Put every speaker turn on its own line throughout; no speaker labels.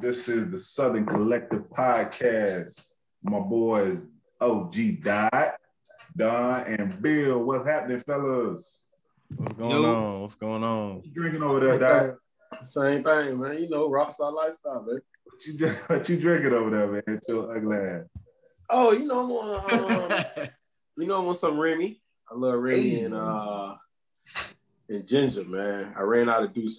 This is the Southern Collective Podcast. My boys OG Dot, Don, and Bill. What's happening, fellas?
What's going
Yo.
on? What's going on?
What you drinking over there, Dot?
Same thing, man. You know, rockstar lifestyle, baby.
What you, drink- what you drinking over there, man? It's Your ugly ass.
Oh, you know, I'm on, um, you know, I'm on some Remy. I love Remy
Hey.
and uh and ginger, man. I ran out of Douce,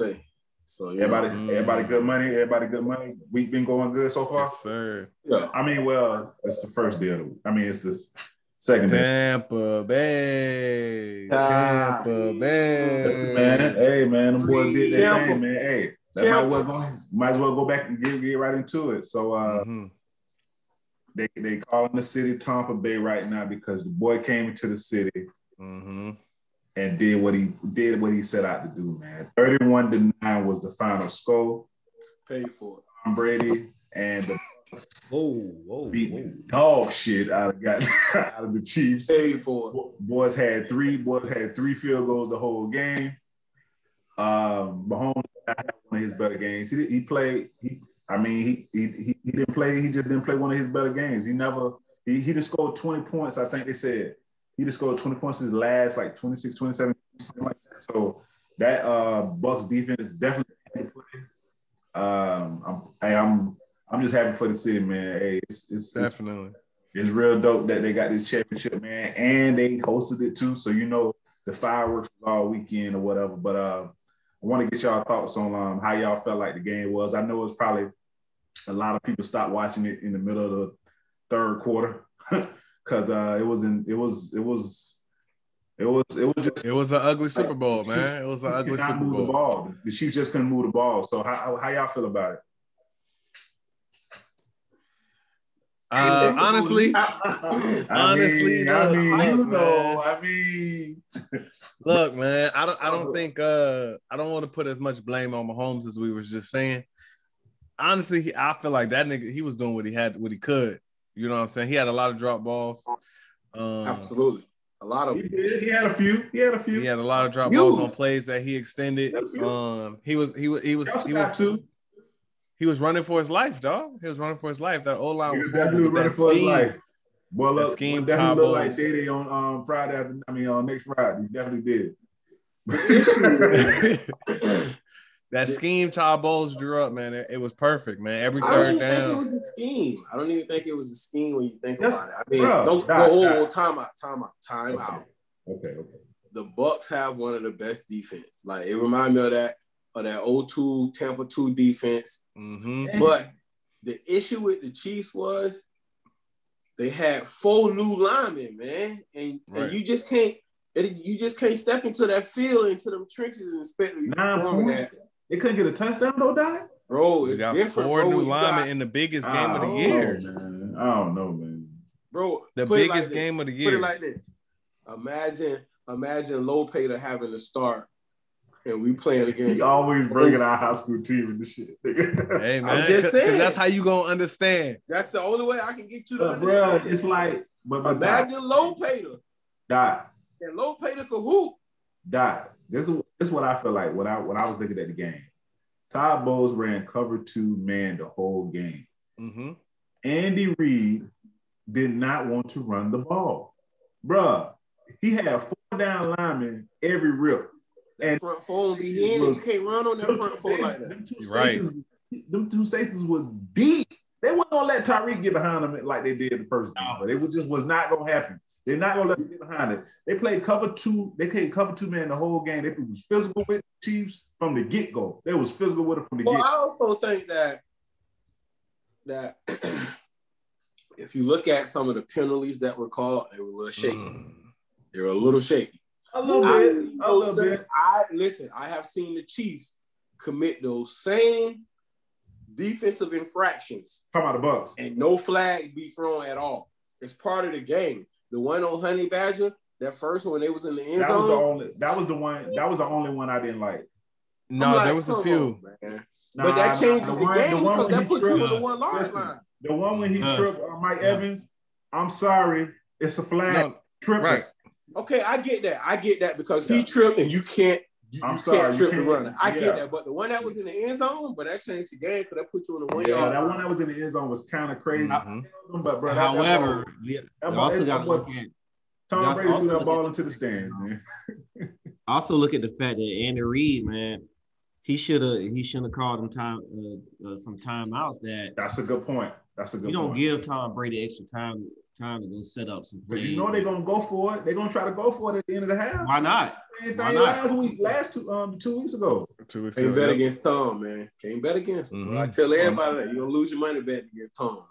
so you know,
Everybody,
Mm.
everybody, good money. Everybody, good money. Week been going good so far.
Yes, sir.
yeah.
I mean, well, it's the first day of the week. I mean, it's this second day.
Tampa Bay.
Ah.
Tampa Bay.
That's it, man. Hey, man, them boys did their
Tampa.
thing, man. Hey, that might,
Tampa.
well go, might as well go back and get, get right into it. So uh,
Mhm.
they they calling the city Tampa Bay right now because the boy came into the city
Mhm.
and did what he did what he set out to do, man. Thirty-one to nine was the final score.
paid for it.
Tom Brady and the Bucks
Whoa, whoa,
beat
whoa.
the dog shit out of got out of the Chiefs.
Paid for it.
Boys had three. Boys had three field goals the whole game. Um, Mahomes did not have one of his better games. He, he played. He, I mean, he, he he he didn't play. He just didn't play one of his better games. He never. He he just scored twenty points. I think they said he just scored twenty points his last like 26, 27, something like that. So that uh Bucks defense definitely. had to put in. Um, I'm hey, I'm I'm just happy for the city, man. Hey, it's it's, it's
Definitely.
it's real dope that they got this championship, man, and they hosted it too. So you know the fireworks was all weekend or whatever. But uh, I want to get y'all thoughts on um, how y'all felt like the game was. I know it's probably a lot of people stopped watching it in the middle of the third quarter because uh, it was in it was it was it was it was just
It was an ugly Super Bowl, man. It was an ugly
could not
Super
move the
Bowl. Uh,
ball. The Chiefs just couldn't move the ball. So how, how, how y'all feel about it?
Uh, honestly, Honestly,
I
though,
mean,
look,
you
man.
know, I mean.
look, man, I don't I don't think uh I don't want to put as much blame on Mahomes as we was just saying. Honestly, he, I feel like that nigga he was doing what he had what he could. You know what I'm saying? He had a lot of drop balls. Um,
Absolutely. A lot of
He, did. He had a few. He had a few.
He had a lot of drop
You-
balls on plays that he extended.
That's you.
Um, he was he was he was
Y'all
he
got
was
two.
he was running for his life, dog. He was running for his life. That old line
He
was
was
horrible.
definitely
But
running
that
for his life.
scheme,
Boy,
that
look,
scheme,
definitely look
Tybo's.
like Day Day on um, Friday. After, I mean, on next Friday, he definitely did.
that scheme Todd Bowles drew up, man, it, it was perfect, man. Every
I don't
third
even think it
down,
was a scheme. I don't even think it was a scheme when you think
That's-
about it. I mean,
Bruh,
don't
nah,
go,
nah.
oh, time out, time out, time
Okay.
out.
Okay, okay.
the Bucks have one of the best defense. Like it reminds me of that of that 02 Tampa 2 defense.
hmm
But the issue with the Chiefs was they had four new linemen, man. And,
Right.
and you just can't it, you just can't step into that field into them trenches and expect to be
Nine
performing
points.
that.
They couldn't get a touchdown though, Don.
Bro,
we
it's
got
different.
four
bro.
new
You got-
linemen in the biggest game of
I
the
don't
year.
know, Oh, man. I don't know, man.
bro,
The
put it
biggest
like this.
game of the
Put
year.
it like this. Imagine, imagine Lopeta having to start and we playing against
He always bringing our high school team and the shit. Bruh,
hey, man,
just
'cause- 'cause
saying.
that's how you gonna understand.
That's the only way I can get you to
bro,
understand.
it's like, but, but Dot,
imagine low pater
Dot,
and low pater could hoop.
Dot, this is this is what I feel like when I when I was looking at the game. Todd Bowles ran cover two man the whole game.
hmm
Andy Reid did not want to run the ball. Bruh, he had four down linemen every rip. And-
That front four won't be in. and You can't run on that front four like that.
Them two
You're right.
safeties, them two safeties was deep. They weren't gonna let Tyreek get behind them like they did the first game, but it was just was not gonna happen. They're not gonna let them get behind it. They played cover two, they played cover two man the whole game. They was physical with the Chiefs from the get-go. They was physical with it from the
Well,
get-go.
I also think that that if you look at some of the penalties that were called, they were a little shaky.
Mm-hmm.
They were a little shaky.
Mm. A little bit, a little bit.
I listen. I have seen the Chiefs commit those same defensive infractions
Come out of the box.
and no flag be thrown at all. It's part of the game. The one on Honey Badger, that first one, they was in the end
That was the
zone.
only. That was the one. That was the only one I didn't like.
No,
I'm like,
there was a
come
few.
on, man.
Nah,
but that
nah,
changes the,
one- one
game because
when he
that puts you on
tripped-
the one yard
Listen.
line.
the one when he
Huh.
tripped on Mike
Yeah.
Evans. I'm sorry, it's a flag
No,
tripping.
right.
Okay, I get that. I get that because
Yeah.
he tripped and you can't You,
I'm
you
sorry,
can't
you
trip
can't-
and run. I
yeah.
get that, but the one that was in the end zone, but that changed the game because that put you in the one
Yeah,
yard.
that one that was in the end zone was kind of crazy.
Mm-hmm.
Mhm.
But bro, that- that
However,
ball-
we
that
we
ball-
also
that
got to
ball-
look at
Tom
that's
Brady
also
threw that
the-
ball into the stands, man.
also look at the fact that Andy Reid, man, he should have he shouldn't have called him time uh, uh, some timeouts that
That's a good point. That's a good.
you don't
point.
give Tom Brady extra time time to go set up some
But
plays.
you know they're gonna go for it. They're gonna try to go for it at the end of the half.
Why not?
Same thing
why not?
last week, last two um two weeks ago.
Two weeks
Can't bet
ago.
against Tom, man. Can't bet against him.
Mhm.
I tell everybody that you're gonna lose your money betting against Tom.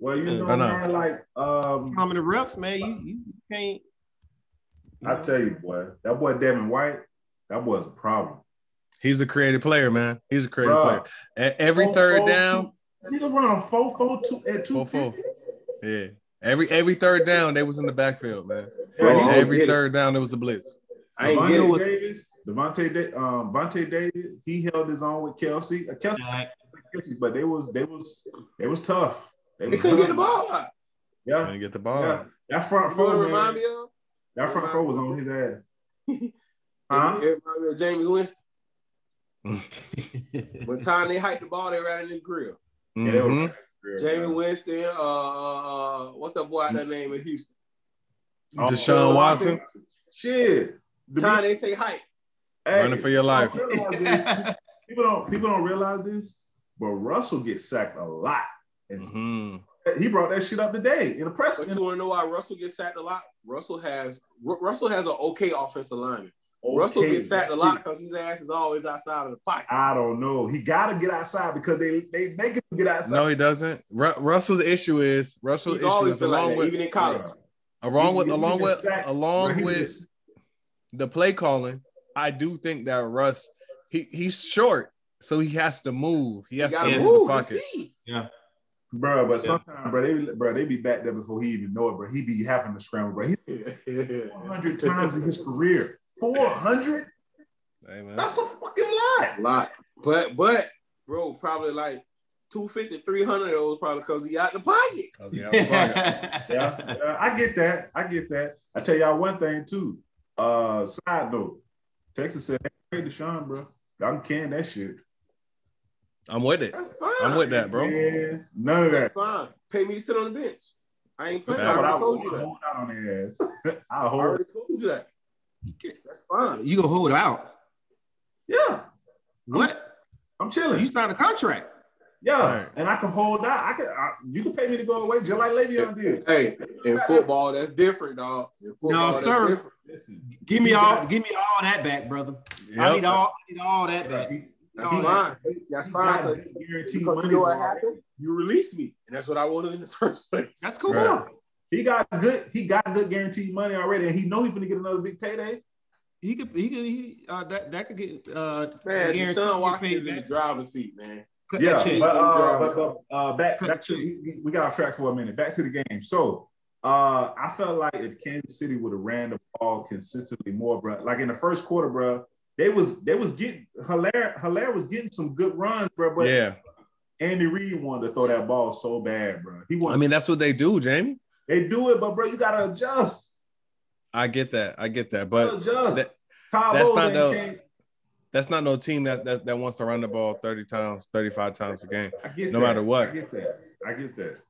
Well, you
Yeah,
know,
I know.
man, like um,
How many reps, man? You you can't. you
I
know?
tell you, boy, that boy Devin White, that boy's a problem.
He's a creative player, man. He's a creative
Bruh.
player. A- every
Four,
third
four,
down,
two. Nigga run a four four two at two.
Four, four. yeah. Every every third down, they was in the backfield, man.
Bro,
Yeah,
I
every
get it.
third down, there was a blitz.
I ain't
Vontae
get it.
Davis, Devontae, da- um, Vontae Davis, he held his own with Kelsey. Uh, Kelsey,
Jack,
but they was they was they was tough.
They
was
couldn't
tough.
get the ball out.
Yeah,
Can't get the ball.
yeah. That front
You know what it
four, man,
remind me of?
that front four was on his ass.
Huh?
Huh?
It remind me of James Winston.
Mm-hmm.
When time they hiked the ball, they ran in the grill.
Yeah,
Mhm.
they was-
Jamie Winston, uh, uh, uh, what's that boy out there named in Houston?
Oh,
Deshaun Watson
Shit. The-
Time they say hike.
Hey,
running for your life.
people don't realize this. people don't people don't realize this, but Russell gets sacked a lot.
Mhm.
He brought that shit up today in the press.
But you want to know why Russell gets sacked a lot? Russell has Ru- Russell has an okay offensive lineman. Russell
Okay,
gets sacked a
that's
lot
it.
because his ass is always outside of the pocket.
I don't know. He gotta get outside because they they make him get outside.
No, he doesn't. Ru- Russell's issue is Russell's
He's
issue
always
is
been
along
like that,
with
even in college.
along
He-
with
he
along
been
with
sacked,
along
Bro, he
with
just-
the play calling. I do think that Russ he he's short, so he has to move. He
You
has
got
to
to
move
Yes.
in the
move to
pocket.
see.
bro, but sometimes, bro, they bro, they be back there before he even know it. Bro, he be having to scramble. Bro, he's 400 times in his career. 400?
Hey, man.
That's a fucking lot.
a lot. But, but, bro, probably like 250, 300 of those probably because he out the pocket.
Okay, I'm sorry.
yeah, yeah, I get that. I get that. I tell y'all one thing too. Uh, side note, Texas said hey Deshaun, bro. I'm can that shit.
I'm with it.
That's fine.
I'm with that, bro.
Yes, none of that.
That's fine. Pay me to sit on the bench. I ain't
That's
playing.
Fact.
not
I
what I
already told
want.
you
I
that.
hold out on their ass. I
I
hold.
already told you that. That's fine.
You gonna hold out?
Yeah,
What?
I'm chilling.
signed a contract?
Yeah,
Alright.
and I can hold out. I can. I, you can pay me to go away, just like Le'Veon did.
Hey, in football, that's different, dog. In football, that's
sir.
different.
Listen,
Give me all, give me all that back, brother. I
Yep.
need all, I need all that back.
That's
All that.
fine. That's fine. 'cause-
Guaranteed
Because
money.
you know what
bro.
happened? You released me, and that's what I wanted in the first place.
That's cool.
Right.
He got good. He got good guaranteed money already, and he know he's gonna get another big payday.
He could, he could, he uh, that that could get uh,
man.
guaranteed
Deshaun Watson
paid
is in the
back.
driver's seat, man.
Cut that
Yeah,
check.
but, uh, but, but, uh, back,
Cut
back
the
to we, we- we got off track for a minute. Back to the game. So uh, I felt like if Kansas City would have ran the ball consistently more, bro. Like in the first quarter, bro, they was they was getting Hilaire Hilaire was getting some good runs, bro. But
yeah.
Andy Reid wanted to throw that ball so bad, bro. He wanted.
I mean, that's what they do, Jamie.
they do it, but bro, you gotta adjust.
I get that. I get that.
Gotta
But
adjust.
that-
Ty
that's
Bowles
not
ain't
no-
changed.
that's not no team that that, that wants to run the ball 30 times, 35 times a game.
I get
no
that.
matter what.
I get that. I get that.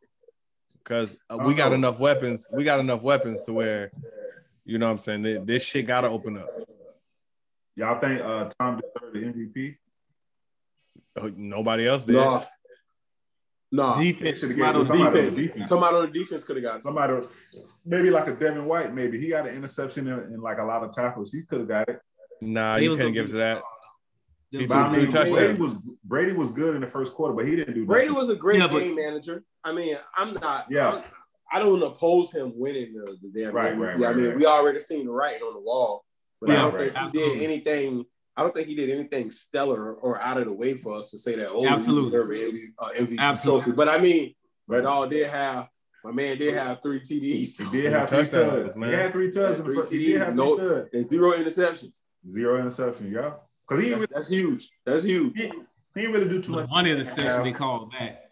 Cause uh,
I
we got
know.
enough weapons. We got enough weapons to where you know what I'm saying. This, this shit gotta open up.
Y'all think uh, Tom deserved the MVP?
Uh, Nobody else did.
No, no.
defense,
Should've
might
gave it to
as
somebody
defense.
on defense.
Somebody on the defense could have got some.
somebody maybe like a Devin White, maybe he got an interception and, and like a lot of tackles. He could have got it.
Nah,
They
you
was
can't give it
gonna be-
to that.
Them
He
But I
threw
mean,
three
Brady
touchdowns.
was Brady was good in the first quarter, but he didn't do
Brady
nothing.
was a great
Yeah, but-
game manager. I mean, I'm not.
Yeah.
I'm, I do not oppose him winning the, the damn
Right,
MVP.
right, right,
I mean,
right.
we already seen the writing on the wall, but I
Yeah,
don't
right.
think he
Absolutely.
did anything. I don't think he did anything stellar or out of the way for us to say that. Oh,
Absolutely.
absolutely, MVP
Absolutely.
trophy. But I mean,
But
But all did have my man did have three TDs
he did have three
Touchdowns,
touchdowns.
man.
He had three touchdowns. in the
Three
first- He did have
TDs,
three touchdowns.
and zero interceptions.
Zero interception, yeah. Because he,
That's,
really-
that's huge. That's huge.
he he didn't really do too much.
One interception they called back.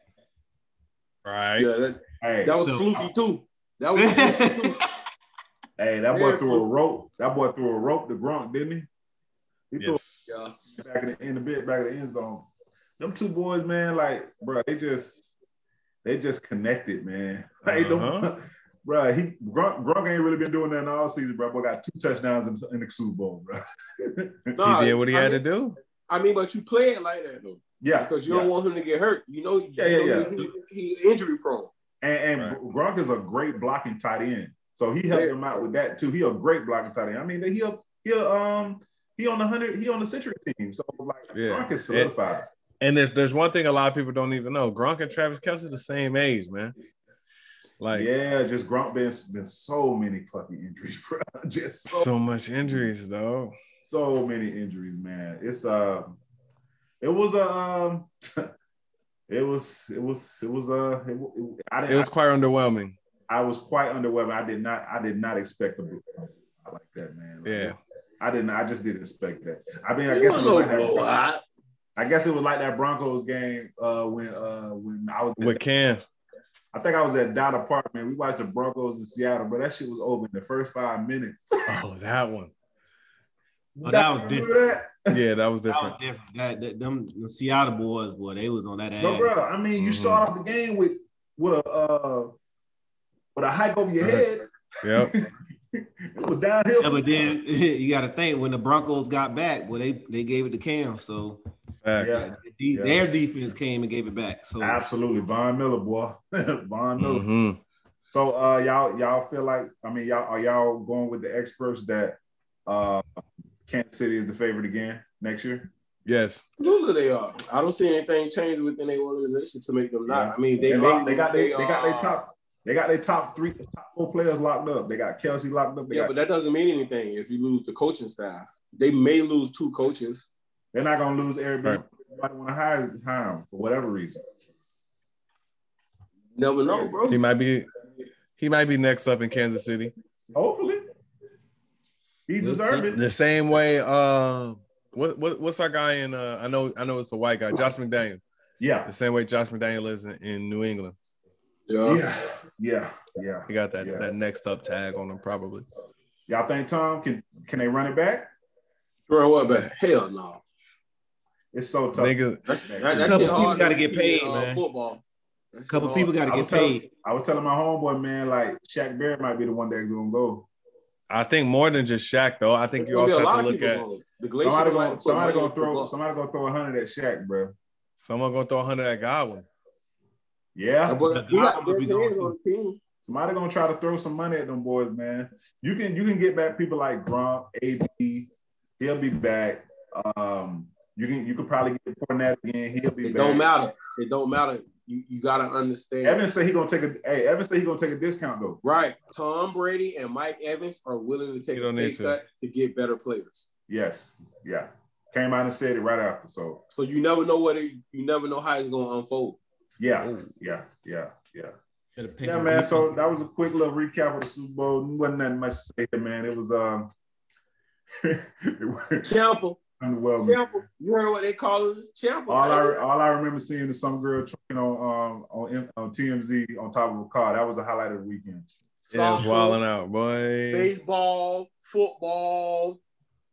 Right.
Yeah, that,
Hey,
that was
So-
fluky too. That was fluky too.
hey, that boy
Yeah,
threw a rope. That boy threw a rope to Gronk, didn't he? He threw
Yes.
Yeah.
it back in the, in the bit, back in the end zone. Them two boys, man, like, bro, they just they just connected, man. Like,
Uh-huh.
bro, he Gronk, Gronk ain't really been doing that all season, bro. Boy got two touchdowns in, in the Super Bowl, bro.
Nah,
he did what he
I
had
mean,
to do.
I mean, but you play it like that though,
yeah,
because you
yeah.
don't want him to get hurt. You know,
Yeah,
you
yeah,
know He, he injury prone.
And, and
Right.
Gronk is a great blocking tight end, so he helped
Yeah.
him out with that too. He a great blocking tight end. I mean, he a, he a, um he on the hundred he on the Century team, so like
Yeah.
Gronk is solidified.
And there's there's one thing a lot of people don't even know. Gronk and Travis Kelsey the same age, man. Like
yeah, just Gronk been been so many fucking injuries, bro. Just so,
so much injuries though.
so many injuries, man. It's uh, it was a um, it was it was it was uh, it, wa- I
It
didn't.
was quite underwhelming.
I, I was quite underwhelmed. I did not I did not expect the I like that, man. Like,
Yeah.
I didn't. I just didn't expect that. I mean, I
You
guess
don't
it was
know,
like that.
bro. I-
I guess it was like that Broncos game uh, when uh, when I was.
With Cam.
I think I was at Dot Apartment. We watched the Broncos in Seattle, but that shit was over in the first five minutes.
Oh, that one.
Oh, that was
Remember that?
Yeah, that was
That was
different.
different. That, that them, them Seattle boys, boy, they was on that ass.
But bro, I mean, you
Mhm.
start off the game with with a uh, with a hike over your head.
Yep.
It was downhill.
Yeah, but then you got to think when the Broncos got back, well, they they gave it to Cam, so
Facts.
Yeah.
de-
Yeah.
their defense came and gave it back. So
absolutely, Von Miller, boy, Von Miller.
Mm-hmm.
Mhm.
So uh y'all y'all feel like I mean y'all are y'all going with the experts that uh Kansas City is the favorite again next year?
Yes.
Absolutely, they are. I don't see anything change within their organization to make them not. I mean, they
They,
lock-
lock, they got they, they got their
uh,
top they got their top three top four players locked up. They got Kelsey locked up. They
Yeah,
got,
but that doesn't mean anything if you lose the coaching staff. They may lose two coaches.
they're not gonna lose everybody.
Right.
Everybody want to hire, hire him for whatever reason.
Never know, bro.
He might be he might be next up in Kansas City.
Hopefully, he
We'll
deserves
see.
it.
The same way uh what, what what's our guy in uh I know I know it's a white guy, Josh McDaniel.
Yeah,
The same way Josh McDaniel is in, in New England.
Yeah.
yeah, yeah, yeah.
He got that
Yeah.
that next up tag on him probably.
Y'all think Tom can can they run it back?
Bro, what back? Hell no.
It's so tough.
Nigga,
That's, that, that
Couple
shit
people
hard.
gotta get paid,
Uh,
man.
Football.
a couple people got to
I
get
was telling-
paid.
I was telling my homeboy, man, like Shaq Barrett might be the one that's gonna go.
I think more than just Shaq though. I think you also have to look at
The glacier
Somebody
gonna
gonna,
put
somebody
money
gonna
in
throw
football.
somebody gonna throw a hundred at Shaq, bro.
someone gonna throw hundred at Godwin.
Yeah,
That boy-
The
you got
Dolphins be
Brett
going
Bears on the team.
somebody gonna try to throw some money at them boys, man. You can you can get back people like Gronk, AB. He'll be back. Um, you can you could probably get Fournette again. He'll be
It
back.
don't matter. It don't matter. You, you gotta understand.
Evan said he gonna take a hey. Evan said he gonna take a discount though.
Right. Tom Brady and Mike Evans are willing to take
You don't
a pay
need to.
cut to get better players.
Yes, yeah. Came out and said it right after. So
So you never know what it, you never know how it's gonna unfold.
yeah, yeah, yeah, yeah.
Gotta pick
Yeah,
up
man.
defense.
So that was a quick little recap of the Super Bowl. wasn't nothing much to say, man. It was um, it was
Champa,
Um,
underwhelming.
Champa, you heard what they call it? Champa.
All I all I remember seeing is some girl twerking on um on, M- on TMZ on top of a car. That was the highlight of the weekend.
It was
Soccer,
wilding out, boy.
baseball, football.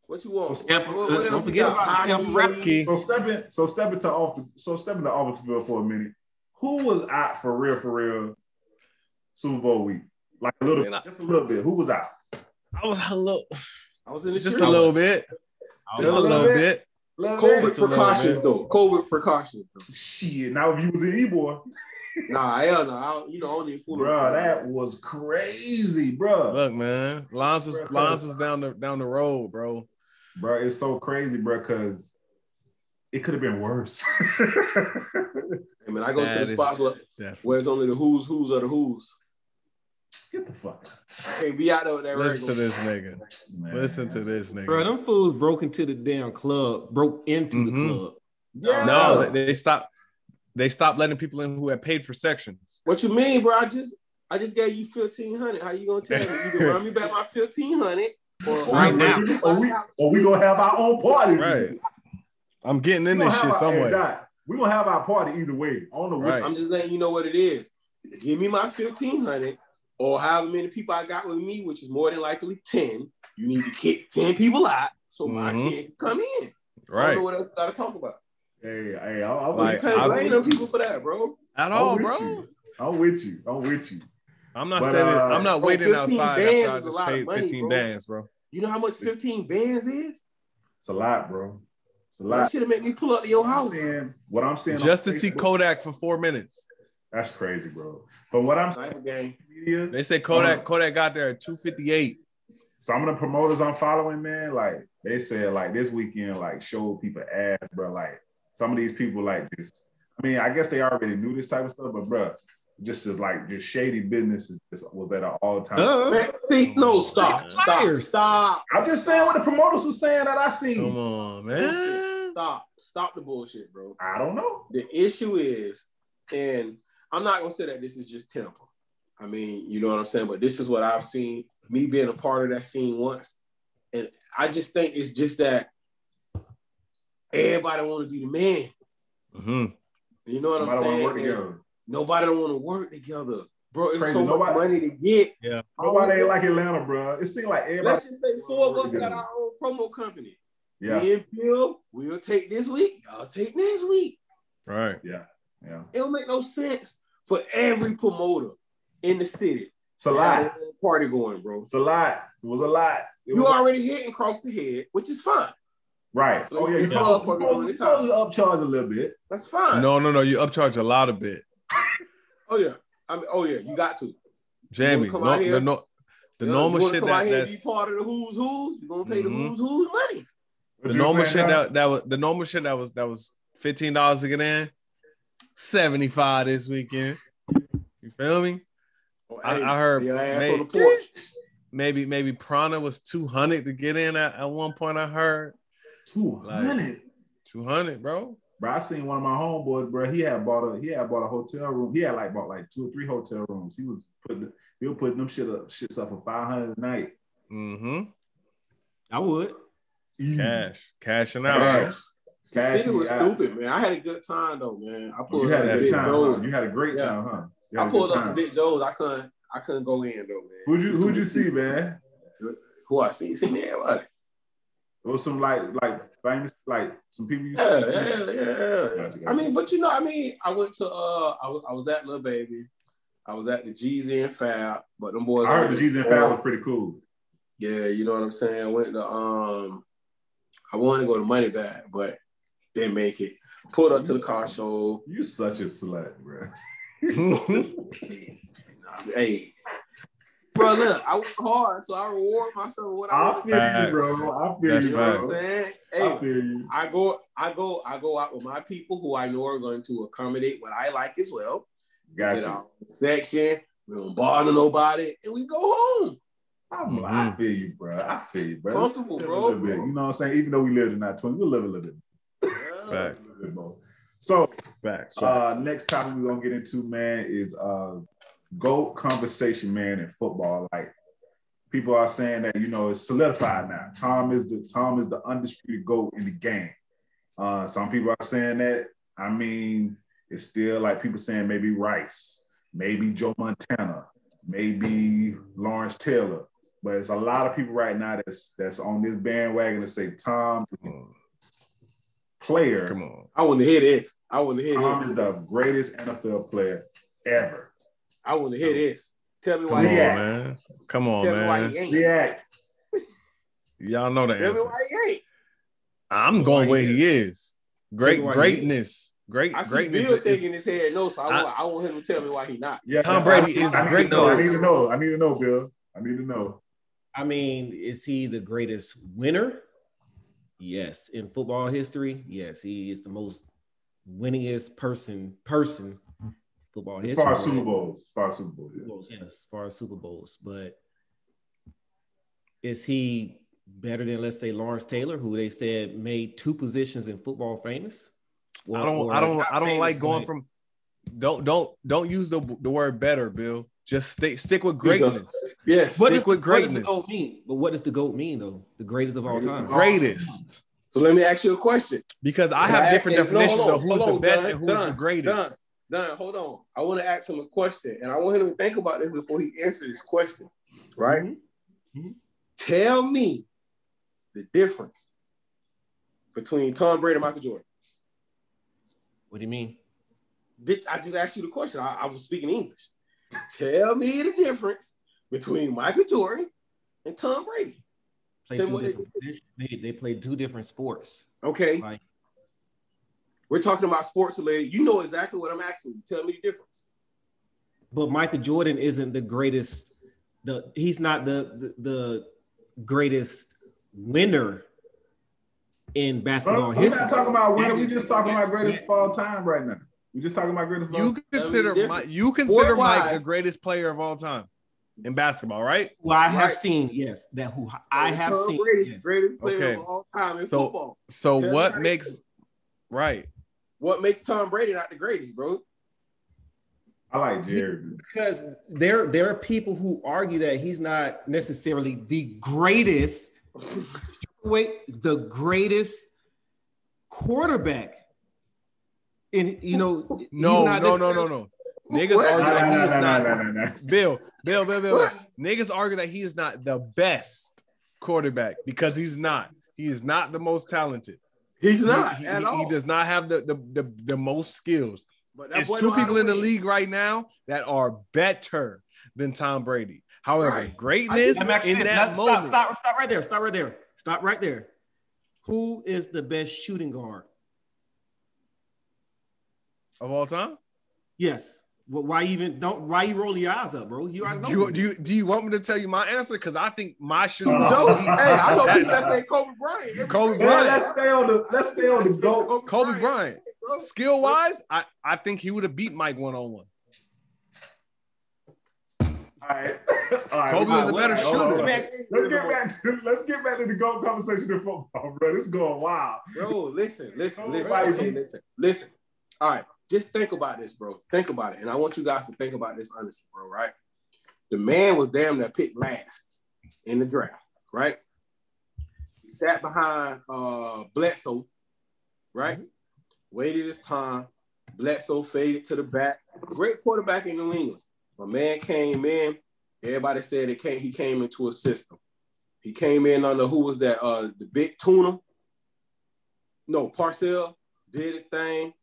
What you want?
Tampa-
What- what
don't
else you
forget
got?
about Tampa
Hockey.
Raptors.
So stepping so stepping to off the, so stepping to Albertville for a minute. Who was out for real for real Super Bowl week? Like a little,
Man, I-
just a little bit. Who was out?
I was a little,
I was in the
just a
streets.
little bit,
I
just a little bit.
Little
COVID
bit?
Just a little
precautions
bit.
though. COVID precautions. Though.
Shit. Now if you was in E-boy.
Nah, hell no. I don't, you know, I don't even fool
Bro,
around.
that was crazy, bro.
Look, man, Lons was Lons was down the down the road, bro.
Bro, it's so crazy, bro, because it could have been worse.
I mean, I go
That
to
is-
the spots where,
Yeah.
where it's only the who's who's of the who's.
Get the fuck out.
Can't be out there with that
Listen to
regular.
this nigga.
Man.
Listen to this
Bro,
nigga.
them fools broke into the damn club, broke into
Mhm.
the club.
Yeah.
No, they, they stopped. They stopped letting people in who had paid for sections.
What you mean, bro? I just I just gave you fifteen hundred. How you gonna tell me? You can run me back my fifteen hundred or
Right now.
Or we, or we gonna have our own party.
Right. I'm getting
We
in
gonna
this
have
shit
our- hey,
somewhere.
Doc, we gonna have our party either way. On the way.
Right.
I'm just letting you know what it is. Give me my fifteen hundred, or however many people I got with me, which is more than likely ten. You need to kick ten people out, so my
Mhm.
kid can come in. I don't know
right?
what else we gotta talk about.
Hey, hey, I- I'm,
Like,
you can't
I-
blame them people for that, bro.
At
I'm
all,
with
bro.
you. I'm with you. I'm with you.
I'm not
But,
standing.
uh,
I'm not
bro,
waiting
15
outside
bands
after I
is a
just
lot of
paid
money,
15
bro.
bands, bro.
You know how much 15 bands is?
It's a lot, bro. It's a
That
lot.
should have made me pull up to your house.
I'm saying- what I'm saying. on
Just to see
Facebook-
Kodak for four minutes.
That's crazy, bro. But what I'm saying,
Sniper gang.
media,
They said Kodak. Kodak got there at 258.
some of the promoters I'm following, man, like they said, like this weekend, like showed people ass, bro. Like some of these people, like just, I mean, I guess they already knew this type of stuff, but bro, just is like just shady business is just was at an all time.
Man, see, no, stop, stop,
Liars.
stop,
I'm just saying what the promoters were saying that I
Come
seen.
on, man.
stop, stop the bullshit, bro.
I don't know.
The issue is, and I'm not gonna say that this is just Tampa. I mean, you know what I'm saying, but this is what I've seen. Me being a part of that scene once, and I just think it's just that everybody want to be the man.
Mhm.
You know what
Nobody
I'm
want to
saying?
work together.
Nobody don't want to work together, bro. It's
Crazy,
so much
nobody-
money to get.
Yeah.
Nobody ain't like Atlanta, bro. It seemed like everybody.
Let's just say four of us got our own promo company.
Yeah,
Me and Bill, we'll take this week. Y'all take next week.
Right.
yeah.
It don't make no sense for every promoter in the city.
It's a lot.
Party going, bro.
It's a lot. It was a lot. It
You
was-
already hitting across the head, which is fine.
right.
So
oh yeah, you
it's
supposed
motherfucker all the
you supposed to upcharge a little bit.
That's fine.
No, no, no. You upcharge a lot of bit,
Oh yeah. I mean, oh yeah, you got to.
Jamie.
come
no-
out here?
the no- the
You know, you
normal
wanna
shit
come out
that
here and
that's
be part of the who's who's. You're gonna pay
Mhm.
Mm-hmm.
the who's who's money.
the
What you
normal
saying,
shit
Doc?
that, that was the normal shit that was that was fifteen dollars to get in, seventy five this weekend. You feel me? I-
Hey,
I heard
your ass
Nate-
on the porch.
Maybe maybe Prana was two hundred to get in at, at one point. I heard
Two hundred.
two hundred, bro.
Bro, I seen one of my homeboys, bro. He had bought a he had bought a hotel room. He had like bought like two or three hotel rooms. He was putting he was putting them shit up shits up for five hundred a night.
Mm-hmm.
I would.
Easy.
Cash, cashing out. bro.
Cash.
The
Cash
city
you
was
got.
stupid, man. I had a good time though, man. I
You
pulled
had
up
a
to
good
Big
time. huh?
Joe's.
You had a great
Yeah.
time, huh? You had
I
a good
pulled up to
time.
Big Joe's. I couldn't. I couldn't go in though, man.
Who'd you who'd you see, man?
Who I see? See me everybody.
It was some like like famous like some people you
Yeah, yeah, yeah, yeah.
Gotcha, gotcha.
I mean, but you know, I mean, I went to. uh I was, I was at Lil Baby. I was at the Jeezy and Fab, but them boys.
I heard the Jesus and Fab was pretty cool.
Yeah, you know what I'm saying. I went to. Um, I wanted to go to Money Bag, but didn't make it. Pulled up to the car show.
You such a slut, bro.
Hey, bro, look, I work hard, so I reward myself with what I
I
want.
feel
Facts.
you, bro. I feel
That's
you,
You know what I'm
bro.
saying?
I
Hey,
feel you.
I go, I go, I go out with my people who I know are going to accommodate what I like as well.
Got
Get
you.
our own section, we don't bother nobody, and we go home.
I'm,
Mm-hmm.
I feel you, bro. I feel you, bro.
Comfortable,
Live a
bro.
little bit. You know what I'm saying? Even though we lived in our 20s, we live a little bit,
Yeah.
a little bit more. So,
Back.
uh, next topic we're gonna get into, man, is uh, GOAT conversation, man, in football. Like people are saying that you know it's solidified now. Tom is the Tom is the undisputed GOAT in the game. Uh, some people are saying that. I mean, it's still like people saying maybe Rice, maybe Joe Montana, maybe Lawrence Taylor. But it's a lot of people right now that's that's on this bandwagon to say Tom player.
Come on.
I want to hear this. I want to hear
Tom
Um,
this.
is the greatest NFL player ever.
I want to hear this. Tell me
Come
why
on,
he ain't.
man. Come on,
Tell me why he
man.
ain't.
Yeah,
Y'all know the
Tell me
answer.
why he ain't.
I'm going
why
where
he
he is. Great
me why he
greatness. Great
I see
greatness.
Bill
is- is-
shaking his head no, so I, want, I want him to tell me why he not.
yeah.
Tom Brady
I-
is
I need to
great,
know. I
though.
need to know. I need to know, Bill. I need to know.
I mean, is he the greatest winner? Yes, in football history, yes, he is the most winningest person person football
Oh,
As
history.
far as Super Bowls, as far as Super Bowls,
Super
yeah.
Bowls, yes, as far as Super Bowls, but is he better than let's say Lawrence Taylor, who they said made two positions in football famous? Or-
I don't
or
I don't
not
I don't
famous,
like going
but
from don't don't don't use the the word better, Bill. Just stay stick with greatness.
Yes.
But- stick with
what is- what does the
greatness.
goat mean? But what does the goat mean though? The greatest of all
Greatest of
Oh.
time.
all-
Greatest.
so let me ask you a question.
Because I
Can
have
I-
different
hey, no,
definitions
hold on,
of who's
hold
the
on,
best
done,
and who's the
done, done.
greatest.
Don, hold on. I want to ask him a question, and I want him to think about
Mm-hmm.
this before he answers this question. Right?
Mhm. Mhm.
Tell me the difference between Tom Brady and Michael Jordan?
What do you mean?
Bitch, I just asked you the question. I, I was speaking English. Tell me the difference between Michael Jordan and Tom Brady.
Play
Say
two
what it
different, they, they play two different sports.
Okay.
Like
We're talking about sports related. You know exactly what I'm asking you. Tell me the difference.
but Michael Jordan isn't the greatest. The he's not the the, the greatest winner in basketball
We're
history.
not talking about winning. We're
That
just
is-
talking about
that's-
greatest of all time right now. We're just talking about greatest. of all
You consider
different.
Mike, you consider Mike the
Sport-wise.
greatest player of all time in basketball, right?
who I have
Right.
seen, yes, that who I have
Tom
seen.
Brady,
yes.
greatest player
Okay.
of all time in
So-
football.
So
Tell
what
me.
makes right?
What makes Tom Brady not the greatest, bro?
I like Jared.
because there there are people who argue that he's not necessarily the greatest wait the greatest quarterback and you know he's
No,
not
no, no, no,
necessarily-
no. Niggas
What?
No, no,
argue that he
no,
is
no,
not
no, no, no.
Bill, Bill, Bill, Bill.
What?
Niggas argue that he is not the best quarterback because he's not. He is not the most talented.
He's
He-
not
he,
at
he-
all.
he does not have the the, the, the most skills.
but
There's
boy
two
know how to
people in the
win.
league right now that are better than Tom Brady. However,
Right.
greatness
I'm actually-
in that
not- stop,
moment.
stop stop right there stop right there stop right there who is the best shooting guard
of all time.
yes well, why even don't why you roll your eyes up bro you already know
Do you, do you do you want me to tell you my answer? Because I think my shoe.
No,
Super
no.
Joe. hey, I know
That-
people that say Kobe Bryant.
Kobe
Yeah,
Bryant.
let's stay on the let's stay on the goat.
Kobe,
Kobe Bryant,
bro.
skill wise, I, I think he would have beat Mike one on one.
All right, all right.
Kobe was a
All
better
right,
shooter.
hold on.
Back-
Let's get back to let's get back to the goat conversation in football, bro. This is going wild.
Bro, listen, listen, listen,
Right.
okay, listen, listen. All right, just think about this, bro. Think about it, and I want you guys to think about this honestly, bro. Right? The man was damn near picked last in the draft, right? He sat behind uh Bledsoe, right? Waited his time. Bledsoe faded to the back. Great quarterback in New England. My man came in. Everybody said it came, he came into a system. He came in under who was that? Uh, the big tuna. No, Parcell did his thing.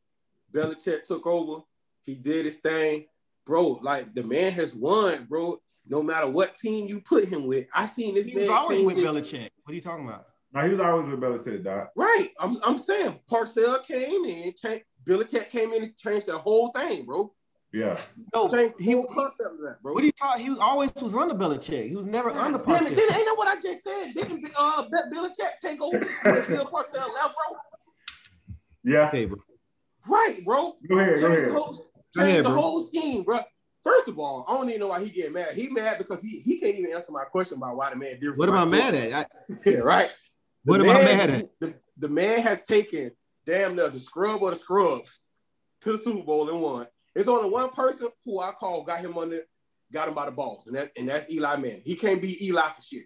Belichick took over. He did his thing. Bro, like the man has won, bro. No matter what team you put him with, I seen this
he
man.
was always
change
with
his-
Belichick what are you talking about
Now he was always with Belichick, Doc.
Right. I'm, I'm saying Parcell came in, changed, Belichick came in and changed the whole thing, bro.
Yeah,
no
Changed the
he,
whole concept of that, bro.
What do you talk? He was always was under Belichick. He was never under
Damn it,
Parcells.
didn't, ain't that what I just said? Didn't uh, Be- Belichick take over until Parcell left, bro?
yeah.
Okay, bro.
Right, bro.
Go ahead, go
Changed the
ahead.
whole,
Go ahead,
changed the
bro.
whole scheme, bro. First of all, I don't even know why he get mad. He mad because he, he can't even answer my question about why the man did
What am I mad at? I,
Yeah, right.
what am I mad at?
The, the man has taken damn near the scrub or the scrubs to the Super Bowl and won. It's only one person who I call got him under, got him by the balls, and that and that's Eli Manning. He can't beat Eli for shit.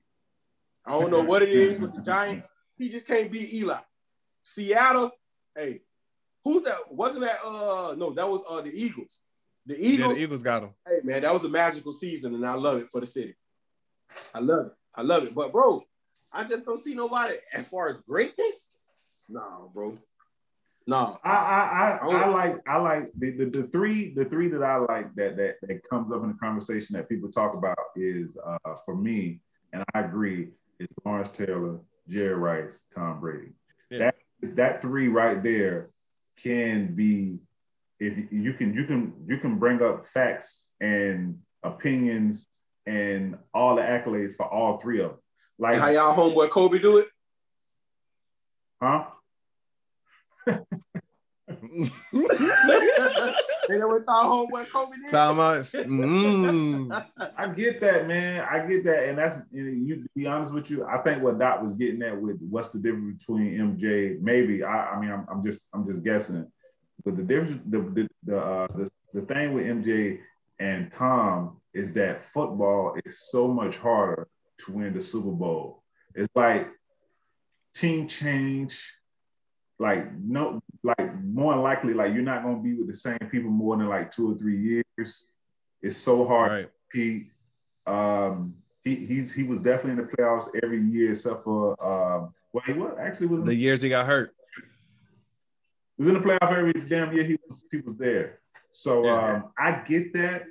I don't know what it is with the Giants. He just can't beat Eli. Seattle, hey, who's that? Wasn't that uh no, that was uh the Eagles. The
Yeah,
Eagles
the Eagles got him.
hey man, that was a magical season, and I love it for the city. I love it. I love it. But bro, I just don't see nobody as far as greatness. Nah, bro. Nah.
I I, I, I like I like the, the, the three the three that I like that that that comes up in the conversation that people talk about is uh, for me and I agree is Lawrence Taylor, Jerry Rice, Tom Brady.
Yeah.
That that three right there can be if you- you can you can you can bring up facts and opinions and all the accolades for all three of them. Like
How y'all homeboy Kobe do it?
huh?
and then with our homeboy Kobe did?
Time out. Mm.
I get that, man. I get that, and that's you, know, you. To be honest with you, I think what Doc was getting at with what's the difference between MJ? Maybe I. I mean, I'm, I'm just I'm just guessing, but the difference, the the the, uh, the the thing with MJ and Tom is that football is so much harder to win the Super Bowl. It's like team change. Like no, like more than likely, like you're not gonna be with the same people more than like two or three years. It's so hard
Right.
Pete. Um, He he's he was definitely in the playoffs every year except for um, well he was actually was in,
The years he got hurt.
he was in the playoff every damn year he was he was there. So
Yeah.
um, I get that.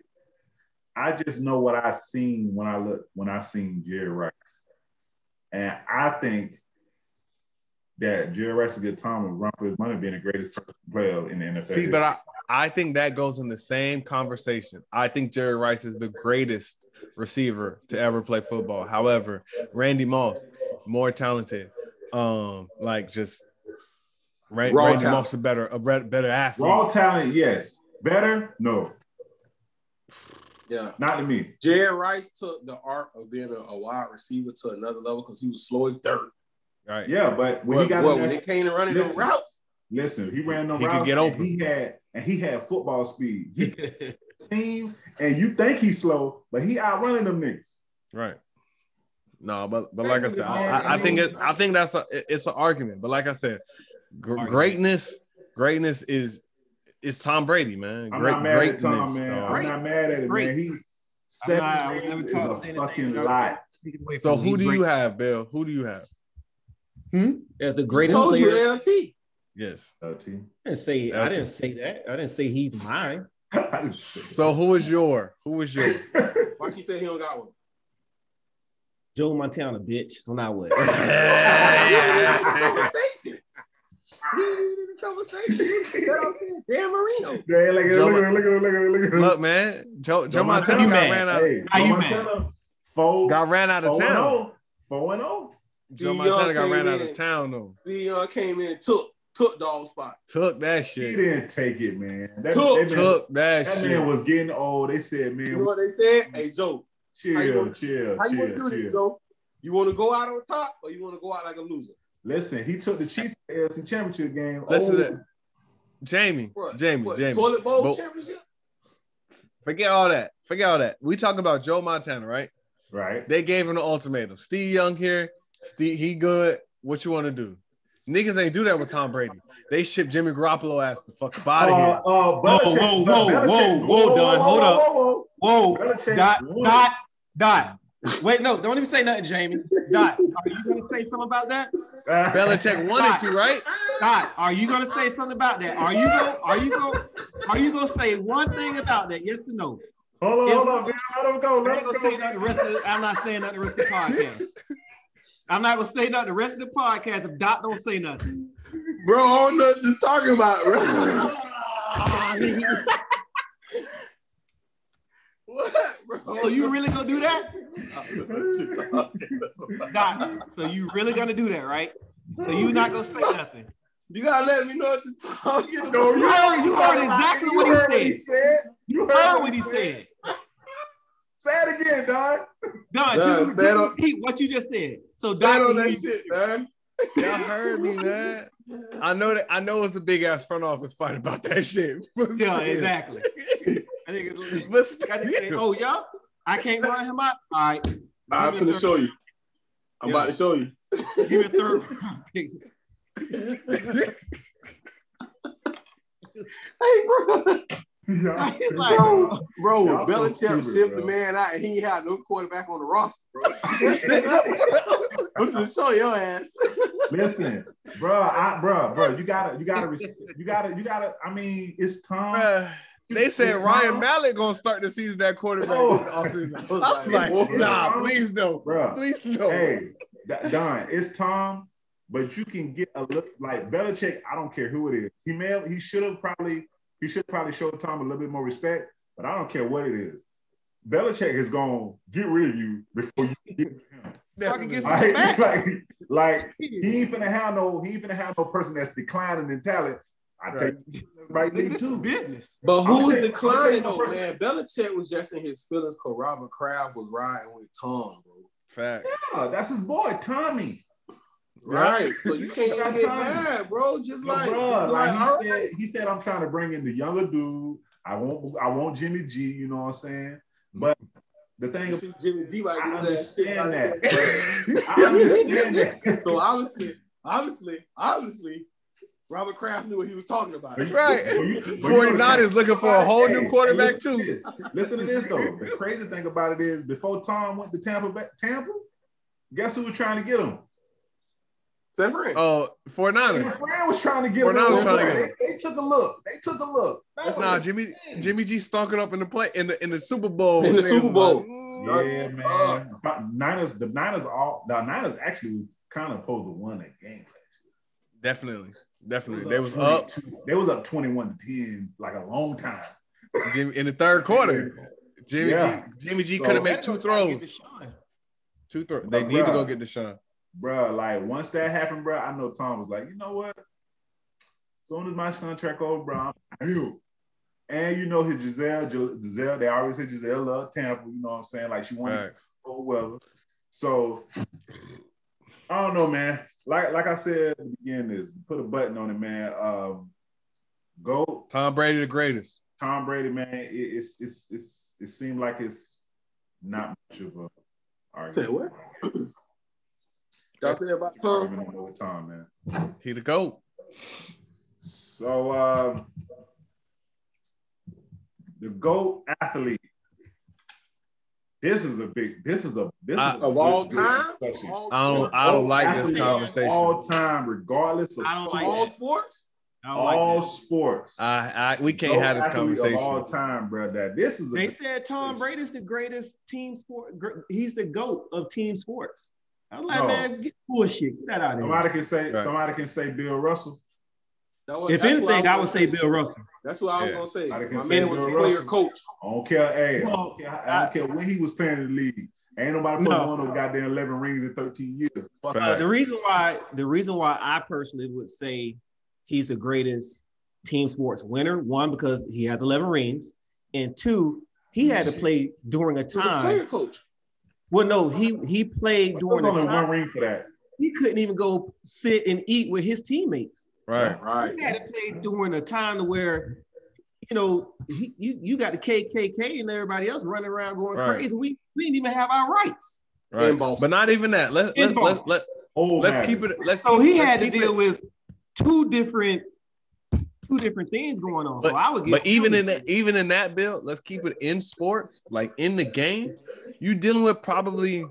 I just know what I seen when I look when I seen Jerry Rice, and I think that Jerry Rice will get Tom and run for his money being the greatest player in the NFL.
See, but I, I think that goes in the same conversation. I think Jerry Rice is the greatest receiver to ever play football. However, Randy Moss, more talented. Um, like just Ran-
Raw
Randy
talent.
Moss a better a better better athlete.
raw talent, yes. Better, no,
Yeah.
not to me.
Jerry Rice took the art of being a, a wide receiver to another level because he was slow as dirt.
Right.
Yeah, but when he
But,
got
boy,
in
when
there-
it came to running those
Listen.
routes,
Listen, he ran no
He could
routes.
get
and
open.
He had and he had football speed. He seemed and you think he's slow, but he outrunning them niggas.
Right. No, but but like I said, I,
Yeah,
I- I think it, I think that's a it's an argument. But like I said, gr- greatness greatness is is Tom Brady, man.
I'm
Great
not mad at
greatness.
Tom, man.
dog.
I'm
Great.
not mad at him,
Great.
man. He
I'm
seven
not- I would
rings
never
is
talk
a
saying
fucking
anything about
lot.
Taken away
So
from
who
these
do you
great-
have, Bill? Who do you have?
as the
he
greatest
told
player?
you LT.
Yes.
LT.
I didn't say I
That's-
didn't say that. I didn't say he's mine.
I didn't say that.
So who is your? Who is your?
Why you say he don't got one?
Joe Montana, bitch. So now what?
We ain't even in the conversation. We ain't even in the conversation. That was it. Dan Marino.
Man, look at
Joe-
look at look at look at look at look
Look, man, Joe, Joe
Joe
Montana
Montana.
got
You
at.
ran out,
Hey,
How you
Joe
mad?
Montana, Four,
got ran out of
four and
town.
oh. Four and oh.
Joe
Young
Montana got
came
ran out
in.
of town though.
Leon came in and took took dog spot.
Took that
He
shit.
didn't take it, man. That,
Took-
that man-
Took that
that
shit.
man was getting old. They said,
You
man,
know what they said? Hey Joe, How you
Chill,
gonna-
chill,
how you wanna
chill,
do this,
chill.
Joe? You wanna go out on top or you wanna go out like a loser?
Listen, he took the Chiefs to the AFC Championship game.
Listen to
Oh,
that. Jamie,
What?
Jamie,
What,
Jamie.
Toilet bowl
But-
championship?
Forget all that. Forget all that. We talking about Joe Montana, right?
Right.
They gave him an ultimatum. Steve Young here. Steve, he good. What you want to do? Niggas ain't do that with Tom Brady. They ship Jimmy Garoppolo ass the fuck up
Uh,
out of here.
whoa,
whoa, whoa, whoa, whoa, Don, hold up. Whoa,
Belichick
dot,
won.
dot, dot. Wait, no, don't even say nothing, Jamie. Dot, are you gonna say something about that?
Oh.
Belichick wanted to, right?
Dot, are you gonna say something about that? Are you going are you going are you gonna say one thing about that? Yes or no?
Hold on, hold on, man. Let him go.
I'm
Let
not
him
gonna say
go.
nothing the rest of the, I'm not saying nothing the rest of the podcast. I'm not gonna say nothing the rest of the podcast if Dot don't say nothing.
Bro, I don't know what you're talking about, bro. what, bro?
So
Oh,
Oh, you really gonna do that?
really
Dot. So you really gonna do that, right? So you're not gonna say nothing.
You gotta let me know what you're talking about.
No,
You heard, you heard exactly what he
heard
said.
You
You heard what he said.
Say it again, Don.
Don,
Don,
just,
stand
just
on-
repeat what you just said. So
Stand
Don,
on
can
that
you-
shit, man.
Y'all heard me, man. I know that I know it's a big ass front office fight about that shit. But
yeah,
still.
exactly. I think it's
But
I think it's-
still.
oh yeah, I can't run him up. All right,
I'm
Give me a
gonna show you. I'm
Yeah.
about to show you.
third- give me a third round pick.
Hey, bro.
Y'all
He's
stupid,
like, oh.
dog.
Bro,
Y'all so
Belichick
stupid,
shipped the
bro.
man out and he ain't had no quarterback on the roster, bro. I'm gonna show your ass.
Listen, bro, I, bro, bro, you gotta, you gotta, res- you gotta, you gotta. I mean, it's Tom.
Bruh, they said
It's
Ryan
Tom.
Mallett gonna start the season that quarterback
Oh.
this offseason. I
was
was
like,
like,
"Whoa."
nah, please no,
Bruh.
please no.
hey, D- Don, it's Tom, but you can get a look like Belichick. I don't care who it is. He may have, he should have probably he should probably show Tom a little bit more respect, but I don't care what it is. Belichick is gonna get rid of you before you get rid of him.
fucking get some-
Like, like, like, he ain't finna have no he ain't finna have no person that's declining in talent. I
Right.
think right
Nigga,
league
this is
too.
business.
But
I'm
who's
saying-
declining
I'm
though, man?
saying-
Belichick was just in his feelings because Robert Kraft was riding with Tom, bro.
Facts.
Yeah, that's his boy, Tommy.
Right. So you can't
Yeah.
even get mad, bro. Just
Yo,
like,
bruh, like,
just like, all
he,
right.
said, he said, I'm trying to bring in the younger dude. I want, I want Jimmy G. You know what I'm saying? But the thing,
Mm-hmm. You
is,
see Jimmy G like
I
do that shit.
understand
like-
that. I understand that.
So obviously, obviously, obviously, Robert Kraft knew what he was talking about.
Right. 49 is looking for a whole new quarterback
listen
too.
To this. Listen to this though. The crazy thing about it is, before Tom went to Tampa, back Tampa, guess who was trying to get him?
San Fran.
Oh,
Jimmy
49ers.
Fran was trying to get him.
Fernando's trying to get
They, they took a look. They took a look.
Nah, Jimmy Jimmy G stunk it up in the play in the in the Super Bowl.
Oh, In the
Niggas
Super Bowl.
like, mm.
Yeah, man. Niners. The Niners all. The Niners actually were kind of pulled to win that game.
Definitely. Definitely.
They
They was up
22 They was up twenty-one to ten, like a long time.
Jimmy, in the third quarter. Jimmy
Yeah.
G Jimmy G
So-
could have made two
Gotta go try to get
throws.
Deshaun.
Two throws.
But
They need to go
bruh.
get Deshaun.
Bruh, Like once that happened, bruh, I know Tom was like, you know what? soon as my contract over, bro, I'm out. And you know his Giselle, Gi- Giselle. They always say Giselle love Tampa. You know what I'm saying? Like she wanted
Right.
cold weather. So I don't know, man. Like like I said at the beginning, is put a button on it, man. Um, go
Tom Brady the greatest.
Tom Brady, man. It, it's it's it's it seemed like it's not much of a argument.
Say what? Y'all say about Tom?
Argument over Tom, man.
He the GOAT.
So um, the GOAT athlete. This is a big. This is a this
I-
is a
Uh, Of all
good- good
time?
discussion.
All,
I don't I don't
GOAT
like
athlete
this
of
conversation.
All time, regardless of
I don't like
all
that.
sports?
I don't like
all
Oh,
that.
sports.
I, I we can't
GOAT
have this
athlete of All
conversation.
time, bro. That this is a
They said Tom Brady's the greatest team sport. gr- He's the goat of team sports. I was like,
No.
man, get bullshit. Get that out of here.
somebody can say
Right.
somebody can say Bill Russell.
That was-
If
that's what
anything, I would
was-
say Bill Russell.
That's what I was
Yeah.
gonna say.
I can
My
say
man was
Bill
a player
Russell.
coach.
I don't care. Hey, I
Well,
don't care, I don't care when he was playing in the league. Ain't nobody put
No.
one of those goddamn eleven rings in thirteen years. Fuck
Fact.
that.
Uh, the reason why the reason why I personally would say he's the greatest team sports winner, one because he has 11 rings, and two, he had to play during a
He was a player
time.
coach.
Well, no, he he played
There's
during a
only one
time
ring for that.
he couldn't even go sit and eat with his teammates.
Right.
Right.
You had to play during a time to where, you know, he, you you got the KKK and everybody else running around going
Right.
crazy. We we didn't even have our rights.
Right.
In Boston.
But not even that. Let,
In
let, let's
Boston.
let,
Oh,
let's keep it let's
So
keep-
he
let's
had to
keep
deal
it-
with two different two different things going on. so I would give
But even in
that
that, even in that bill, let's keep it in sports, like in the game. You dealing with probably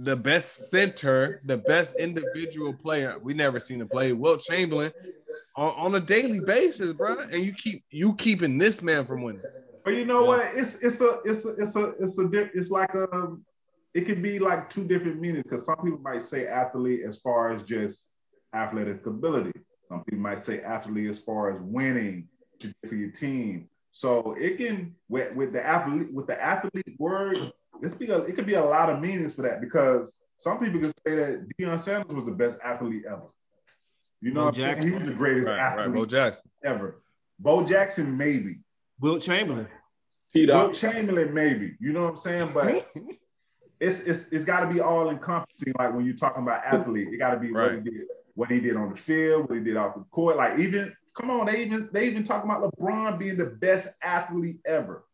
the best center, the best individual player we never seen to play, Wilt Chamberlain, on, on a daily basis, bro. And you keep you keeping this man from winning.
But you know what? It's it's a it's a it's a it's a di- it's like a it could be like two different meanings because some people might say athlete as far as just athletic ability. Some people might say athlete as far as winning to for your team. So it can with, with the athlete with the athlete word, it's because it could be a lot of meanings for that because some people can say that Deion Sanders was the best athlete ever. You know, what
Bo
I'm saying? he was the greatest
Right,
athlete
right, Bo Jackson.
ever. Bo Jackson, maybe.
Will Chamberlain.
Pete
Will
up.
Chamberlain, maybe. You know what I'm saying? But it's it's it's got to be all encompassing. Like when you're talking about athlete, it got to be
Right.
what he did, what he did on the field, what he did off the court. Like even come on, they even they even talking about LeBron being the best athlete ever.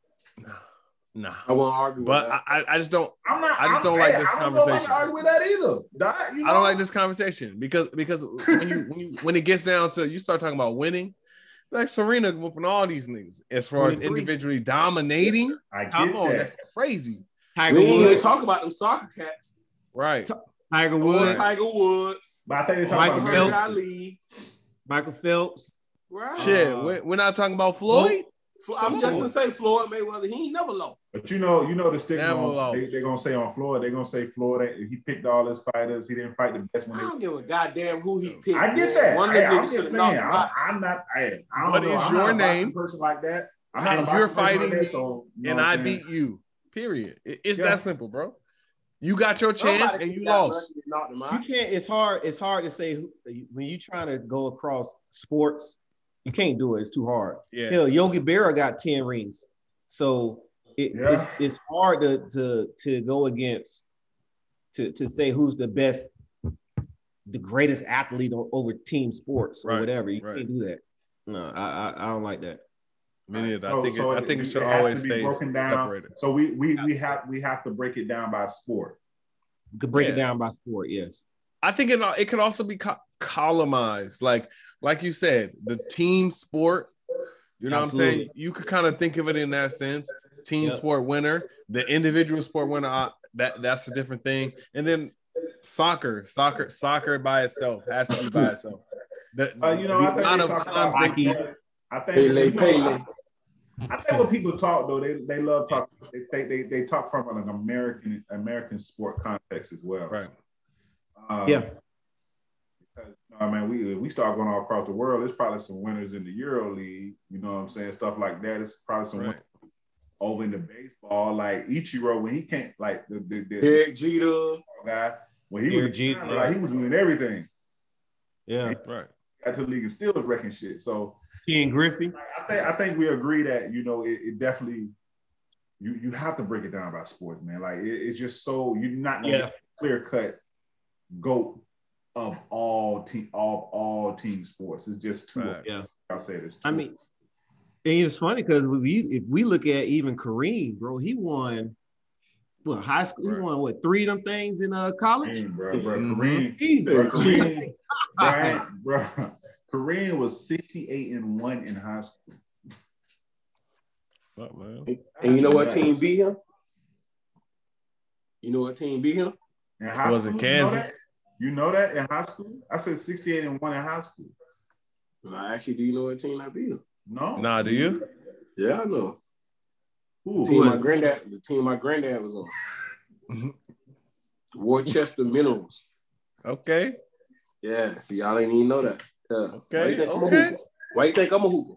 Nah.
I won't argue
But
with
I,
that.
I- I just don't
I'm not.
I just
I'm-
don't like
hey,
this
I don't know if I
conversation.
can argue with that either. Doc, you
I
know?
don't like this conversation because because when you when you when it gets down to you start talking about winning, like Serena whooping all these niggas as far as
23.
individually dominating.
I get
Come on,
that.
that's crazy,
Tiger
we ain't even
Woods.
talk about them soccer cats.
right?
Tiger
Right.
Woods.
Tiger Woods,
But I think they're talking
Michael
about
Muhammad
Phelps.
Mary-
Ali.
Michael Phelps.
Right.
Shit,
Uh,
we're, we're not talking about Floyd.
Flo- I'm just gonna say Floyd Mayweather. He ain't never lost.
But you know, you know the stigma.
Never
on-
lost.
They, they're gonna say on Florida. They're gonna say Florida. He picked all his fighters. He didn't fight the best
I
when they
don't give a goddamn who he picked.
I get
man.
that.
One of
Hey,
them
I'm
niggas
just
should
saying. I,
have knocked
I'm not. I, I don't
What
know.
is
I'm not a
your
boxing
name?
Person like that. I'm not a
And
boxing
you're
person like
fighting
that,
me,
so, you know
and
what
I
I'm saying?
beat you. Period. It- it's
Yeah.
that simple, bro. You got your
him
chance
out.
and you
Somebody
lost.
got knocked him
You
out.
can't. It's hard. It's hard to say who, when you're trying to go across sports. You can't do it. It's too hard.
Yeah,
Hell, Yogi Berra got ten rings, so it,
Yeah.
it's it's hard to to to go against to to say who's the best, the greatest athlete o- over team sports or
Right,
whatever. You
right.
can't do that. No, I, I I don't like that.
many of that. I
So-
think it,
Oh, so
I think it should
has to
always
be
stay
broken down.
separated.
So we we we have we have to break it down by sport.
You could break
Yeah.
it down by sport. Yes,
I think it it could also be co- columnized, like like you said, the team sport. You know what I'm saying?
Absolutely.
You could kind of think of it in that sense. Team
Yep.
sport winner, the individual sport winner. I, that that's a different thing. And then soccer, soccer, soccer by itself has to be by itself. The,
Uh, you know, I
the
think
amount
they
of
talk
times
about
they
hockey.
I think
Pele,
you know,
Pele.
I think when people talk though, they, they love talking. They, they they talk from an American American sport context as well.
right.
Um,
Yeah.
because, I mean, we if we start going all across the world. There's probably some winners in the Euro League. You know what I'm saying? Stuff like that. It's probably some
Right.
winners over in the baseball. Like Ichiro when he can't like the the, the
Derek Jeter.
guy when he
Derek
was in
Jeter,
China, like, he was doing everything.
Yeah.
Right.
Got to the league and still was wrecking shit. So
Ken Griffey.
like, I think I think we agree that you know it, it definitely. You, you have to break it down by sport, man. Like it- it's just so you're not gonna
Yeah.
clear cut goat of all team of all team sports. It's just two.
Right.
Yeah.
I'll say this.
I mean, and it's funny because we if we look at even Kareem, bro, he won what high school,
Right.
he won what three of them things in uh college?
Kareem, bro, bro,
Mhm.
Kareem, bro,
Jeter.
Kareem, bro, bro, Kareem was 68 and one in high school.
Fuck, man.
And you know what team beat him? You know what team beat him?
In high
Was it
school,
Kansas?
You know, that? you know that in high school? I said 68 and one in high school.
No, actually, do you know what team I beat him?
No,
Nah, do you?
Yeah, I know.
Who? Mm-hmm.
team my granddad, the team my granddad was on.
Mhm.
Worcester Minerals.
Okay.
Yeah, see, y'all ain't even know that. Yeah. Why you
Okay,
think I'm a
okay.
hooper? Why you think I'm a hooper? Uh,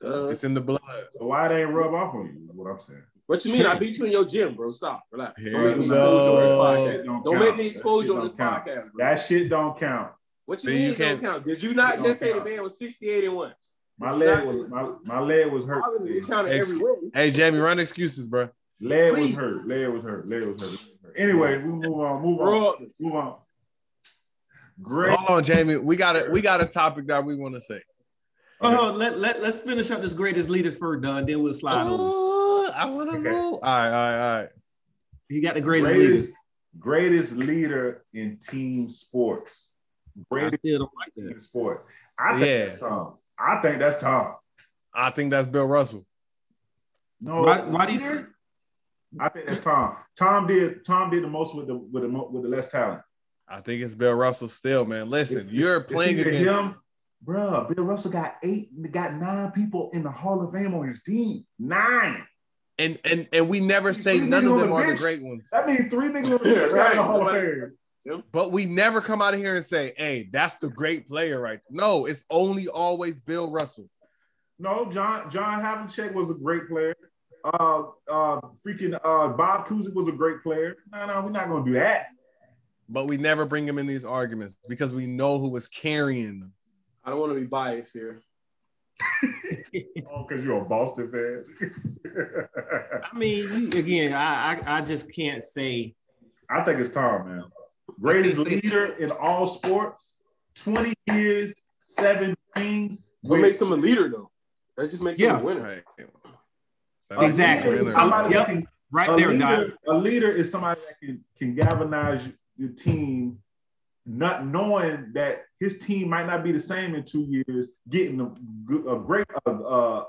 Duh.
It's in the blood.
So why they rub off on you? Is what I'm saying.
What you mean? I beat you in your gym, bro. Stop. Relax.
Here
Don't make me
we
expose you on this
go.
podcast.
don't,
Don't
count.
make me
That
expose
shit
you on this
don't count.
podcast, bro.
That shit don't count.
What you
Then
mean
you
it don't
can't-
count? Did you
It
not
don't
just say the
count.
man was 68 and 1?
My
What
leg
you
was
not
my, my leg was hurt.
I would be counted
Ex-
every way.
Hey, Jamie, run excuses, bro.
Leg was
Please.
hurt. Leg was hurt. Leg was hurt. Leg was hurt. Anyway, we move on. Move on.
Bro,
Move on. Great.
Hold on, Jamie. We got a we got a topic that we want to say.
Oh, hold on, let, let, let's finish up this greatest leaders first, done. Then we'll slide over.
Oh, I want to
Okay.
know. All right, all right, all right.
You got the greatest, leaders.
Greatest, greatest leader in team sports.
I
Greatest
still don't like that.
team sport. I think
Yeah.
that's Tom. I think that's Tom.
I think that's Bill Russell.
No,
Why- why do you-
leader? I think that's Tom. Tom did Tom did the most with the with the mo- with the less talent.
I think it's Bill Russell still, man. Listen,
It's-
you're
it's-
playing
it's either him,
against
bruh. Bill Russell got eight, got nine people in the Hall of Fame on his team. Nine.
and and and we never
He's
say
really
none of
on
them
the
are the
bench.
great ones.
That means three niggas on the bench got in the
Right.
Hall of Fame.
But we never come out of here and say, "Hey, that's the great player right." there. No, it's only always Bill Russell.
No, John John Havlicek was a great player. Uh, uh, freaking uh, Bob Kuzik was a great player. No, no, we're not gonna do that.
But we never bring him in these arguments because we know who was carrying them.
I don't want to be biased here.
Oh, because you're a Boston fan.
I mean, you, again, I, I I just can't say
I think it's Tom, man. Greatest leader in all sports. Twenty years, seven rings.
What
with-
makes him a leader, though? That just makes him
Yeah.
a winner.
Right.
a
Exactly.
leader is
I'm-
somebody
yep.
that can-
Right
a
there, Doc.
leader, a leader is somebody that can, can galvanize your team, not knowing that his team might not be the same in two years, getting a, g- a great a, a,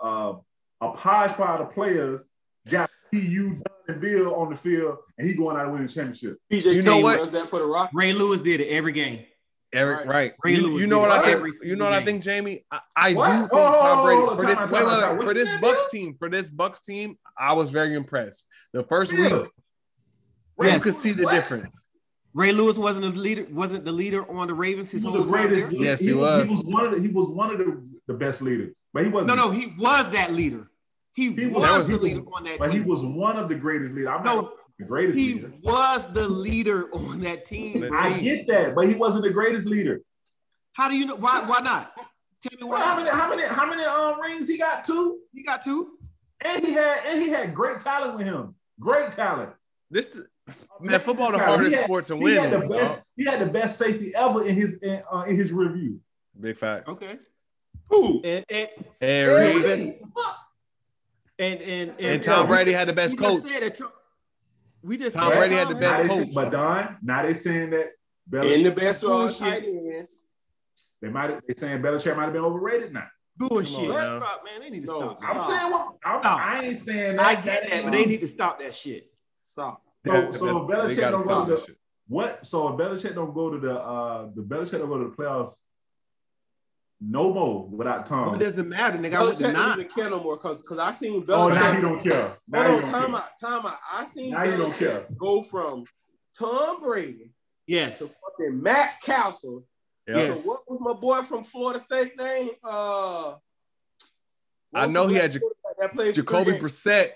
a, a hodgepodge of players, got PU Dunn, and Bill on the field, and he going out and winning the championship.
PJ
You know
Taylor
what?
does that for the Rockets.
Ray Lewis did it every game.
Eric,
Right.
right?
Ray
You,
Lewis
you know
did
what I
it
think?
every
You
single
know what I
game.
think, Jamie? I, I do
What?
think
Hold on,
Tom
hold
Brady
on,
for
time
this
out,
wait,
time out,
wait,
time out.
wait,
What
for
you
this
said,
Bucks
Bill?
team. For this Bucks team, I was very impressed. The first
Bill.
week,
Yes.
you could see the
What?
difference.
Ray Lewis wasn't the leader. Wasn't the leader on the Ravens his
He was
whole
the
time
greatest.
there?
Yes, he
He was one of the, he was one of the, the best leaders, but he wasn't.
No, no, he was that leader. He,
He
was,
was-
the
he was-
leader on that
but he
team.
was one of the greatest leaders. I'm
No,
not the greatest
He
leader.
was the leader on that team.
That-
I get that, but he wasn't the greatest leader.
How do you know? Why? Why not? Tell me
Well, how
why.
many, how many, how many um, rings he got? Two,
You got two.
and he had, and he had great talent with him. Great talent.
This man, football the
He
hardest
had-
sport to
He
win.
had the
in,
best.
dog.
He had the best safety ever in his in, uh, in his review.
Big fact.
Okay.
Who?
And and
Harry
Harry.
Fuck.
and and, and,
and
uh,
Tom Brady had the best
we
coach.
Just said that Tom, we just
Tom
said
Brady had the
Now
best
they
had-
coach.
say- but Don, now they saying that Belichick,
in the best of all
Bullshit.
tight ends.
they might they saying Belichick might have been overrated now.
Bullshit.
Come on now.
Stop, man. They need to
No,
stop.
I'm
Nah.
saying what I'm,
No.
I ain't saying that.
I get that,
ain't-
but they need to stop that shit.
Stop.
So, so if
They
Belichick
gotta
don't go
stop
to
this
the,
shit.
what? So if Belichick don't go to the uh the Belichick don't go to the playoffs no more without
But it
Tom.
doesn't matter, nigga. I
Belichick
went to
don't
nine.
even care no more because because I seen Belichick.
Oh, now he don't care. Now he
Hold
don't
on,
care.
time out, time out. I seen
Now you don't care.
Belichick go from Tom Brady
Yes.
to fucking Matt Castle.
Yeah.
Yes.
So what was my boy from Florida State name? Uh,
I know he had Ja-
that played for
Jacoby
three games?
Brissett.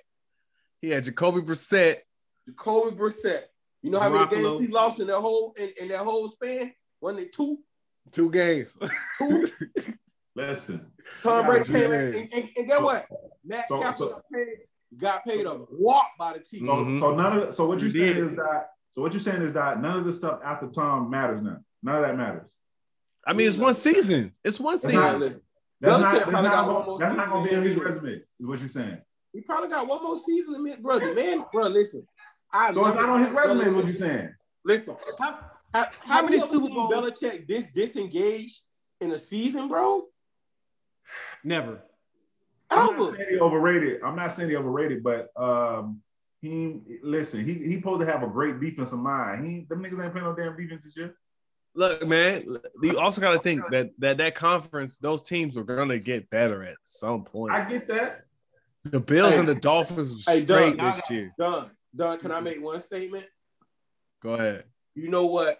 He had Jacoby Brissett.
Jacoby Brissett. You know how many
Garoppolo.
games he lost in that whole in, in that whole span? Wasn't it two?
Two games.
Two.
Listen,
Tom
Yeah,
Brady
yeah.
came in, and, and, and get what? Matt
so-
Castle
so-
got, paid, got paid a walk by the team.
so, so none of the, so what you
You
saying
did.
is that so what you saying is that none of the stuff after Tom matters now. None of that matters.
I mean, it's one season. It's one
That's
season.
not- That's
Belichick
not, that's
probably
not,
got
gonna,
almost
that's not gonna be in his
season.
resume. Is what you're saying?
He probably got one more season in it, brother. Man, bro, listen. I
So it's
never
not on his
seen
resume. Is
Belichick-
what you're saying?
Listen,
How-
how,
how many Super
seen
Bowls-
Belichick this disengaged in a season, bro?
Never.
I'm not
Ever?
saying he overrated. I'm not saying he overrated, but um, he listen. He he supposed to have a great defense in mind. He them niggas ain't playing no damn defense this year.
Look, man, you also got to think that that that conference, those teams were gonna get better at some point.
I get that.
the Bills
Hey.
and the Dolphins were
Hey, Doug,
straight
y'all
this year.
Done. Done. Can I make one statement?
Go ahead.
You know what?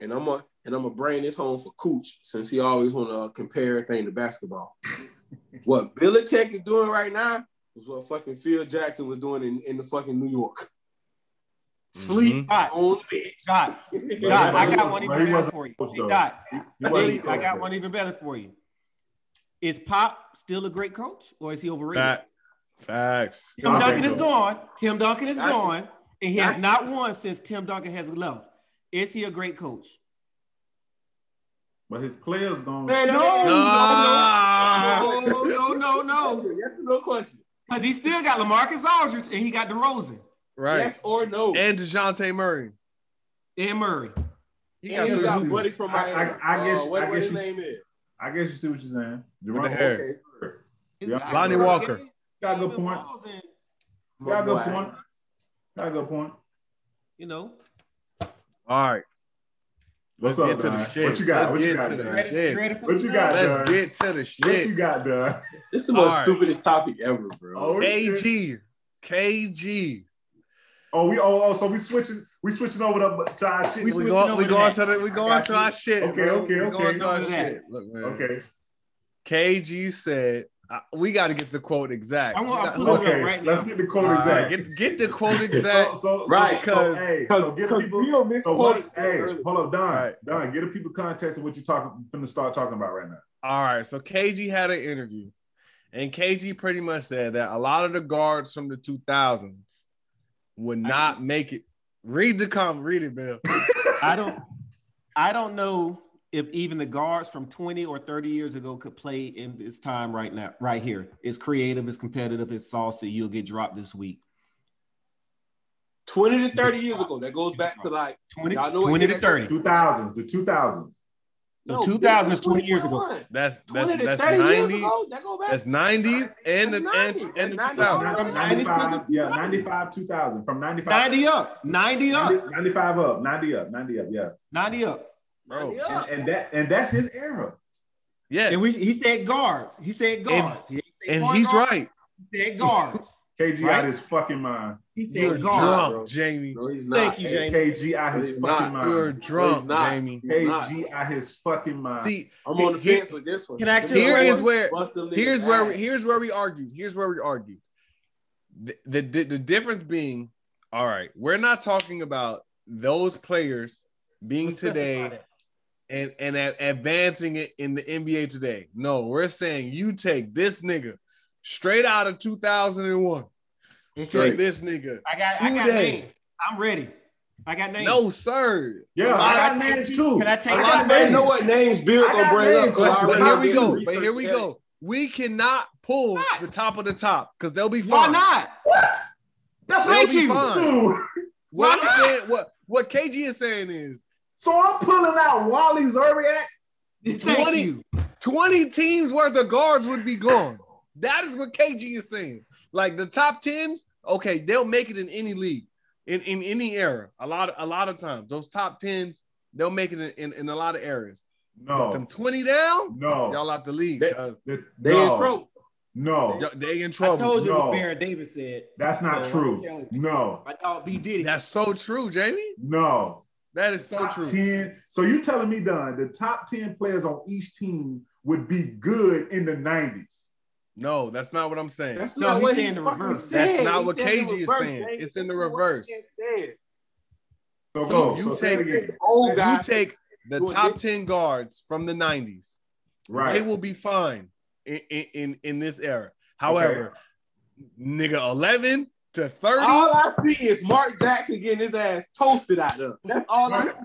And I'm a and I'm gonna bring this home for Cooch since he always want to compare everything to basketball. what Belichick is doing right now is what fucking Phil Jackson was doing in, in the fucking New York.
Mm-hmm.
Sleep
Mhm.
on the
God,
bench.
God, I
he
got
was-
one
he
even better
wasn't
for you.
close, though.
God,
He
Dave,
wasn't
I got
overrated.
one even better for you. Is Pop still a great coach, or is he overrated?
Fact. Facts.
Tim
I
Duncan
think
is
so.
gone. Tim Duncan is
Gotcha.
gone, and he has
Gotcha.
not won since Tim Duncan has left. Is he a great coach?
But his players don't.
Man,
Oh, No,
that-
Ah.
no, no, no, no, no.
Yes or no question.
Because he still got Lamarcus Aldridge, and he got DeRozan
Right.
Yes or no.
And DeJounte Murray.
and Murray.
He got
And he
three
through
got
seasons.
buddy from
I-
Miami.
I- I guess-
what,
I
what
guess
his
you-
name is.
I guess you see what you're saying.
the
Jerome,
hair.
okay.
It's-
Yeah.
Lonnie
I-
Walker.
Got a good point. Got a good point. Got a good point.
You know,
All right.
What's
Let's
up,
get to the
Don?
shit.
What you got?
Let's
what you
get
got?
to the
Don?
shit.
You ready for
What you got? Don?
Let's get to the
What you
shit.
got, Don?
This is the most
All right.
stupidest topic ever, bro.
Oh, shit.
AG. KG.
Oh, we oh, oh so we switching we switching over to, to our shit.
We
We
switching
going we
over to
going
that.
to the we
I
going
got
to
you.
our shit.
Okay,
bro.
okay,
We
okay.
going to our
Over to
shit. Look, man.
okay.
KG said, I- "We got to get the quote exact.
I want-
We
I
got-
put it
look,
up
Okay.
right
Let's
now.
get the quote
all
exact.
right, Get get the quote exact.
So, so,
Right,
So, so, hey, so give people.
Bill missed
So
points
what's hey,
early.
hold up, Don.
Right.
Don, give the people context of what you're talking from the start talking about right now.
All right. So KG had an interview, and KG pretty much said that a lot of the guards from the 2000s would not make it. Read the comment. Read it, Bill.
I don't, I don't know if even the guards from 20 or 30 years ago could play in this time right now, right here. It's creative, it's competitive, it's saucy. You'll get dropped this week.
20 to 30 years ago. That goes back to like
20,
Y'all know what
20
year
to
that-
30.
2000s, the 2000s.
The
no,
2000 is
this
20 years ago.
21.
That's
20
that's
to
that's
30 years
90.
ago. That go back.
That's 90s and the and,
That's 90s.
and the
That's
2000s.
95, yeah, 95, 2000 from 95,
90 up, 90 up,
90 95 up, 90 up, 90 up, yeah.
90 up.
Bro,
Yeah.
And, and that and that's his era.
yes,
And we, he said guards. He said guards. he didn't say
and
point
he's
guards.
right.
He said guards.
KG
Right.
out his fucking mind.
He said
You're
guards.
drunk, Jamie.
No, he's not.
Thank you, Jamie.
KG out his
He's
fucking
not.
You're
mind.
drunk,
not.
Jamie.
He's not.
KG out his fucking mind.
See,
I'm on the
Here-
fence with this one.
Can I ask you a
here
question?
is where here's where we, here's where we argue. Here's where we argue. The, the the difference being, all right, we're not talking about those players being
Let's specify
today
that.
and and a- advancing it in the NBA today. No, we're saying you take this nigga straight out of 2001.
Straight.
Straight this nigga.
I got, I
Who
got
they?
names. I'm ready. I got names.
No, sir.
yeah, I
I
got
take-
names too.
Can I take
I
my
got
name?
They
names.
know what names Bill
I got
gonna bring
names,
up. 'cause I
But
already
here we
did the
go. But
research
here we
today.
go. We cannot pull
Why?
the top of the top because they'll be
Why
fine.
not?
That's
They'll
Thank
be
you.
fine.
Dude,
What,
Why
I'm
not?
saying, what what KG is saying is
So I'm pulling out Wally Zerbiak.
Thank
20.
you.
20 teams worth of guards would be gone. That is what KG is saying. Like the top teams, okay, they'll make it in any league, in, in any era. A lot, a lot of times, those top tens, they'll make it in, in, in a lot of areas. But them
No,
20 down,
no,
y'all out the league.
They-
cuz.
The-
They
no,
in trouble.
No,
Y'all- they in
I
trouble.
told you
No.
what Baron Davis said.
that's not
So,
true.
I'm telling you.
No,
My dog B Diddy.
That's so true, Jamie.
no.
That is so
top
true.
ten. So you telling me, Don, the top ten players on each team would be good in the nineties?
No, that's not what I'm saying.
That's
No,
not
he's
what
saying
he
the
fucking
reverse.
said.
That's not
He
what
said
KG
the
is
reverse,
saying.
Dave.
It's in the
That's not what
reverse.
he said.
So,
So
go,
if you
so say it
take-
again.
Old
If you
guy.
take the
Well,
top
this-
10 guards from the 90s, they
right?
will be fine in, in, in, in this era. However, nigga 11 to 30,
All I see is Mark Jackson getting his ass toasted out there. That's all I see.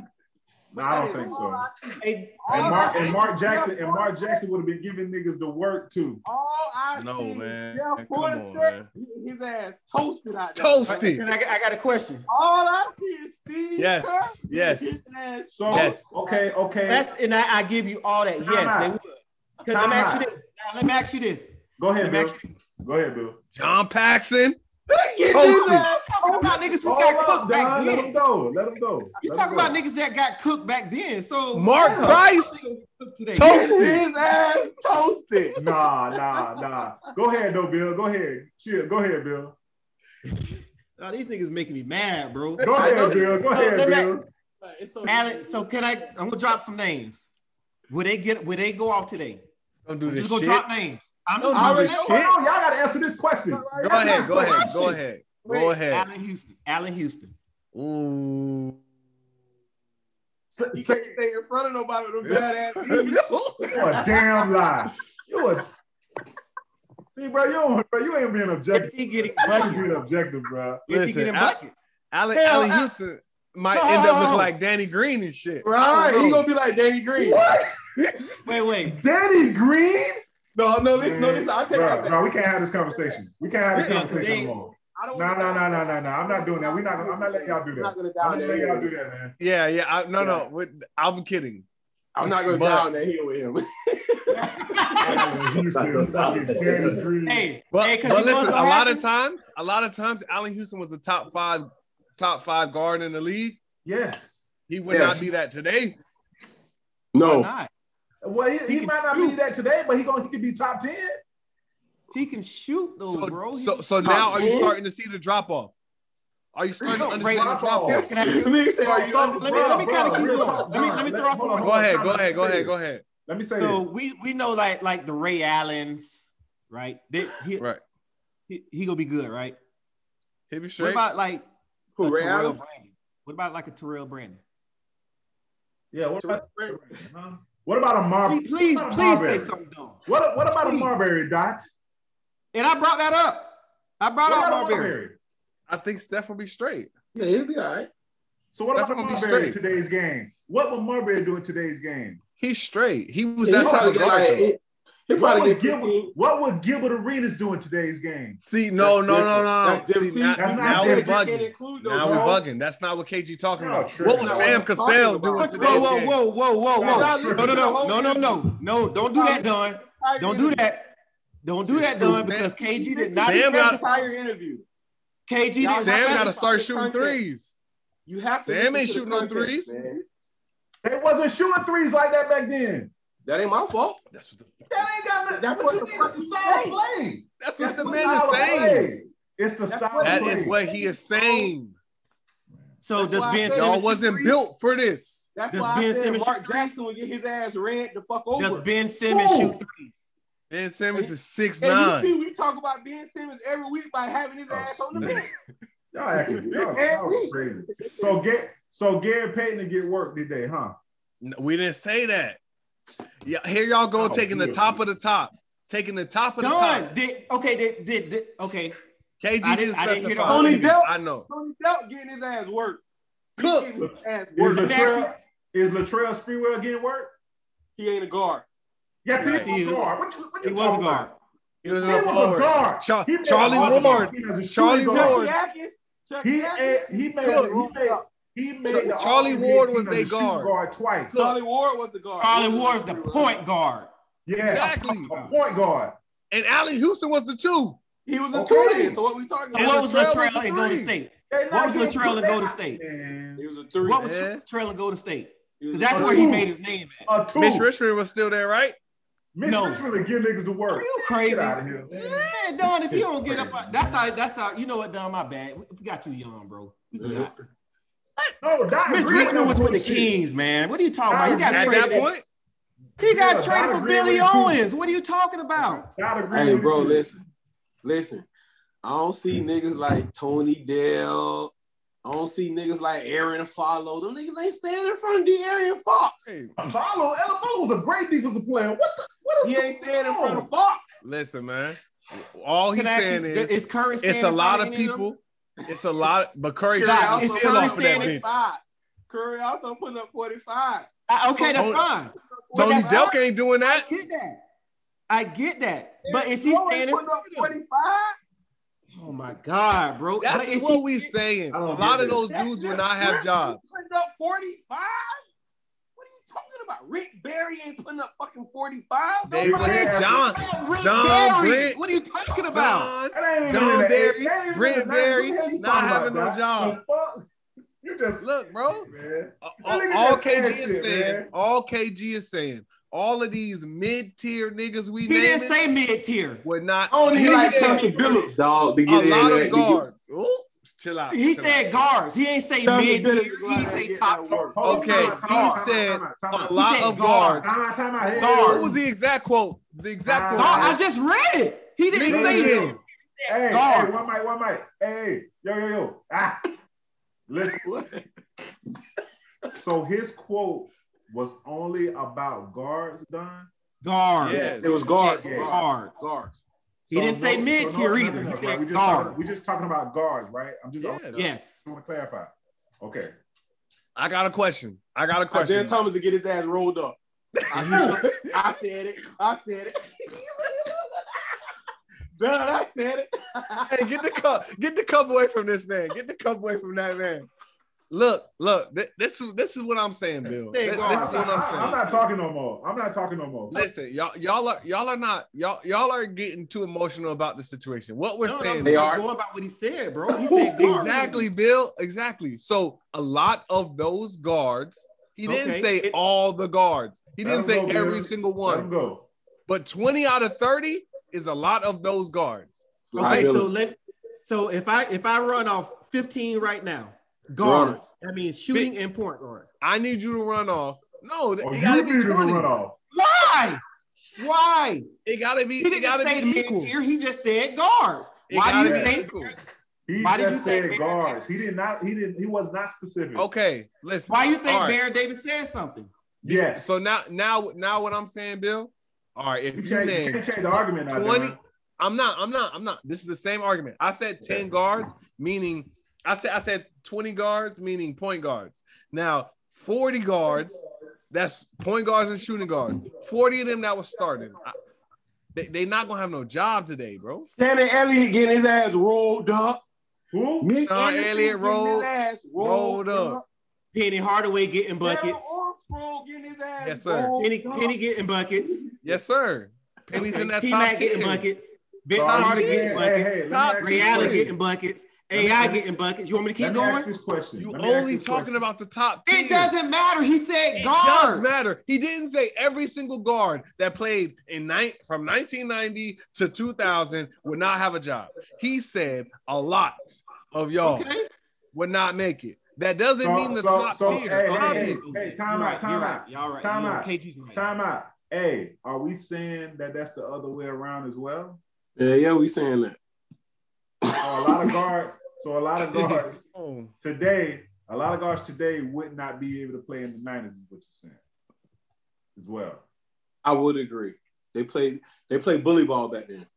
No, I don't
That is
think
all
so.
I-
Hey,
And
all
Mark,
I-
and Mark Jackson
Jeff
and Mark
Porter-
Jackson would have been giving niggas the work too.
All I
No,
see
man.
is Jeff
Come
Porter
on,
said his ass toasted out there.
toasted.
then I, got- I got a question.
All I see is Steve
Yes,
Kerr.
yes.
His ass
So
Yes.
okay, okay.
That's and I, I give you all that. Yes, they would. 'Cause let me ask you this. Now, let me ask you this.
Go ahead,
Let me
Bill.
ask you.
Go ahead, Bill.
John Paxson.
Get his
Toasted.
ass
I'm talking about niggas who
Hold
got
up,
cooked back
Don. Let him
then.
go. Let him go.
You
Let
talking
him go.
about niggas that got cooked back then? So
Mark
Yeah.
Price.
Cooked today.
Toasted.
his ass toasted.
Nah, nah, nah. Go ahead though, Bill. Go ahead. Shit, go ahead, Bill.
Now, these niggas making me mad, bro.
Go ahead, Bill. Go ahead,
let me-
Bill.
Like, it's so-
Alan, so can I? I'm gonna drop some names. Will they get? Will they go off today?
Don't do
I'm
this
just
shit.
gonna drop names. I'm
Don't
just
do
gonna
this
Already, hold
drop-
shit.
on, y'all gotta answer this question.
Go ahead. Go ahead. Go
Question.
ahead. Go ahead.
Allen Houston. Allen Houston.
Ooh.
Say,
He
say
can't stay in front of nobody with a bad ass.
you a damn lie. You a see, bro. You don't, bro. You ain't being
Is
objective.
he getting
You ain't being
buckets?
objective, bro.
Is he
Listen,
getting
Al-
buckets?
Allen,
Hell,
Allen
I-
Houston might
No.
end up looking like Danny Green and shit.
Right, he gonna be like Danny Green.
What?
Wait, wait.
Danny Green?
No, no, listen, no, listen. I take
bro,
that back.
bro, we can't have this conversation. We can't have this
Yeah,
conversation
they-
anymore.
I don't
No,
wanna
no,
die.
no, no, no, no. I'm not doing that. We're not. Gonna, I'm not letting y'all do
I'm not
that.
gonna
I'm not
down that
letting
hill.
y'all do that, man.
Yeah, yeah. I, no, no. with- I'm kidding.
I'm not gonna
But-
down that hill with him.
Allen Houston, fucking Danny Green.
hey,
But,
hey, 'cause
but
you know
listen, a
what's gonna
lot
happen?
of times, a lot of times, Allen Houston was a top five, top five guard in the league.
Yes.
He would
Yes.
not be that today.
Why
No,
not?
Well, he, he
He
might not
can
be that today, but he gonna he could be top ten.
He can shoot though,
So,
bro. He-
so, so now are you
ten?
starting to see the drop off? Are you starting to
No,
understand the
Brandon.
drop off?
can I
this
shoot?
nigga said, "Are you?"
So,
under-
let me-
bro,
let me
bro,
kinda keep
real
going.
talk,
Let me- let me
Don,
throw out some
hold on,
more.
Go ahead,
hold
go
on,
ahead, go
let me say
ahead, go
this.
ahead.
Let me say
So
this.
we we know like like the Ray Allen's, right? They, he,
Right.
he he gonna be good, right?
Hit me
What
straight.
about like a
Who, Ray
Terrell
Allen?
Brandon? What about like a Terrell Brandon?
Yeah. What about, huh? what about a Marbury?
Please, please,
what about a
please say
Marbury?
something dumb.
What what about a
Please.
Marbury dot?
And I brought that up. I brought
What
up
about a
Marbury.
Marbury?
I think Steph will be straight.
Yeah, he'll be all right.
So what
That's
about
gonna be
Marbury in
straight.
today's game? What will Marbury do in today's game?
He's straight. He was
He
that type
probably
of
get
guard.
like
though.
he he
What
probably
would,
get 15.
Gilbert, what would Gilbert Arenas do in today's game?
See, no,
That's
no, no, no,
different.
no.
That's different.
See, now,
That's not
now we're
different.
You can't
bugging.
include those,
Now
bro.
we're bugging. That's not what KG talking
No,
about.
sure.
What was
That's
Sam
not what I'm
Cassell
talking
doing
about.
today?
Whoa, whoa, whoa, whoa, whoa,
Nah,
whoa. No, no, no, no, no, no, no. Don't do that, Don. Don't do that. Don't do that, Don, because KG did not.
Sam got-
entire interview.
KG did not.
Sam got to
specify-
start shooting
Context.
threes.
You have to.
Sam
listen
ain't
to the
shooting no
context,
threes.
man.
They wasn't shooting threes like that back then.
That ain't my fault.
That's what the fuck.
That ain't got nothing. That's
That's
what
what
you
the
mean.
fuck
It's the
he
style
said.
play.
That's
It's
what
the
the man is
style
saying.
play. It's the
That's
style
what-
play.
That is what he is saying.
So
That's
does
why I
Ben
said-
Y'all
Simmons?
wasn't
shoot
built for this.
That's
Does
why I
Ben
said
Simmons
Mark
shoot threes?
Jackson would get his ass red the fuck
threes?
over.
Does Ben Simmons
Who?
shoot threes?
Ben Simmons is six
and you
nine.
see, we talk about Ben Simmons every week by having his
Oh,
ass on the
man.
bench.
Y'all acting y'all, y'all crazy. So get so Gary Payton to get work today, huh?
We didn't say that. Yeah, here y'all go
Oh,
taking the
good.
top of the top, taking the top of the
Don
top.
did okay. Did did, did okay.
KG
I
didn't
didn't- I didn't hear
specify.
the
whole interview.
I know.
Tony Delk getting his ass worked. He
Cook.
getting his ass
Is
worked.
Latrell is Latrell Sprewell getting work?
He ain't a guard.
Yes,
Yes,
he
he
is.
is.
A guard. What you, what you
He was a
talking
guard.
about?
He was
He
in the
was a
forward.
guard.
Char-
He made
Charlie
a-
Ward.
He was a shooting
Charlie
guard.
Ward.
Chuck Yackis. Chuck
He
Yackis.
eh, he made he made He made the
Charlie
All-NBA
Ward
team
was
as
they
a shooting
guard.
guard twice.
Charlie Ward was the guard.
Charlie Ward's the point guard.
Yeah,
Exactly.
a point guard.
And Allen Houston was the two.
He was a
Okay.
two then. So what we talking
And
about?
what was
Latrell
Latrell
was
at
the
Golden
three.
State?
They not
What was
getting-
Latrell at
they
Golden
not-
State?
Man.
He was a three.
What was
Yeah.
Latrell at Golden State?
He was
Because
a
that's
three.
where he made his name at.
A two.
Mitch Richmond was still there, right?
Mitch
No.
Richmond to give niggas to work.
Are you crazy?
Get out of here.
Man, Don, if you don't get up, that's how. That's how. You know what, Don? My bad. We got you young, bro. We forgot.
No, Doc
Mitch
Rivers
Richmond was with the
bullshit.
Kings, man. What are you talking about? He got
At that
traded.
point,
He
Yeah,
got traded
Don
for
Rivers
Billy
too.
Owens. What are you talking about?
Gotta agree
Hey,
with
bro,
you.
listen, listen. I don't see niggas like Tony Dell. I don't see niggas like Aaron Follow. Them niggas ain't standing in front of De'Aaron Fox.
hey,
Follow, Ella Follow was a great defensive player. What the? What is
He ain't standing in front of Fox.
listen, man. All he's
Can I
saying
actually-
is
is Curry standing
it's a
in
lot
front
of
any them?
people. It's a lot, but Curry
Curry
Doc,
also
it's
putting
Curry
up
standing-
45. Curry also putting up 45.
Uh, okay, that's
Tony-
fine. But
Tony
that's
Delk ain't doing
I
that.
get that. I get that. But is he
Aaron Fox
standing?
putting up 45?
Oh my God, bro. but
That's
is
what
he-
we saying.
I
A
don't
lot
get
of those
That
dudes
nigga
will not have
Rick
jobs.
Putting up 45? What are you talking about? Rick Barry ain't putting up fucking 45?
They
Nobody
went
has
John,
Rick
John
Barry.
Brent.
What are you talking about?
John,
That ain't even
John
in the-
Barry,
that ain't even
Brent
in the- what the
Barry,
hell you
not
talking about,
having no
Doc?
job.
The fuck? You just
look, bro.
man.
All,
That nigga
Uh, all
just said
KG is
shit,
saying,
man.
all KG is saying, all of these mid-tier niggas we
He
named
didn't say Oh, mid tier.
would not.
Only
he
like
said
Chauncey Billups, dog, to
a
get in
lot
there.
of guards. Ooh, chill out.
He
chill
said
out.
guards. He ain't say
Chauncey
mid tier.
Billups is
He
glad
ain't
to
say
get
top
that
tier.
work.
Hold on,
Okay,
time out, time
he
out, time
said
out, time out,
A
time out.
lot
said
of guards.
guards.
Time out, time out. Hey,
Guard.
What was the exact quote? The exact
Nah.
quote.
No, I just read it. He didn't
Listen
say
to
it.
him.
Hey, hey,
Guards.
one mic, one mic. Hey, yo, yo, yo. Ah. Listen. so his quote was only about guards, Don.
Guards.
Yeah.
It was guards.
Yeah.
Guards.
Guards.
He didn't say mid tier either. He said
We just
guard.
talking, we just talking about guards, right? I'm just I
Yeah.
Yes.
want to clarify. Okay.
I got a question. I got a
Isaiah
question.
Thomas to get his ass rolled up. I I said it. I said it. Dude, I said it.
Hey, get the cup, get the cup away from this man. Get the cup away from that man. Look, look, th- this is this is what I'm saying, Bill.
Hey,
Th- This,
guards.
is
I'm,
what I'm
not,
saying.
I'm not talking no more. I'm not talking no more.
Listen, y'all, y'all are y'all are not y'all y'all are getting too emotional about the situation. What we're
No, no,
saying,
I'm
They are.
going about what he said, bro. He said guards.
exactly, Bill, exactly. So a lot of those guards, he didn't
Okay.
say
It-
all the guards. He
Let
didn't
him
say
go, Bill.
every single
Let him
one,
go.
but 20 out of 30 is a lot of those guards.
Okay, so let so if I if I run off 15 right now, guards. I mean shooting and point guards.
I need you to run off. No, th-
Oh,
it
you
gotta
needed
be
to run
20.
off.
Why? Why?
It gotta be,
He
it
didn't
gotta
say
be equal.
mid-tier. He just said guards.
It
Why do
gotta
you
be
think?
equal.
He
Why did
just
you say
said
Barry
guards.
Davis?
He did not. He didn't. He was not specific.
Okay, listen.
Why you think
All right.
Baron Davis said something?
Yes.
So now, now, now, what I'm saying, Bill. All right, if
you,
you,
can't, you
name
can't change the argument now.
20
Don.
I'm not, I'm not, I'm not. This is the same argument. I said 10
Okay.
guards, meaning I said I said 20 guards, meaning point guards. Now 40 guards, that's point guards and shooting guards. 40 of them that was starting. I- they they not gonna have no job today, bro.
Shannon Elliott getting his ass rolled up.
Who?
Nick
Nah,
Anderson
Elliott
getting his
rolled-
ass
rolled up.
Penny Hardaway getting
Daryl
buckets.
Armstrong getting his ass
Yes, sir.
rolled
Penny,
up.
Penny getting buckets.
Yes, sir. Penny's in that
T
top
Mac getting
10.
buckets. Vince
Sorry,
Carter
yeah.
getting
Hey, hey,
buckets.
let me
Top
ask
Ray
you
Reality
Allen
this.
getting buckets.
me-
AI getting buckets. You want me to
Let
keep
me ask
going?
this question.
You
Let me ask
only
this
talking
question.
about the top 10.
It doesn't matter. He said
It does
guards.
matter. He didn't say every single guard that played in nine from 1990 to 2000 would not have a job. He said a lot of y'all
Okay.
would not make it. That doesn't
So-
mean the
so-
top
so,
tier.
hey, hey,
obviously.
hey, time
You're
out,
right,
time
you're
out,
right, Y'all right.
time
you know,
out.
KG's right.
Time out. Hey, are we saying that that's the other way around as well?
Yeah, yeah, we saying that.
So a lot of guards. So a lot of guards
Oh,
today. A lot of guards today would not be able to play in the nineties. Is what you're saying as well.
I would agree. They played they played bully ball back then,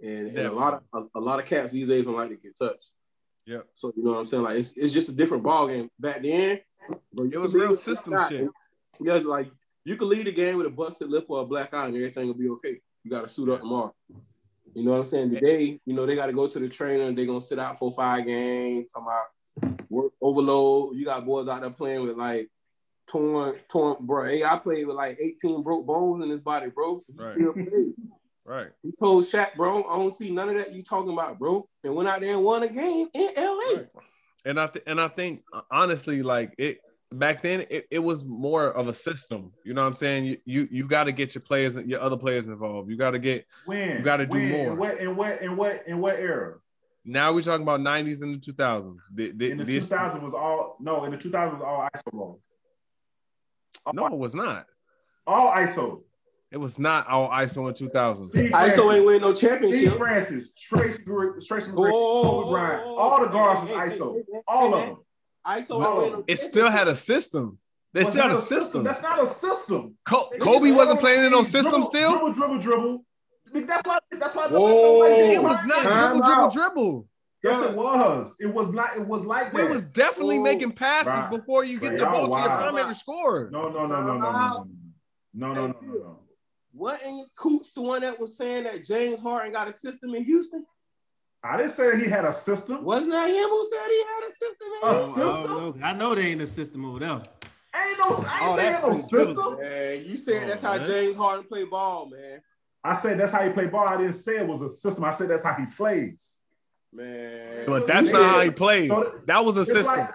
and, and a
Definitely.
lot of a, a lot of cats these days don't like to get touched.
Yep.
So you know what I'm saying? Like it's, it's just a different ball game back then. bro, you
It was
could
real
leave-
system shit.
Yeah, like you could leave the game with a busted lip or a black eye, and everything will be okay. You got to suit up tomorrow. You know what I'm saying? Today, you know they got to go to the trainer. and They're gonna sit out for five games. Come out. work overload. You got boys out there playing with like torn, torn, bro. Hey, I played with like 18 broke bones in his body, bro. He
Right.
still played.
Right.
He told Shaq, bro, I don't see none of that you talking about, bro. And went out there and won a game in LA.
And I th- and I think uh, honestly, like it back then, it, it was more of a system. You know what I'm saying? You you, you got to get your players, your other players involved. You got to get.
When
You gotta do
when,
more.
In what in what in what in what era?
Now we're talking about 90s and the 2000s. The, the,
In the
this-
2000 was all no. In the 2000 was all ISO ball.
No, it was not.
All ISO.
It was not all ISO in 2000.
Steve
ISO ain't
Francis,
win no
Steve
championship.
Francis, Tracy, Gr- Tracy,
Oh,
Gr-
oh,
Kobe
oh,
Bryant.
oh,
All the
oh,
guards
hey,
was
hey,
ISO.
hey, hey,
All
hey,
of them.
ISO ain't
No.
win no
It still had a system. They
Was
still had
that
a system.
That's not a system.
Co- Kobe wasn't playing in no system
Dribble,
still.
Dribble, dribble, dribble. I mean, That's why. That's why.
Whoa.
It was not
Time
dribble,
out.
dribble, dribble.
Yes, it was. It was not. It was like
We
that.
was definitely
Whoa.
making passes
Bruh.
before you get
Bruh,
the
Oh, y'all
ball to your
wild.
primary scorer.
No, no, no, no, no, no, no, no, no, no, no, no.
What in your cooch the one that was saying that James Harden got a system in Houston?
I didn't say he had a system.
Wasn't that him who said he had a system in
Oh,
A
Houston?
system?
I know they ain't a system over there.
Ain't no. I ain't
Oh,
say he
that's
had no
pretty good,
system.
Man, you said
Oh,
that's how
man.
James Harden play ball, man.
I said that's how he played ball. I didn't say it was a system. I said that's how he plays.
Man.
But that's not how he plays.
So-
That was a
It's
system.
like-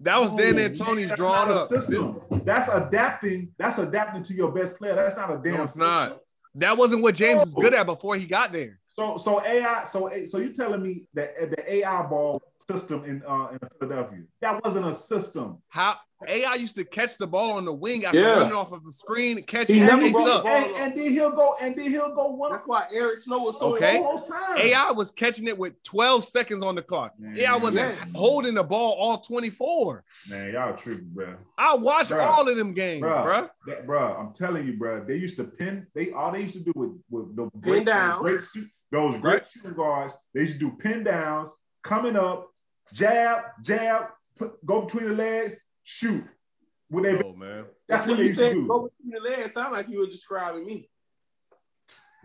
That was Dan
No,
Antoni's
that's
drawn
not a
up.
System. That's adapting. That's adapting to your best player. That's not a damn.
No, it's not. That wasn't what James was
Oh.
good at before he got there.
So so AI. So A- so you telling me that uh, the AI ball system in uh, in Philadelphia that wasn't a system.
How AI used to catch the ball on the wing after
Yeah.
running off of the screen, catch
He
it,
never
face
broke the
up.
ball.
And, and then he'll go. And then he'll go one.
That's why Eric Snow was so
Okay.
Almost time.
AI was catching it with 12 seconds on the clock.
Man.
AI wasn't
Yes.
holding the ball all 24.
Man, y'all tripping, bro.
I watched
Bruh.
all of them games,
Bruh.
bruh.
That, bro, I'm telling you, bro. They used to pin. They all they used to do with with the
Pin down.
Great shoot, those great shooting guards. They used to do pin downs, coming up, jab, jab, put, go between the legs, shoot. With they,
Oh man,
that's what they
you
used to
said.
do.
Go between the legs. Sound like you were describing me.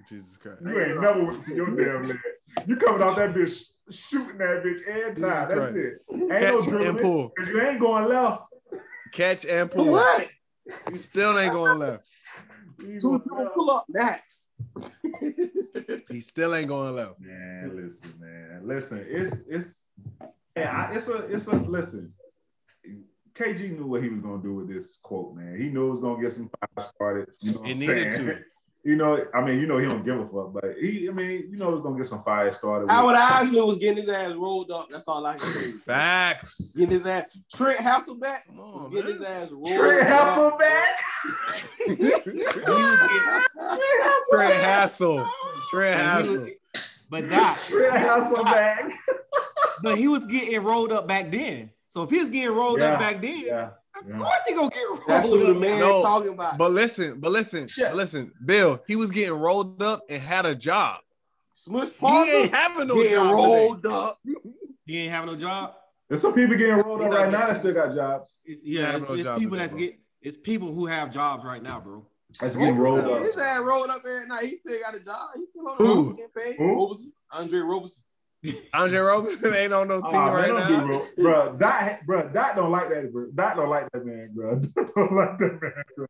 Jesus Christ.
You ain't never went to your damn legs. You coming out that bitch sh- shooting that bitch every time. That's
Christ.
it. Ain't no
Catch and
dribbling.
pull.
'cause You ain't going left.
Catch and
For
pull.
what?
You still ain't going left.
You ain't
Two
going
people
left.
pull up backs.
He still ain't going left.
Man, listen, man, listen. It's it's yeah, I- it's a it's a listen. KG knew what he was gonna do with this quote, man. He knew it was gonna get some fire started. You know what
It
I'm
needed
saying?
to.
You know, I mean, you know, he don't give a fuck, but he, I mean, you know, it's gonna get some fire started.
Howard Eisner was getting his ass rolled up. That's all I can say.
Facts.
Getting his ass. Trent Hasselbeck
Come
was
on,
getting his
Oh, man.
ass rolled
Trey
up.
Hasselback.
Trey Hassel. Trey
And he was-
Hassel.
But Doc,
Trey Hasselback.
but he was getting rolled up back then. So if he was getting rolled
Yeah.
up back then,
Yeah.
of
yeah.
course he gonna get
That's
rolled
who the
up.
man
No,
talking about.
But listen, but listen,
Shit.
but listen, Bill, he was getting rolled up and had a job.
Smush
He ain't
Parker
having no
getting
job.
rolled up.
He ain't having no job.
There's some people getting rolled up
He not
right now
getting-
that still got jobs.
It's,
have
yeah, it's,
no
it's
job
people
today,
that's
bro.
get it's people who have jobs right now, bro.
That's
Getting
getting rolled up.
His ass rolled up every night. He still got a job. He's still on the
Who?
road getting paid.
Who?
Roberson. Andre Roberson.
today. Andre Robinson ain't on no team
Oh,
right
man, don't
now.
do bro. bro. Dot, bro, Dot don't like that, bro. Dot don't like that man, bro. Dot don't like that man, bro.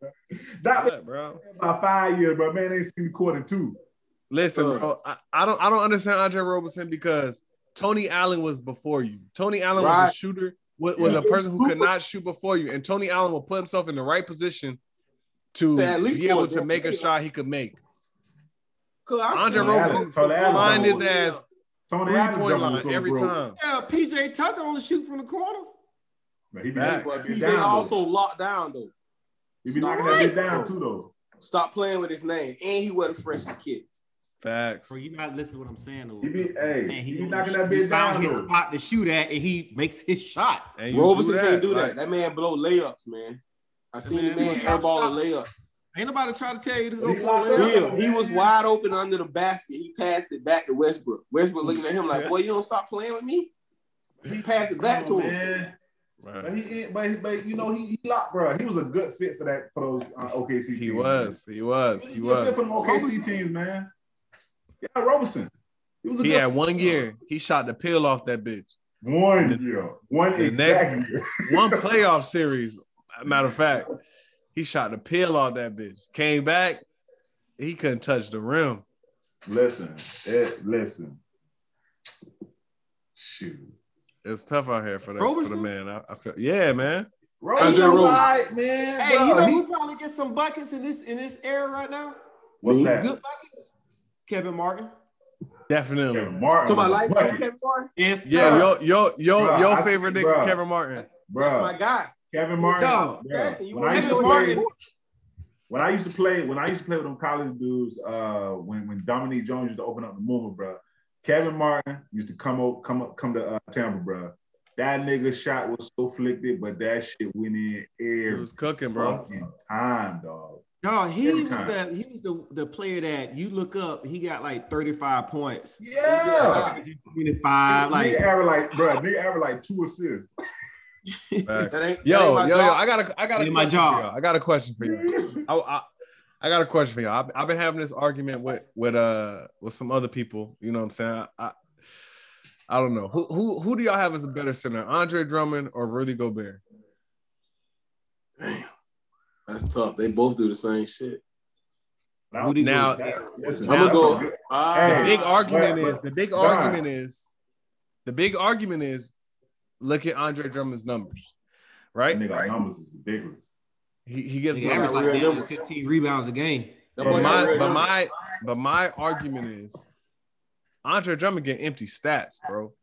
Dot been
Yeah, bro.
playing about five years, bro. Man, ain't seen the court in two.
Listen,
Uh.
bro, I, I don't I don't understand Andre Robinson because Tony Allen was before you. Tony Allen was
Right.
a shooter, was, was a
Yeah.
person who could not shoot before you, and Tony Allen will put himself in the right position to
Yeah, at least
be
for
able
a
to
damn
make a
player.
shot he could make.
Cause I
Andre
seen-
Tony Allen-
Robinson
Tony Allen
find his
don't-
ass
Tony
three
Allen
point
jumping was
line
so
every
broke.
time.
Yeah, PJ Tucker on the shoot from the corner.
Man, he be,
Back.
he be
He's
down,
also
though.
locked down though.
He be knocking that bitch down, too, though.
Stop playing with his name. And he was the freshest kid.
Facts.
Bro, you not listening to what I'm saying though.
He be, hey,
Man,
he be
gonna
knocking
shoot-
that
he
bitch down,
found his
though.
spot to shoot at, and he makes his shot.
And you
Roberson
do
can't do that.
like,
that man blow layups, man. I seen
man
the man
was
airball a
outside.
layup.
Ain't nobody trying to tell you to go
He
for
locked
it.
up.
Yeah, he was wide open under the basket. He passed it back to Westbrook. Westbrook looking at him like, "Boy, you don't stop playing with me." He passed it back
Come
to
on,
him.
man.
Right.
But he, but, but you know, he, he locked, bro. He was a good fit for that for those uh, OKC. teams,
He
man.
was. He was. He
He was good
was.
for them OKC teams, man. Yeah, Roberson. He was a
He
good
had one year. He shot the pill off that bitch.
One year, one
The
exact year.
One playoff series, matter of fact, he shot the pill off that bitch. Came back, he couldn't touch the rim.
Listen, eh, listen. Shoot.
It's tough out here for the, for the
Roberson?
man. I, I feel, yeah, man.
Bro,
Andre
you know
Rose.
why, man.
Hey,
Bro,
you know
he-
who probably gets some buckets in this in this era right now?
what's
Good
that?
buckets. Kevin Martin.
Definitely.
Kevin Martin.
To my
was a
life,
bucket,
Kevin Martin.
Yes,
Yeah,
sir.
yo, yo, yo,
Bruh,
your
I-
favorite nigga,
bruh.
Kevin Martin.
bro.
That's my guy.
Kevin Martin.
Dog,
bro.
Jackson, you
When
want
I
me
used
to
to
Kevin
play-
Martin.
when I used to play, when I used to play with them college dudes, uh, when when Dominique Jones used to open up the movement, bro, Kevin Martin used to come up, come up, come to uh, Tampa, bro. That nigga shot was so flicked, but that shit went in
He
every
was cooking, bro.
fucking time, dog.
Dog, he
Every
was
time.
the he was the, the player that you look up, he got like 35 points.
Yeah,
Uh,
like,
25, like
nigga average like, bro, nigga average like two assists.
Facts.
That ain't, that ain't
Yo,
my
yo, yo,
job.
I got a, I got a
Did my
question
job.
for y'all. I got a question for you. I, I, I got a question for y'all. I've, I've been having this argument with with uh with some other people. You know what I'm saying? I, I, I don't know who who who do y'all have as a better center, Andre Drummond or Rudy Gobert?
Damn. That's tough. They both do the same shit.
Now-
listen,
I'm gonna
that's
go-
a good-
The
Ah.
Hey.
big argument
but- but-
is the big
Nah.
argument is the big argument is look at Andre Drummond's numbers,
that
right?
nigga numbers is ridiculous.
He he gets
Nigga
Yeah,
numbers.
averaged
real
like damn near
numbers.
15 rebounds a game.
That
But
boy
But
got
my
real
but
numbers.
my but my argument is Andre Drummond get empty stats, bro.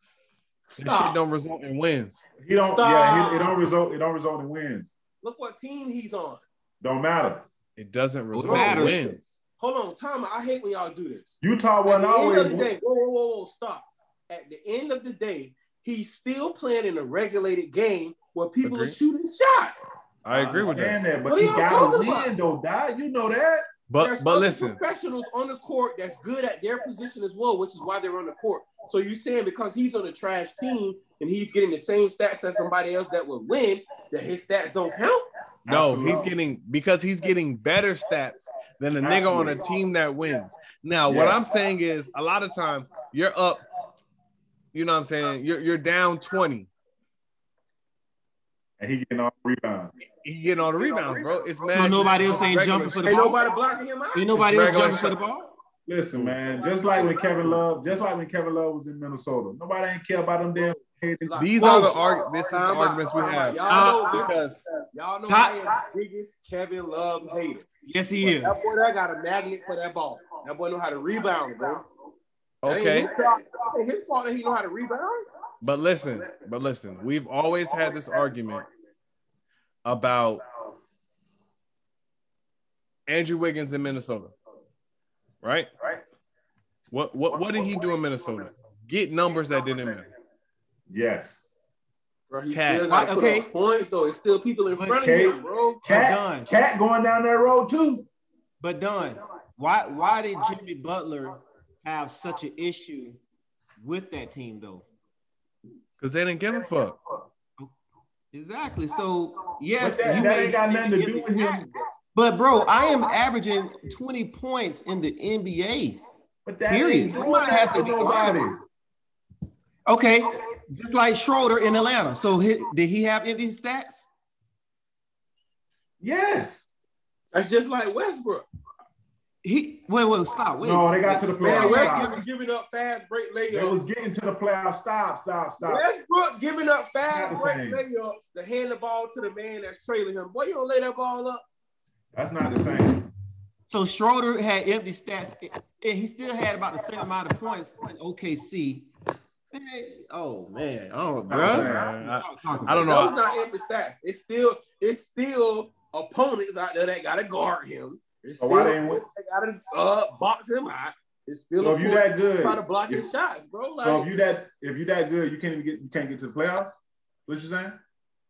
This
Stop.
shit don't result in wins.
He don't,
Stop.
yeah, he, it don't result, it don't result in wins.
Look what team he's on.
Don't matter.
It doesn't result in
matters?
wins.
Hold on, time. I hate when y'all do this.
Utah
At
wasn't
the end of
always.
the day, whoa, whoa, whoa, whoa, stop. At the end of the day, he's still playing in a regulated game where people
Agree.
are shooting shots.
I agree with that.
understand But
What are
he
y'all
gotta
talking about?
win, though, Dot. You know that.
But
There's
but
other
listen,
professionals on the court that's good at their position as well, which is why they're on the court. So you saying because he's on a trash team and he's getting the same stats as somebody else that would win, that his stats don't count?
no, he's
Absolutely.
getting because he's getting better stats than a nigga on a
Absolutely.
team that wins. Now, what
Yeah.
I'm saying is a lot of times you're up, you know what I'm saying? You're you're down 20.
And he getting all rebounds.
You getting all the rebounds, bro. It's mad.
So nobody else ain't
regular
jumping for the
Ain't
ball.
nobody blocking him out.
Ain't nobody else
regular
jumping for the ball.
Listen, man, just like when Kevin Love, just like when Kevin Love was in Minnesota, nobody ain't care about them damn.
These
Whoa.
are the arg- this is the
Time out,
arguments we
time out.
have.
Y'all know, this-
Because
y'all know
Hot-
I am the biggest Kevin Love hater.
Yes, he is.
That boy, that got a magnet for that ball. That boy know how to rebound, bro. That ain't
okay,
his fault- that ain't his fault that he know how to rebound.
but listen, but listen, we've always had this argument about Andrew Wiggins in Minnesota, right? Right. What what what did he do in Minnesota? Get numbers that didn't matter.
Yes.
Bro, he
Cat.
still got
Okay.
okay. points though. It's still people in
But
front
Kate-
of him, bro.
But
Cat,
done.
cat going down that road too.
But done. Why why did Jimmy Butler have such an issue with that team though?
Because they didn't give a fuck.
Exactly. So yes,
But that,
you
that
may-
ain't got nothing to do with him.
But bro, I am averaging 20 points in the NBA.
But that
Period.
ain't doing
Somebody
that
has
to
to be
nobody.
Okay, just like Schroeder in Atlanta. So he, did he have any stats?
Yes.
That's just like Westbrook.
He wait, wait, stop. Wait.
No, they got to the
Man,
playoffs.
Westbrook was
Stop.
giving up fast break
They
layups.
was getting to the playoffs. Stop. Stop. Stop.
Westbrook giving up
Not
fast
the
break
same.
layups to hand the ball to the man that's trailing him. Boy, you don't lay that ball up.
That's not the same.
So Schroeder had empty stats, and he still had about the same amount of points in OKC. Man, oh man, oh
Not the
bro.
same.
I,
talking
I don't know.
Those not empty stats. It's still, it's still opponents out there that gotta guard him. It's
So
still,
why they
they
ain't win?
gotta uh, box him out. It's still
So if you
opponents
that good,
trying to block
if-
his shots, bro. Like,
So if you that if you that good, you can't even get you can't get to the playoffs. What you saying?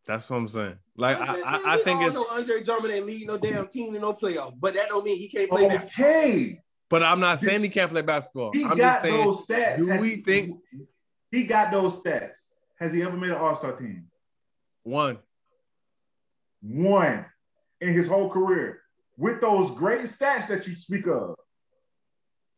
that's what I'm saying. Like I,
Andre-
I,
man,
I
we
think
all
it's
know Andre Drummond ain't lead no damn team to no playoff, but that don't mean he can't
Oh.
play that.
Okay,
but I'm not saying he can't play basketball.
he
I'm just
got
saying
those stats.
do
Has
we
he-
think-
he got those stats? Has he ever made an All Star team?
one.
One in his whole career with those great stats that you speak of.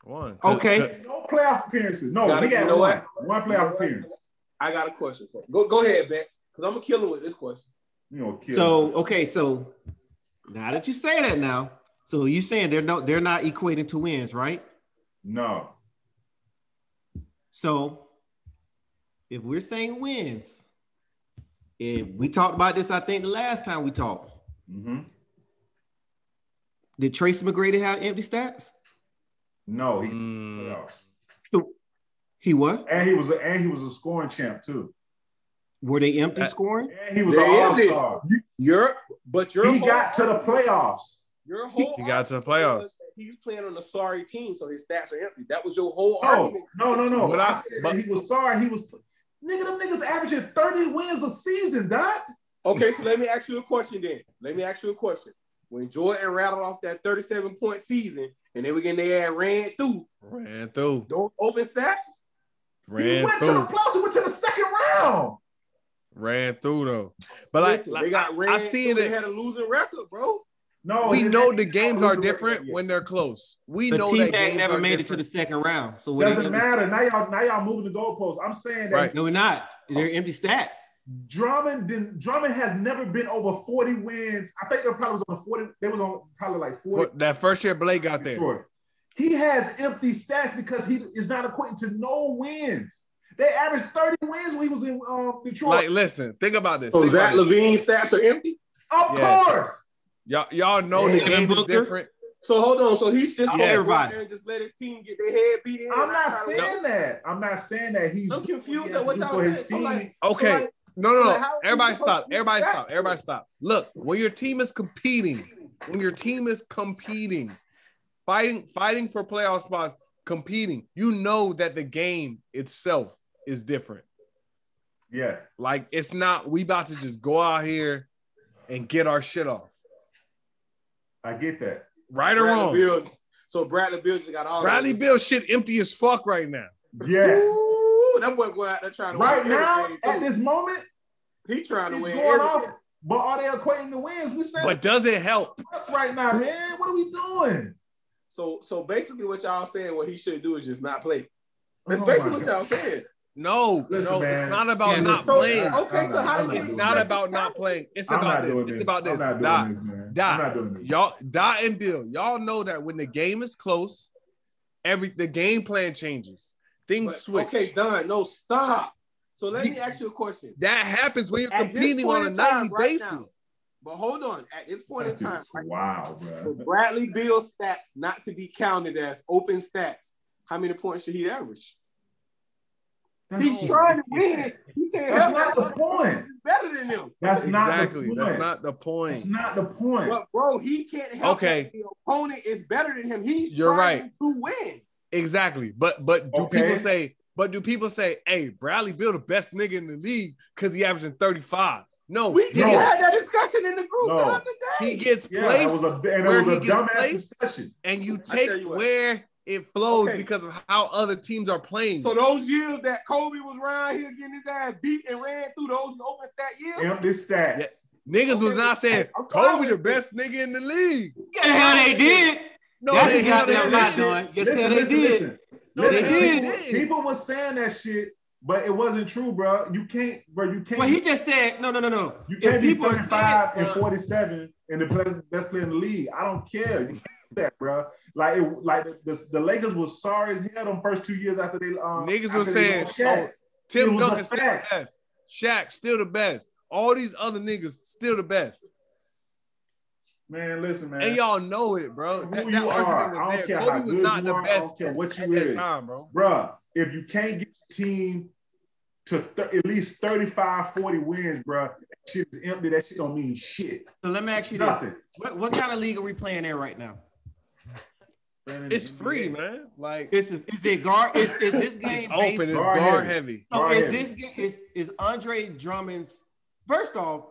One.
Okay.
No playoff appearances. No,
Gotta-
he got
you know
one.
what?
One playoff appearance.
I got a question for you. Go, go ahead, Bex, because I'm gonna kill him with this question.
You know, kill
So okay, so now that you say that now, so you saying they're no they're not equating to wins, right?
no.
So if we're saying wins, and we talked about this, I think the last time we talked,
hmm
did Tracy McGrady have empty stats?
No, he
Mm,
no.
He what?
and he was a, and he was a scoring champ too.
Were they empty
Uh,
scoring?
And he was an
There
all
is it.
star.
You- Your but your
He
whole,
got to the playoffs.
your whole
He got to the
argument
playoffs.
was that He's playing on a sorry team, so his stats are empty. That was your whole
Oh.
No,
argument.
no, no, no.
But
I
I-
said
but-
that he was sorry. He was nigga. Them niggas averaging thirty wins a season, doc.
Okay, so let me ask you a question then. Let me ask you a question. When Jordan rattled off that 37 point season and they were getting their ass ran through,
Ran through.
don't open stats.
He
Ran
went to the
through.
playoffs. He went to the second round.
Ran through though. But like,
Listen,
like,
they got ran
I seen
through.
it.
They had a losing record, bro. Oh,
No,
we
he-
know the games are
losing record
different
yet.
when they're close. We
But
know
T
that
Mac
games
never
are
made it to
different.
the second round. So what
Doesn't matter. Now y'all, now y'all moving the goalposts. I'm saying that
Right.
No, we're not. They're empty stats.
Drummond didn't, Drummond has never been over 40 wins. I think they probably was on 40. They was on probably like 40.
For- that first year Blake got there.
Detroit. He has empty stats because he is not equating to no wins. They averaged 30 wins when he was in um,
Like,
Detroit.
listen, think about this.
So
Think
Zach
about this.
Levine's stats are empty.
of
yeah.
course.
Y'all, y'all know
Hey,
the game is
Booker.
different.
So hold on. So he's just
Yes.
gonna go out
Everybody.
there and just let his team get their head beat in.
I'm not
trying to-
saying that. I'm not saying that he's
I'm confused at
doing
what
for
y'all
his
saying. So,
team.
like-
Okay.
Like,
No, no,
Like,
no.
how are you
Everybody
supposed
stop.
to do
Everybody
that?
stop. Everybody stop. Look, when your team is competing, when your team is competing, fighting, fighting for playoff spots, competing, you know that the game itself is different.
yeah.
Like it's not we about to just go out here and get our shit off.
I get that.
Right or wrong.
Bradley Bill. So Bradley Bill just got all
Bradley
those-
Bill shit empty as fuck right now.
Yes.
Ooh, that boy going out there trying to
Right
win
now,
everything,
at
too.
this moment,
he trying to
he's
win.
going
everything.
off. But are they equating the wins? We saying
But does it help?
us right now, man. What are we doing?
So so basically what y'all saying what he should do is just not play. That's
Oh
basically
my
what
God.
y'all saying.
No,
Listen,
no,
man.
it's not about
Yeah,
not
listen.
playing.
uh,
Okay, so how does
It's
this-
not about not playing. It's
I'm
about
not
this.
doing
It's about this.
I'm not
Doc,
doing this, man.
Doc,
I'm not doing this.
y'all, Dot and Bill, y'all know that when the game is close, every the game plan changes. Things
But,
switch.
okay, done. No, stop. So let me ask you a question.
That happens when you're
At this
competing
point
on a
in time,
nightly
right
basis.
now. But hold on. At this point in
That dude
time,
is Wow,
for
bro.
Bradley Bill stats not to be counted as open stats. How many points should he average? He's trying to win. He can't
That's
help
not
it.
the point.
He's better than them.
That's
Exactly.
not the
That's
point.
not the
That's
point.
not the point.
But bro, he can't help
Okay.
it. The opponent is better than him. He's
You're
trying
right.
to win.
Exactly. But but do
Okay.
people say, but do people say, hey, Bradley Bill the best nigga in the league because he averaging 35? No,
We just
No.
had that discussion in the group
No.
the other day.
he gets
yeah, that was
placed
a and
where
it was a
he gets
dumbass
placed.
discussion.
and you
I tell
take
you what.
where it flows
Okay.
because of how other teams are playing.
So those years that Kobe was around here getting his ass beat and ran through those open stat years,
Empty stats.
Yeah. Niggas was
Okay.
not saying
I'm fine
Kobe
with
the
it.
best nigga in the league.
Yeah, the hell they did.
No,
That's
they
a
had
goddamn
that
lie,
shit.
Don. Yes,
Listen,
yeah, they
listen,
did.
listen.
No, they
Listen,
did.
people- People was saying that shit, but it wasn't true, bro. You can't, bro. You can't.
Well, he just said no, no, no, no.
you
If
can't be
people are saying,
35 and 47 and the play, best player in the league. I don't care. You can't do that, bro. Like, it, like the, the, the Lakers was sorry as hell them first two years after they um
Niggas
after
was
they
saying,
lost Shaq.
oh, Tim
It was a
Duncan still the
fact.
best. Shaq still the best. All these other niggas still the best.
man, listen, man.
And y'all know it, bro.
who
That, that
you
argument
are,
was
I don't
there.
care
Kobe
how
was
good
not
you
the
are. I
best
don't care what
at
you
that
is,
time, bro.
bro. If you can't get your team to th- at least 35, 40 wins, bro, that shit is empty. That shit don't mean shit.
so let me ask you this:
Nothing.
what, what kind of league are we playing in right now?
It's free, man. Like it's
This is is it guard? Is is this game
open. It's
based-
Guard
guard
heavy.
heavy.
So
Guard
is
heavy.
this ga- is is Andre Drummond's? First off,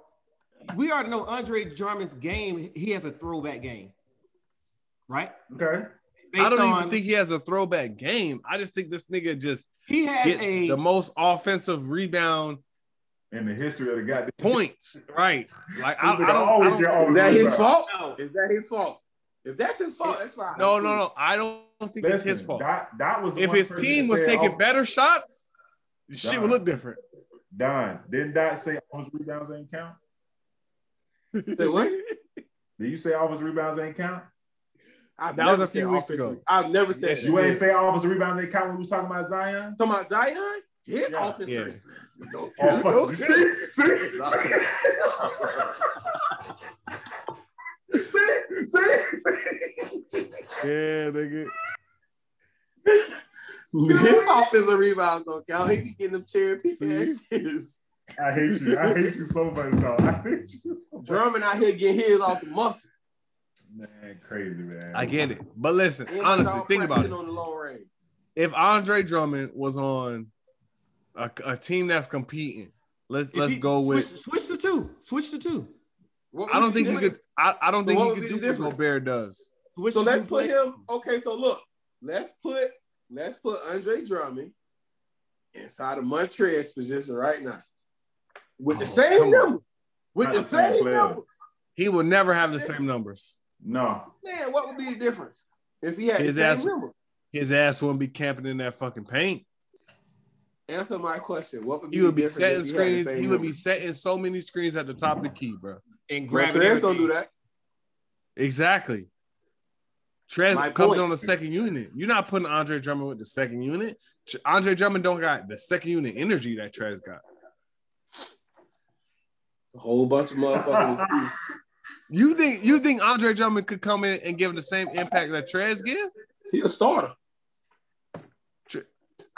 we already know Andre Drummond's game. He has a throwback game, right?
Okay.
I don't even think he has a throwback game. I just think this nigga just
he has
gets
a
the most offensive rebound
In the history of the goddamn.
points. Right. Like I, I
Those are
don't, I
always
don't
their own
is that
league,
his
bro.
fault?
No.
Is that his fault? If that's his fault, that's fine.
no, no, no. I don't think it's
Listen,
his fault.
That, that was the
if
one
his
person
team
that
was
said,
taking
oh,
better shots, shit would
Done.
look different.
Don, didn't Dot say offensive rebounds ain't count?
Say what?
Did you say offensive rebounds ain't count?
I've
That was
never
a few
said
weeks
offensive-
ago.
I've never said that.
You ain't say offensive rebounds ain't count when we was talking about Zion?
Talking about Zion? His
Yeah,
offensive
yeah.
rebounds don't
Oh,
count.
fuck. you. See? See? See? See? See?
Yeah, nigga.
His offensive rebounds don't count. He be getting them cherry pick asses.
I hate you. I hate you so much, dog. I hate you so much.
Drummond out here getting his off the muscle.
Man, crazy, man.
I get it. But listen,
And he's
honestly,
all
think about
practicing
it.
On the long range.
If Andre Drummond was on a, a team that's competing, let's
If
let's
he-
go with
switch, switch the two. Switch the two.
What-
I don't
what
think he
you
could. I, I don't
So
think
what
he
would
could
be
do what
the difference?
Gobert does.
Switch
So
the
let's
two
put
players.
him. Okay, so look, let's put let's put Andre Drummond inside of Montrez position right now with the
Oh,
same
come on.
numbers, with
Not
the
the same
same
player.
numbers.
He would never have the same numbers.
No.
Man, what would be the difference if he had
His
the
ass-
same number?
His ass wouldn't be camping in that fucking paint.
Answer my question. What would be
He would
the
be
difference
setting
if he had the
screens.
same
He would be
numbers?
setting so many screens at the top of the key, bro.
and grabbing
Montrez don't do
everything.
that.
Exactly. Trez
My
comes
point.
on the second unit. You're not putting Andre Drummond with the second unit. Tr- Andre Drummond don't got the second unit energy that Trez got.
It's a whole bunch of motherfucking excuses.
You think you think Andre Drummond could come in and give the same impact that Trez give?
He's a starter.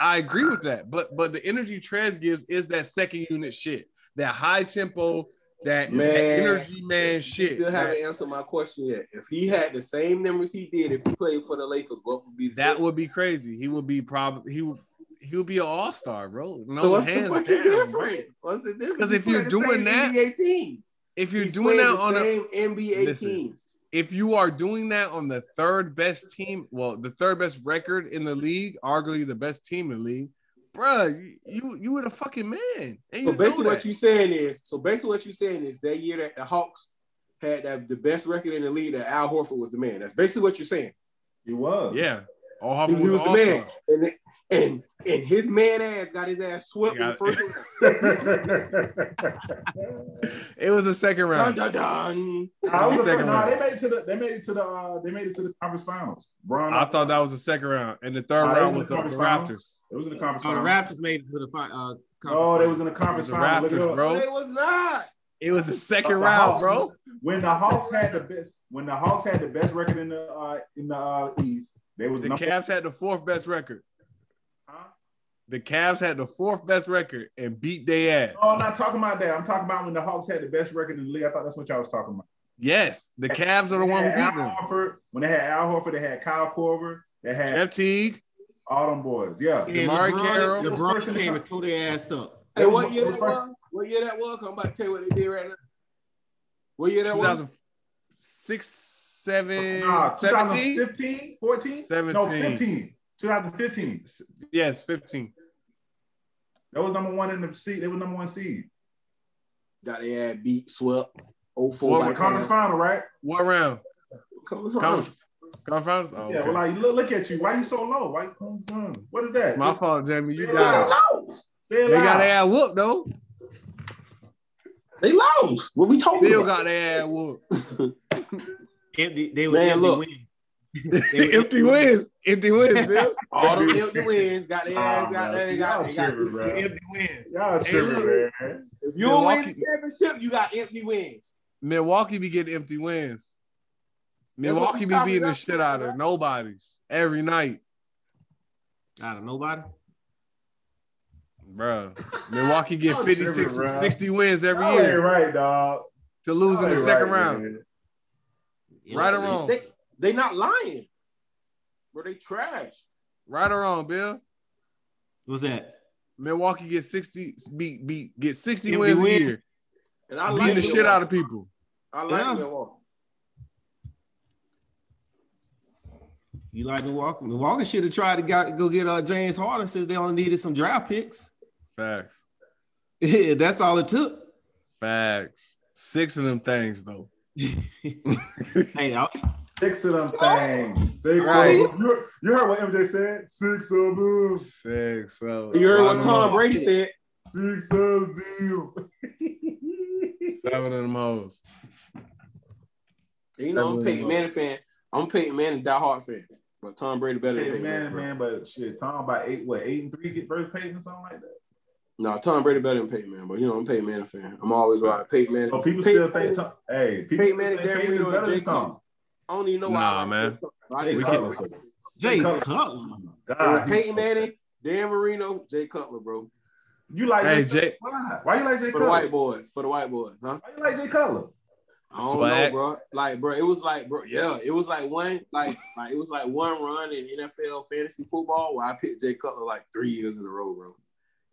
I agree with that, but but the energy Trez gives is that second unit shit, that high tempo, that, that
Man.
energy man shit.
Still
That,
haven't answered my question yet. If he had the same numbers he did if he played for the Lakers, what would be the
that
difference?
would be crazy. He would be probably he would he would be an all star, bro. No
So what's the
hands
fucking
down, bro.
difference? What's the difference?
'Cause if
He's
you're
playing
doing
the same
that-
NBA teams.
If you're
He's
doing
playing
that
the
on a
same NBA
Listen.
teams.
if you are doing that on the third best team, well, the third best record in the league, arguably the best team in the league, bruh, you you were the fucking man. And you
So basically,
know
what
that.
you're saying is, so basically, what you're saying is that year that the Hawks had that, the best record in the league, that Al Horford was the man. That's basically what you're saying.
He was.
yeah, all
He,
Harper
he was
was
the
awesome.
man, and, it- and and his man ass got his ass swept in the
Got it.
first round.
It was the second
Dun,
round.
dun, dun.
I was
Second
nah,
round.
they made it to the they made it to the uh, they made it to the conference finals. Bron,
I thought that was the second round, and the third
Nah, they
round
was
was
the
the, the
conference final.
Raptors.
it was in the conference
Oh, the
finals.
Raptors made it to the final. Uh,
Uh-huh. Oh, they was in the conference
The
final. Look it
Raptors,
up.
bro.
They was not.
It was the second
The
round,
Hawks-
bro.
When the Hawks had the best, when the Hawks had the best record in the uh, in the uh, East, they was
The
number.
Cavs had the fourth best record.
Huh?
The Cavs had the fourth best record and beat their ass.
Oh, I'm not talking about that. I'm talking about when the Hawks had the best record in the league. I thought that's what y'all was talking about.
Yes, the Cavs are the
When
one
they
who
had
beat
Al
them.
Horford, when they had Al Horford, they had Kyle Korver, they had
Jeff Teague,
all them boys. Yeah,
And
DeMar
LeBron,
Carroll.
LeBron came and tore their ass up.
Hey, what year that was? What year that was? I'm about to tell you what they did right now. What year that was?
2006, 7,
Uh,
Nah,
17?
2015, 14? No,
17.
15. 2015.
Yes, 15.
That was number one in the seed. They were number one seed.
Got their ass beat, swept. 04
Well,
The
by
Right.
conference
Cavs.
final, right?
What round?
Conference final.
Conference, conference finals? Oh,
Yeah,
okay.
well, like, look, look at you. Why you so low? Why you, mm, what is that?
My fault, Jamie. You
They
got it.
lost.
They
They got
allowed.
their ass whooped, though.
They lost. What we talking
Bill
about?
got their ass whooped.
empty. They were
Man,
empty
look.
win. They were
Empty wins. Empty wins, Bill.
All them empty wins. Got their ass.
Nah,
Got
bro.
their.
Oh,
Got
Y'all
they got.
tripping, bro.
empty wins.
Y'all tripping, man.
If you don't win the
Milwaukee-
championship, you got empty wins.
Milwaukee be getting empty wins.
That's what we
Milwaukee be
talking
beating the
about,
shit out of
right?
nobody's every night,
Out of nobody.
bro. Milwaukee get
Oh,
Y'all
56
tripping, bruh.
60 wins every
Y'all ain't
year
right, dog.
to lose
Y'all
in the
ain't
second
right,
round.
man.
Right or wrong?
Oh, They they not lying, bro. They trash.
Right or wrong, Bill?
What's that?
Milwaukee get 60 beat beat get 60
Empty
wins,
wins.
a year.
And I
beating
like
the shit
Milwaukee.
out of people.
I like
Yeah.
Milwaukee.
You like Milwaukee? Milwaukee should have tried to got, go get uh, James Harden since they only needed some draft picks.
Facts.
Yeah, that's all it took.
Facts. Six of them things though.
Hey, I,
Six of them things. Six
Right.
of them. You, you heard what MJ said? Six of them.
Six. So
You heard
Why
what
not?
Tom Brady said?
Six of them.
Seven of them hoes.
You know, I'm a
That
Peyton
was-
Manning fan. I'm a Peyton Manning diehard fan, but Tom Brady better than
Peyton
Peyton Manning.
Manning,
bro.
man, but shit, Tom by eight, what, eight and three get first Peyton or something like that?
No, Tom Brady better than Peyton Manning, but you know, I'm a Peyton Manning fan. I'm always right. Peyton Manning.
Oh, people
Peyton
still think
Manning-
Tom, hey, people
Peyton
still
Manning,
think
Dan
Peyton is
Marino,
better than
Jay
Tom.
I don't even know why.
Nah,
I like
man.
Peyton Manning. I
Jay
just
Cutler. so- Cutler.
like Peyton
Jay Cutler.
God, he's-
Peyton Manning, Dan Marino, Jay Cutler, bro.
You like
Hey,
Jay?
Jay.
Why? Why you like Jay
For the
Cutler?
white boys, for the white boys, huh?
Why you like Jay Cutler?
I don't
Swag.
know, bro. Like, bro, it was like, bro, yeah, it was like one, like, like it was like one run in NFL fantasy football where I picked Jay Cutler like three years in a row, bro,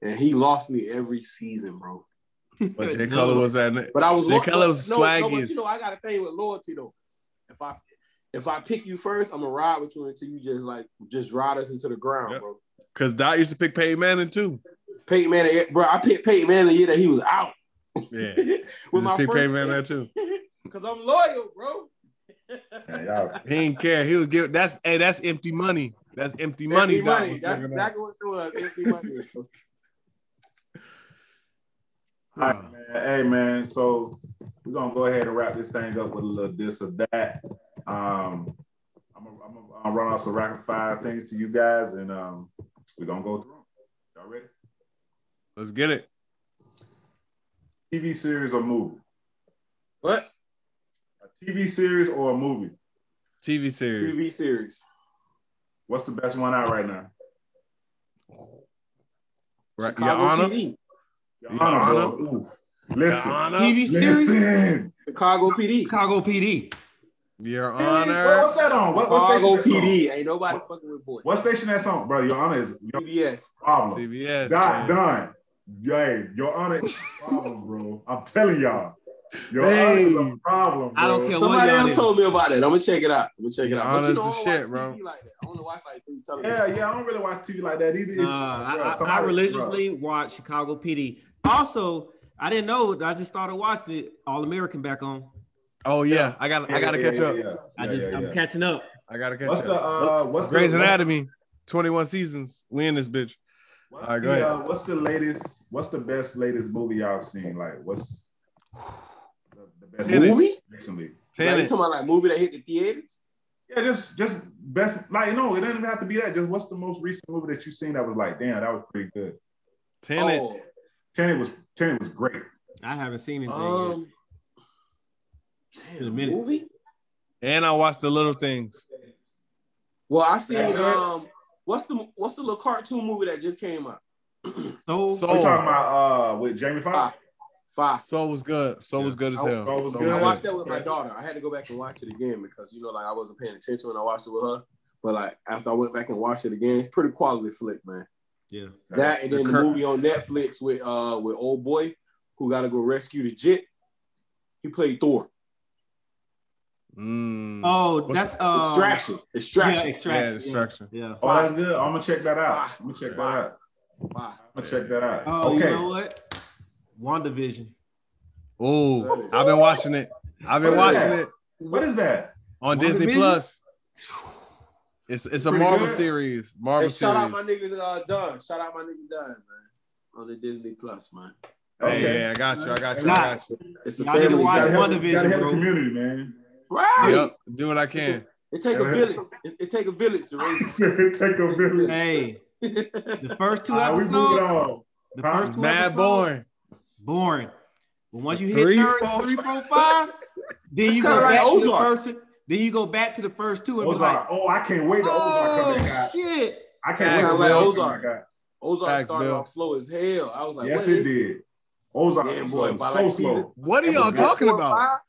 and he lost me every season, bro.
But Jay Cutler was at it.
But I was
Jay
lo-
Cutler was
no, no, but
swaggiest.
you know, I got a thing with loyalty though. If I if I pick you first, I'm gonna ride with you until you just like just ride us into the ground,
Yep.
bro.
Cause Dot used to pick Peyton Manning too.
Peyton Manning, eh, bro. I picked Peyton Manning the year that he was out.
Yeah.
with
With
my
pick
first
Peyton Manning too.
because I'm loyal, bro.
Man, y'all,
He didn't care. He was give that's hey, that's empty money. That's empty money.
Empty
Doc
money.
was
That's
talking
exactly what it was. Empty money.
about.
man, hey man, so we're gonna go ahead and wrap this thing up with a little this or that. Um, I'm gonna, I'm gonna I'll run out some rapid fire things to you guys, and um, we're gonna go through. 'em. Y'all ready?
Let's get it.
TV series or movie?
What
A TV series or a movie?
TV series.
TV series?
What's the best one out right now?
Right. Your
Chicago
Honor.
PD.
Your
Your
Honor, bro.
Honor.
Ooh.
Your
Listen,
Honor.
TV series,
listen.
Chicago PD.
Chicago PD.
Your
Hey,
Honor.
what's that on? What, what
Chicago
station? that's on?
PD. Ain't nobody fucking with boy.
What station that's on, bro? Your Honor is your
CBS.
problem.
CBS.
God
man.
done. Yay, your honor is a problem, bro. I'm telling y'all. Your
Hey.
honor is a problem. Bro.
I don't care what
Somebody
y'all
else
is.
told me about that. I'm gonna check it out. I'm gonna check it out.
Yeah,
But you know, I
honest
don't
as
watch
shit,
TV
bro.
like that. I only watch like three television.
Yeah, yeah, I don't really watch TV like that either. It's-
Nah,
bro,
Uh, I, I, I
somebody-
religiously watch Chicago PD. Also, I didn't know. I just started watching it. All American back on.
Oh yeah. I got
bro.
I gotta
Yeah,
catch
yeah,
up.
yeah,
I
yeah,
just
yeah,
I'm
yeah.
catching up.
I gotta catch
What's
up.
the uh what's
Grey's
the,
Anatomy, 21 seasons. We in this bitch.
What's,
All right,
what's
go ahead.
the, uh, what's the latest what's the best latest movie y'all seen? Like what's the, the best
Tenet.
movie
Movie?
recently?
Like, you
Tenet.
talking about like movie that hit the theaters?
Yeah, just just best like no, it doesn't even have to be that. Just what's the most recent movie that you seen that was like, damn, that was pretty good.
Tenet.
Oh,
Tenet was Tenet was great.
I haven't seen anything
Oh.
yet.
um,
In a
damn,
minute.
movie.
And I watched the little things.
Well, I seen
Yeah.
um, what's the what's the little cartoon movie that just came out?
So,
We talking
Soul.
about uh with Jamie Foxx?
Ah,
Five.
Soul was good. Soul was good as
Soul-
hell.
Soul was
Soul
good.
I watched that with my
Okay.
daughter. I had to go back and watch it again because you know, like I wasn't paying attention when I watched it with her. But like after I went back and watched it again, pretty quality flick, man.
Yeah.
That and
The
then the
cur-
movie on Netflix with uh with old boy who got to go rescue the jit. He played Thor.
Mm.
oh, that's uh,
Extraction.
yeah,
Extraction.
yeah,
extraction. Yeah,
destruction.
yeah.
Oh, that's good. I'm gonna check that out. I'm gonna check that
Wow.
out.
Wow.
I'm gonna check that out.
Oh,
okay.
you know what? WandaVision.
Oh, I've been watching it. I've been
What is
watching
that?
it
what is that?
on
Wonder
Disney
Vision?
Plus. It's it's a
Pretty
Marvel
good.
series.
Hey,
Marvel
shout out my
series.
nigga uh, Dunn. Shout out my nigga Dunn, man. On the Disney Plus, man.
Hey,
Okay.
yeah, I got you. I got you. I
Nah.
got you.
It's a
Y'all need
family.
to watch
Gotta
guy.
help-
WandaVision,
gotta help the
bro.
community, man.
Right.
Yep, do what I can.
It take a
Gotta
village. It, it take a village to raise.
Take a village.
Hey, the first two
All right, we moving
episodes,
on.
the first two
Mad
episodes,
boy.
boring. But once you hit
Three,
third,
four,
three, four, five, then you
kinda
go
like
back to the
Ozark.
first. Then you go back to the first two and be like,
Ozark. Oh, I can't wait to Ozark come back.
oh
out.
shit.
I can't
Thanks,
wait to
man.
Ozark.
Ozark.
come back
Ozark
Thanks,
started
Bill.
off slow as hell. I
out.
was like,
Yes,
what
it
is this?
did. Ozark
Damn,
was
boy,
so,
by
so
like season-
slow.
What are y'all
Episode
talking
four,
about?
five?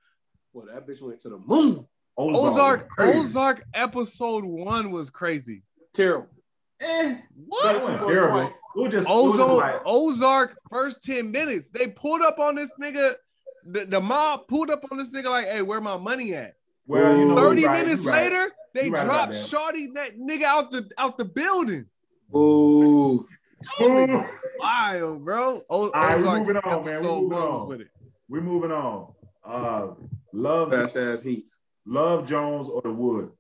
Well, that bitch went to the moon.
Ozark.
was crazy.
Ozark episode one was crazy.
Terrible.
Eh, that
What?
wasn't terrible. It was just, it was just
Ozark,
like,
Ozark first 10 minutes. They pulled up on this nigga. The, the mob pulled up on this nigga like, hey, where my money at?
well, you know,
30
right,
minutes
right.
later, they
You right about
dropped
that.
Shorty that nigga out the out the building.
Ooh.
Boom.
Wild, bro. O-
right, we
Ozark's
moving on, man. We
episode
moving
one was
on.
with it.
We're moving on. Uh, love,
Fast ass heat.
love Jones or the Wood.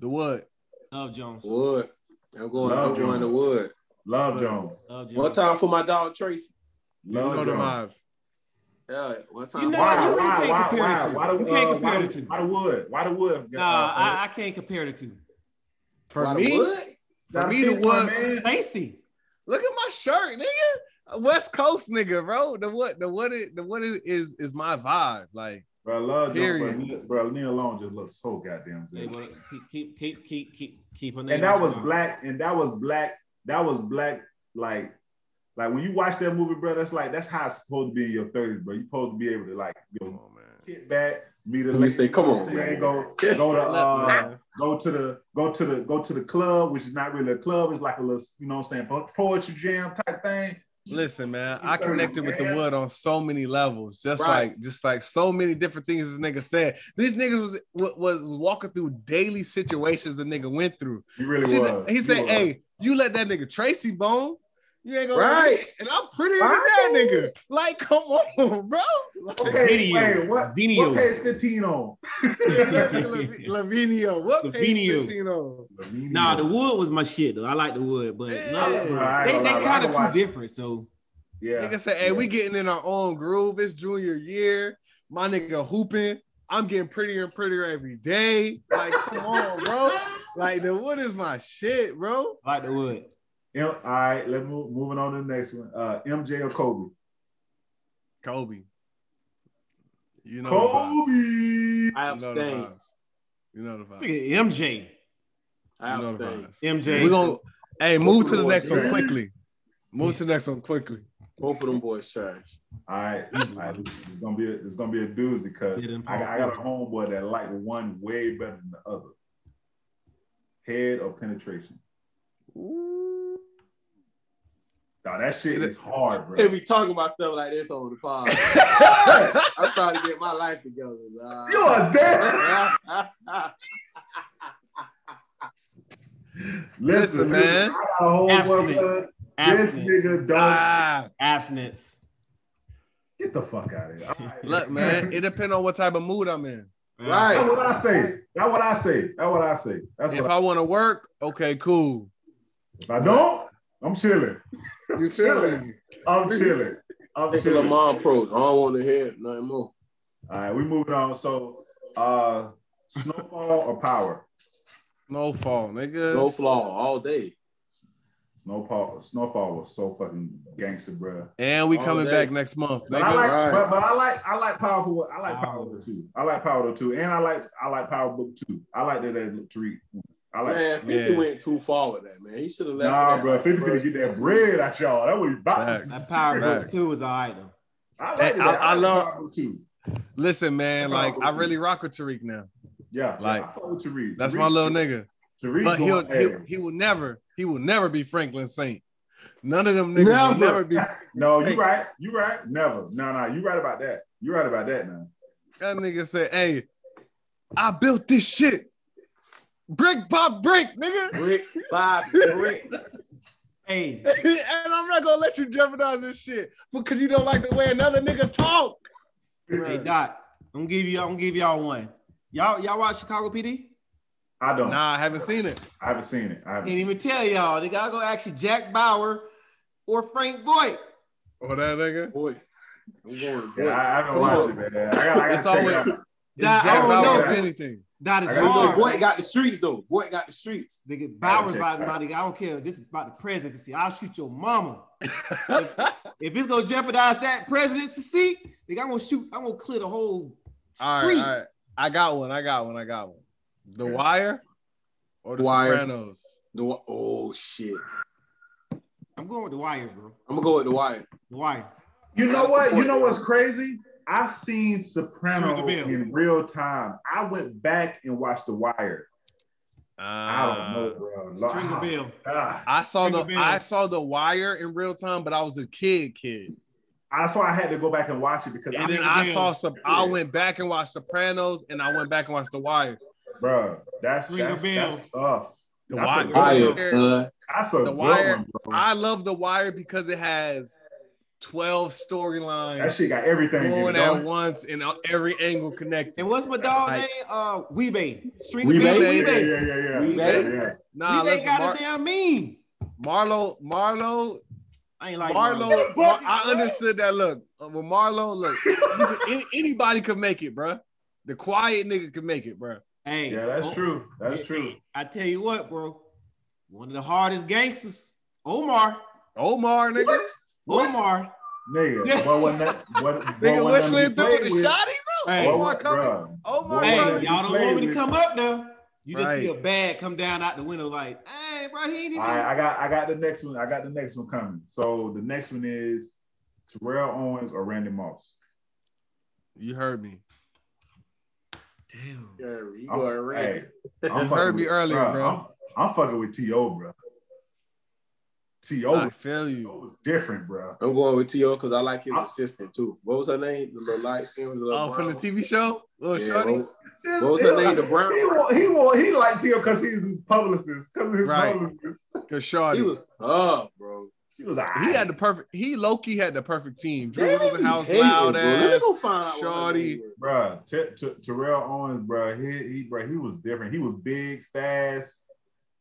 The what?
Love Jones.
Wood. I'm going.
Love
I'm going to
Jones.
wood.
Love Jones.
Love
One
Jones.
time for my dog Tracy.
You
Love
know the
Jones.
vibes.
Yeah, one time.
You know,
for-
Why?
you
Why?
can't
Why?
compare the
Why?
two.
Why the
You can't
uh, why
compare the
the
two.
why the wood? Why the wood?
Nah, I, I can't compare the two.
For
Why the
me,
wood?
for
Gotta
me, the
pick one,
wood-
man.
Lacey.
Look at my shirt, nigga. A West Coast nigga, bro. The what the what is the what is is, is my vibe. Like
Bro, love Jones,
Period.
bro. Neil- bro. Neil Long just looks so goddamn
They
good.
wanna keep keep keep keep keep keep her name.
And that
out
was
your mouth.
black. And that was black. That was black. Like, like when you watch that movie, bro. That's like that's how it's supposed to be in your thirties, bro. You're supposed to be able to like
come
go
on, man.
get back, meet a
Let me say, come on, man.
go go to
Look,
uh,
man.
go to the go to the go to the club, which is not really a club. It's like a little, you know, what I'm saying po- poetry jam type thing.
Listen, man,
You
I
dirty,
connected with the
man.
wood on so many levels, just
Right.
like just like so many different things this nigga said. These niggas was wa- was walking through daily situations the nigga went through.
You really
She
was.
said- he
You
said,
was.
"Hey, you let that nigga Tracy bone, you ain't gonna
Right.
And I'm prettier
Right.
than that nigga. Like, come on, bro. Like,
okay,
Video.
wait, what?
Video.
What page 15 on?
Lavinio, what page
Lavinio.
15 on?
Nah, the wood was my shit though. I like the wood, but
Yeah.
nah,
I
Bro,
ain't gonna
they, they
lie, bro. I
kind
can
of two
watch-
different. So
Yeah.
Nigga said, hey, we getting in our own groove. It's junior year. My nigga hooping. I'm getting prettier and prettier every day. Like, come on, bro. Like, the what is my shit, bro?
I like the wood.
M- all right, let's move moving on to the next one. Uh, MJ or Kobe?
Kobe. You know, the
Kobe.
I
vibes. You know the vibes. You
abstain.
know the vibes.
Look at MJ.
I
You know the
abstain.
vibes.
MJ.
We gonna hey move to the next one
Yeah.
quickly. Move to the next one quickly.
Both of them boys trash.
All right, all right, this this is gonna be a, this is gonna be a doozy because
Get him.
I, got- I got a homeboy that like one way better than the other. Head or penetration? Nah, that shit is hard, bro.
They be talking about stuff like this on the pod. I'm trying to get my life together. dog.
you are dead.
Listen, man.
I got a whole
Abstinence.
brother. This
abstinence.
nigga don't
ah,
Abstinence.
get the fuck out of here. All right.
look, man, it depends on what type of mood I'm in.
That's
right.
what I say. That's what I say. That's what I say. That's
If
what I,
I want to work, okay, cool.
if I don't, I'm chilling.
You
feel
me?
I'm chilling. I'm
Take a
chilling. All
Lamar pro. I don't want to hear nothing more.
right, we moving on. So, uh, snowfall or power?
No fall, nigga.
No flaw all day.
Snowfall. Snowfall was so fucking gangster, bro.
And we
All
coming
day.
back next month,
But I
nigga.
like,
right.
but, but I like, I like powerful. I like power too. I like power too, and I like, I like power book too. I like that that treat. I like.
Man, 50
Yeah.
went too far with that, man. He should have left.
Nah,
it
bro,
at-
50 gonna get that bread out y'all. That what he about.
Facts.
That power book
Facts.
two was all right though.
I like
Hey,
that.
I- I
like
love-
Power Book too.
Listen, man, like I really rock with Tariq now.
Yeah,
Like,
like I fuck with Tariq.
That's
Tariq-
my little nigga.
Tariq
But he'll,
going
he'll
ham.
he will never he will never be Franklin Saint. None of them niggas will
Never.
never be.
No, you
Hey.
right. You right. Never. No, no, you right about that. You right about that now.
That nigga said, "Hey, I built this shit, brick by brick, nigga."
Rick, Bob, Rick.
Hey,
and I'm not gonna let you jeopardize this shit because you don't like the way another nigga talk.
hey Doc, I'm gonna give you I'm gonna give y'all one. Y'all y'all watch Chicago PD?
I don't.
Nah, I haven't seen it.
I haven't seen it. I haven't.
Can't even tell y'all. They gotta go actually Jack Bauer or Frank Boyd.
Oh, that nigga.
Boy, I'm going.
Yeah,
Boy.
I, I haven't
Come
watched
on.
it, man. I got, I got
It's
to check it
always-
out.
It's
Nah, I
Jack
don't
Bauer,
know.
if anything.
That is
I
Boy,
gotta
hard.
go-
Boy got the streets though. Boy got the streets.
Nigga, Bauer's about, about to, I don't care. This is about the presidency. I'll shoot your mama. If it's gonna jeopardize that presidency seat, nigga, I'm gonna shoot, I'm gonna clear the whole street.
all right, all right. I got one. I got one. I got one. The
Okay.
Wire or The
Wire.
Sopranos.
The, Wi- oh shit.
I'm going with the wire, bro.
I'm gonna go with the wire.
The wire.
You know
Gotta
what? You
support
know
it.
what's crazy? I've seen Soprano
Sugar Bill.
in real time. I went back and watched The Wire. I
Ah.
don't know, bro. Lord, ah.
String the bell.
God.
I saw the
Ring a bell.
I saw the wire in real time, but I was a kid, kid.
That's why I had to go back and watch it because I,
And then
mean,
I saw some. I
Yeah.
went back and watched Sopranos, and I went back and watched The Wire.
bro, that's
Ring the
that's,
bell.
that's tough.
The
That's
Wire.
a
Wire.
good one.
Uh,
That's a
The
good
Wire.
one, bro.
I love The Wire because it has twelve
that
storylines
shit got everything. in it,
going
don't
at
it?
once and every angle connected.
And what's my dog
Like-
name? Uh, Weebay. String
Weebay?
Weebay.
Yeah,
Weebay.
yeah, yeah, yeah.
We
yeah,
made it.
yeah.
Nah,
Weebay
listen,
got
Mark,
a damn mean.
Marlo, Marlo,
I ain't like Marlo.
Marlo. Mar- I understood that. Look, Uh, well, Marlo, look, you could- any- anybody could make it, bruh. The quiet nigga could make it, bruh.
Hey,
Yeah, that's
oh,
true. That's
hey,
true.
hey, I tell you what, bro. One of the hardest gangsters, Omar.
Omar, nigga,
Omar.
Nigga, but when that, what,
nigga whistling through with a shotty, bro.
Hey,
Omar coming. Omar,
Hey,
coming.
Hey, y'all don't want me to come up now. You just see a
Right.
bag come down out the window like, hey, bro, he ain't even.
All right, I got I got the next one. I got the next one coming. So the next one is Terrell Owens or Randy Moss.
You heard me.
Damn.
Yeah, you
I'm-
going right.
hey, I'm
You
fucking
heard me
with-
earlier,
bruh,
bro.
I'm, I'm fucking with T.O., bro. T.O.
I
was-
feel
T.O.
you.
was different, bro.
I'm going with T.O. because I like his
I-
assistant too. What was her name? The little light skin with the little
Oh, from the
brown-
TV show, little
Yeah,
shorty.
what- What was her name? The brown-
He, wa- he, wa- he liked T.O. because he's his publicist. Because his
Right.
publicist.
Cause shorty.
He was tough, bro.
She was like,
He had the perfect. He low key had the perfect team. Drew
Damn,
House,
he hating,
loud
bro.
É
Let me
ass.
go find out. what her
shorty.
name was.
Bruh, Ter- Ter- Terrell Owens, bruh, he, he, bruh, he was different. He was big, fast,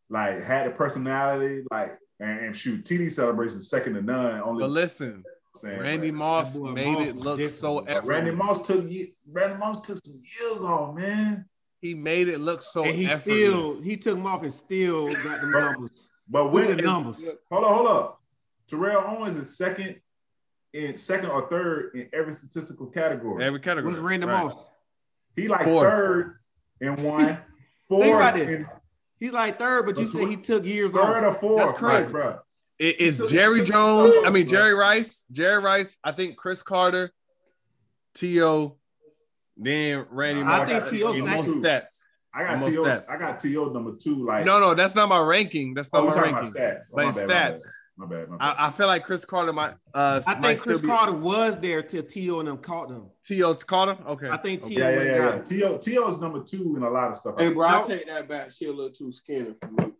like had a personality, like, and, and shoot, TD celebrations second to none. Only
But listen,
saying,
Randy
bruh.
Moss
That boy
made
Moss
it
was
look
different,
so
bro.
effortless.
Randy Moss took ye- Randy Moss took some years off, man.
he made it look so
And he
effortless.
still, he took him off and still got the numbers.
But
With
when
the numbers.
hold on, hold up. Terrell Owens is second in second or third in every statistical category.
every category.
What's Randy
right.
Moss?
he like
Fourth.
third in one, fourth
about this.
in
He's like third, but you
But
say he took years
third
off.
or fourth.
That's crazy.
like, bruh.
It is Jerry Jones. I mean Jerry Rice. Jerry Rice. I think Chris Carter, T.O., then Randy
I
Moss.
think T.O.
the
second.
most stats.
I got
Almost
T.O.
stats.
I got T.O. number two. Like
No, no, that's not my ranking. That's
oh,
not
we're
my
talking about
ranking.
stats. Oh,
Like
my bad,
stats.
My bad. My bad. My bad.
I, I feel like Chris Carter might uh
I
might
think
still
Chris
be
Carter was there till T.O. and them caught them.
T.O. Carter. Okay.
I think T.O.
yeah, yeah,
ain't
yeah.
got
yeah.
it.
T.O. T.O. is number two in a lot of stuff.
Hey, bro, I
Nope.
take that back. She a little too skinny for me.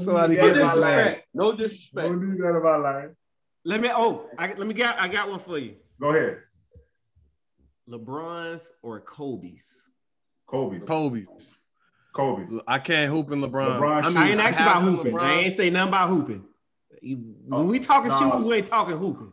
Somebody
Yeah,
No
get this
my
man.
disrespect. No disrespect.
Don't do that about life.
Let me, oh, I, let me get, I got one for you.
Go ahead,
LeBron's or Kobe's?
Kobe.
Kobe.
Kobe.
I can't hoop in LeBron.
LeBron
mean,
shoes.
I ain't asking about
halves of
hooping. I
LeBron.
ain't say nothing about hooping. You- When
Oh,
we talking
nah.
shoes, we ain't talking hooping.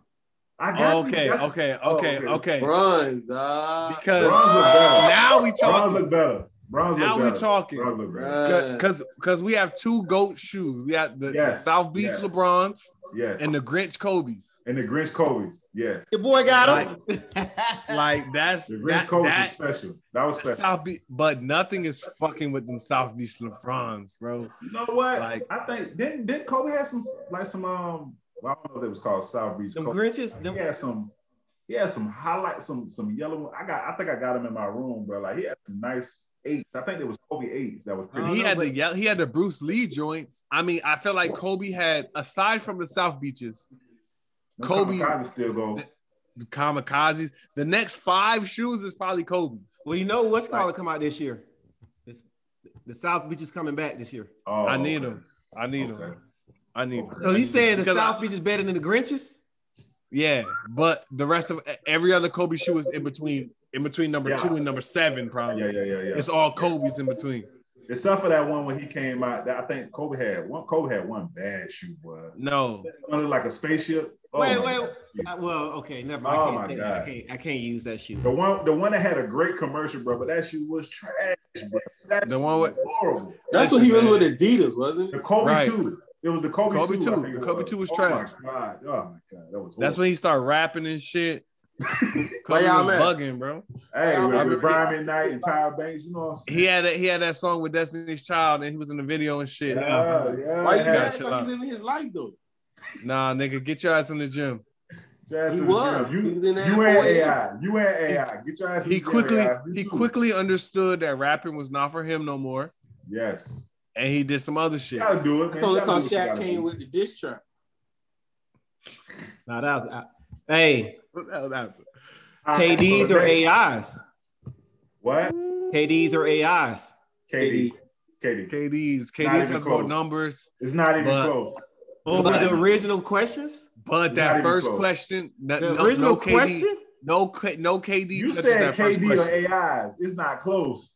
I got you.
Okay,
That's-
okay,
oh,
okay, okay.
Bronze, uh,
Because
Bronze look better.
now we
Bronze
talking.
look better. Bronze
Now
look
we
better.
talking.
Bronze look better.
Uh,
bronze.
Because because we have two goat shoes. We have the, the
Yes,
South Beach
yes.
LeBrons
Yes.
and the Grinch Kobe's.
And the Grinch Kobe's. Yes.
Your boy got him.
Like that's
The Grinch
that,
Kobe's was
that
special. That was special.
South Beach, but nothing is fucking with them South Beach LeBrons, bro.
You know what?
Like-
I think didn't didn't Kobe had some like some um well, I don't know if it was called South Beach.
Them
Kobe.
Grinches,
He
them,
had some he had some highlights, some some yellow. one- I got I think I got him in my room, bro. Like he had some nice eights. I think it was Kobe eights that was pretty
He
know,
had the
but-
yell- he had the Bruce Lee joints. I mean, I feel like Kobe had aside from the South Beaches,
Them
Kobe-
Kamikaze still go.
the kamikazes. The next five shoes is probably Kobe's.
well, you know what's called to come out this year? This, the South Beach is coming back this year.
Oh,
I need them. I need them.
Okay.
I need them.
So you saying the
Because I-
South Beach is better than the Grinches?
Yeah, but the rest of every other Kobe shoe is in between, in between number
Yeah.
two and number seven, probably.
Yeah, yeah, yeah, yeah.
It's all Kobe's in between.
Except for that one when he came out, that I think Kobe had one. Kobe had one bad shoe, boy.
No,
One looked like a spaceship. Oh
wait,
my
wait.
God.
uh, well, okay, never mind.
Oh
I,
my
can't say
God.
that. I, can't, I can't use that shoe.
The one, the one that had a great commercial, bro, but that shoe was trash, bro. That
The
shoe
one with-
was horrible.
That's when he was with Adidas, wasn't
The
it?
Kobe
Right.
two. It was the Kobe,
Kobe
two.
two.
I think it
The Kobe two was
oh
trash.
My God. Oh my God, that was.
that's
horrible.
when he started rapping and shit. Kobe
y'all
was
at?
bugging, bro.
Hey,
I
with,
remember-
with Brian McKnight and Tyra Banks, you know what I'm saying?
He had that, he had that song with Destiny's Child, and he was in the video and shit.
Yeah, yeah.
Why you
had
got
mad
shit
like
out.
he's living his life though?
Nah, nigga, get your ass in the gym.
Jazz
He
in the
was.
gym.
He was in
You,
there
you
for
ain't
years.
AI. You ain't AI. Get your ass. in
He
the gym,
quickly
AI. You
he
too.
quickly understood that rapping was not for him no more,
Yes.
and he did some other
You
shit.
gotta do it.
That's
man.
only
You gotta
because
do what you
Shaq
gotta
came
do.
with the diss track.
Nah, that was. I, hey,
All right,
KDs
so
or
the next-
AIs?
What?
KDs or AIs?
KD. KD.
KD's
Not
KD's
even
have more
close.
numbers,
It's not even
But-
close.
Over the original questions?
but
Not
that
even
first
close.
question, that,
The
no,
original
no KD,
question?
no K- no KD.
You
touches
said
that first
KD or
question.
AIs. It's not close.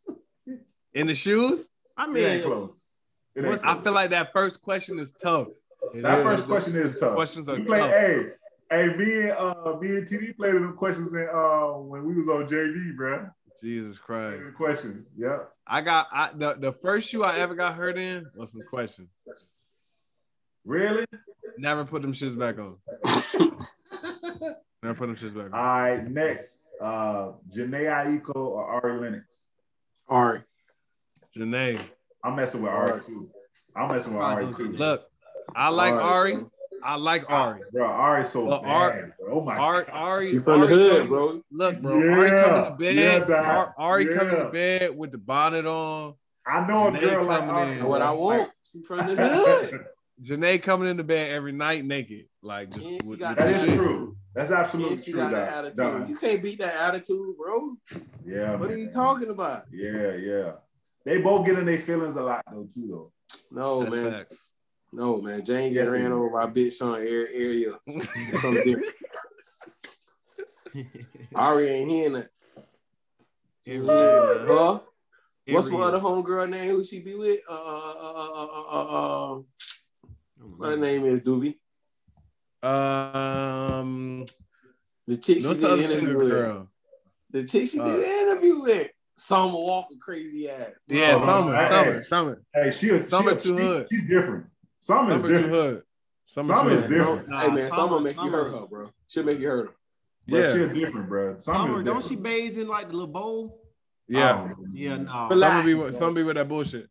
in the shoes.
I
It ain't
mean,
close. It ain't
I
close.
feel like that first question is tough.
That first question is tough.
Questions are
we play,
tough.
Hey, hey, me and uh, me and TD played them questions in, uh, when we was on JV, bro.
Jesus Christ.
Them questions. Yep.
I got I the, the first shoe I ever got hurt in was some questions.
Really?
Never put them shits back on. Never put them shits back
All
on.
right. Next, uh, Janae Aiko or Ari Lennox.
All right.
Janae.
I'm messing with Ari too. I'm messing with Ari too,
Look, I like
Ari.
Ari. I like Ari.
bro. Ari's so
Well,
bad.
Ari-
bro. Oh my
Ari
god.
Ari.
She from the
Ari
hood,
come-
bro.
Look, bro. Ari
Yeah.
coming to bed.
Yeah,
Ar-
dog.
Ari coming
Yeah.
to bed with the bonnet on.
I know a
Janae
girl like
coming
Ari.
in.
Know what I want. She from the hood.
Janae coming into bed every night naked. Like just
Yeah, she
with-
got
that
with-
is true. That's absolutely
Yeah, she
true.
got that
dog.
attitude.
Dog.
You can't beat that attitude, bro.
Yeah.
What are
man.
you talking about?
Yeah, yeah. They both get in their feelings a lot though, too, though.
No,
That's
man.
facts.
No, man. Jane
Yes,
got ran
dude.
over by a bitch on air area. Something different. Ari ain't hearing that.
Every day, man.
Huh? What's my
Every-
other homegirl name? Who she be with? Uh, uh, uh, uh, uh, uh, uh,
Oh
my name is Doobie.
Um,
The chick she
what's
did
the other
interview
single
with.
girl?
The chick she
Uh,
did interview with. Summer Walker, crazy ass.
Yeah,
Oh,
summer,
hey.
summer, summer,
Hey, she a,
Summer
she, a-
too
she-
hood.
She's different. Summer is
summer too
different.
hood. Summer,
Summer
too
is
hood.
different.
hey
Uh,
man,
Nah,
Summer make you
Summer-
hurt her, bro. She'll make you hurt her.
Bro,
Yeah,
she a different, bro. Summer,
Summer,
is
don't she
different.
bathe in like the little bowl?
yeah.
Oh,
Yeah, no.
Relax.
Summer be with- summer be with that bullshit.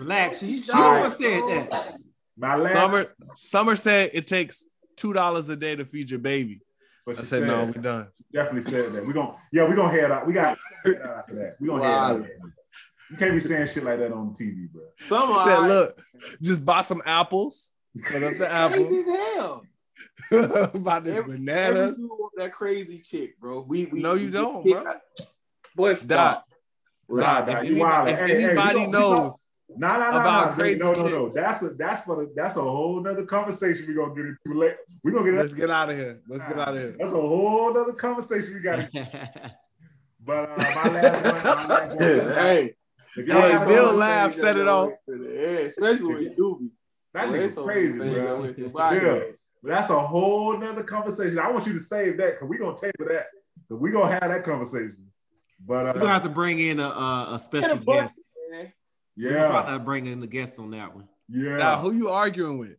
Relax. She, she
All right.
always said that.
My last,
Summer, summer said it takes two dollars a day to feed your baby.
but
I
she
said
said,
no, we done.
definitely said that. We gonna, yeah, we gonna head out. We got we gotta head out for that. We gonna head out. for
Wow.
that. You can't be saying shit like that on TV, bro.
Summer
She said,
all right.
look, just buy some apples. Cut up the
crazy
apples.
as hell.
buy this
Every- Every
banana.
dude want that crazy chick, bro. We, we
No, you
we-
don't,
we-
bro.
Boy, stop.
Nah,
Nah,
nah,
if
you wild.
anybody,
Hey,
if
hey, we
anybody
gon- we gon-
knows,
No, no, no,
About
no,
crazy
no, no, no. That's a that's for the, that's a whole nother conversation we're gonna get into later. We're gonna get
let's get out of here. Let's get out of here.
That's a whole nother conversation we got. but uh, my last one, my last one.
Hey,
If y'all
Hey,
have
Bill
something-
laugh, set it off.
Yeah, especially when you do.
that
Boy,
nigga's
so
crazy,
many things that
bro.
went through my
Yeah.
head.
That's a whole nother conversation. I want you to save that because we're gonna table that. Cause we're gonna have that conversation. But
We're gonna
uh,
have to bring in a, a, a special
Get a bucket,
guest.
man.
We're
yeah,
probably bringing the guest on that one.
Now,
yeah.
who you arguing with?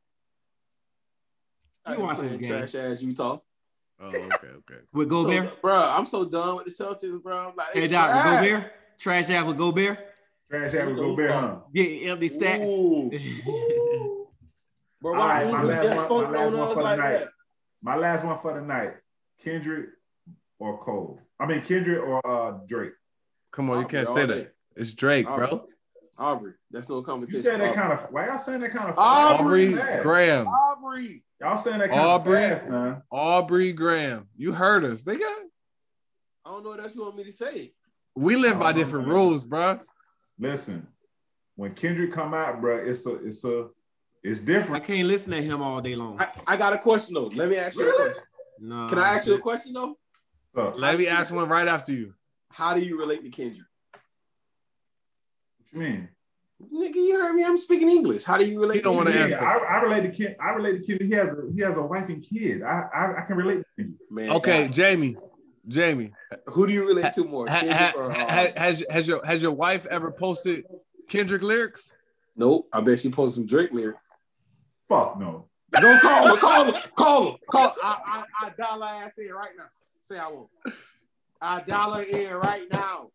You watch
playing
this game.
Trash ass Utah.
Oh, okay, okay.
With Gobert.
So, bro, I'm so done with the Celtics, bro. I'm like,
hey,
they
Doc, with
trash.
Gobert. Trash ass with Gobert.
Trash ass with Gobert, huh?
Getting empty stats.
Ooh. Bro,
All
why
right, my
Uber
last
just
one,
funked
my last
on
one
us
for the
like
night.
that?
My last one for the night. Kendrick or Cole? I mean Kendrick or uh Drake.
Come on, you
Aubrey
can't
all
say
day.
that. It's Drake,
Aubrey.
bro.
Aubrey, that's no
You
competition.
saying that
Aubrey.
kind of why y'all saying that kind of
Aubrey
Aubrey
Graham.
Aubrey.
Y'all saying that kind
Aubrey.
of fast, man.
Aubrey Graham. You heard us. They got
I don't know what else you want me to say.
we live by
Oh,
different
man.
rules, bro.
Listen, when Kendrick come out, bro, it's a it's a it's
I
different.
can't listen to him all day long.
I, I got a question though. Let me ask you
Really?
a question.
no.
Can I ask you a question though?
Uh,
Let me ask one right after you.
How do you relate to Kendrick?
what you mean?
Nigga, you heard me. I'm speaking English. How do you relate?
He don't
to
wanna
Kendrick?
answer.
I, I relate to Ken. I relate to Kendrick. He has a he has a wife and kid. I I, I can relate. To him.
Man,
Okay,
God.
Jamie. Jamie,
who do you relate to more?
ha-
Kendrick
ha-
or uh,
ha-
Aubrey?
has has your has your wife ever posted Kendrick lyrics?
Nope. I bet she posted some Drake lyrics.
Fuck no.
Don't call her. Call her. Call her. Call her. I, I, I dollar ass in right now. Say I won't. I dollar in right now.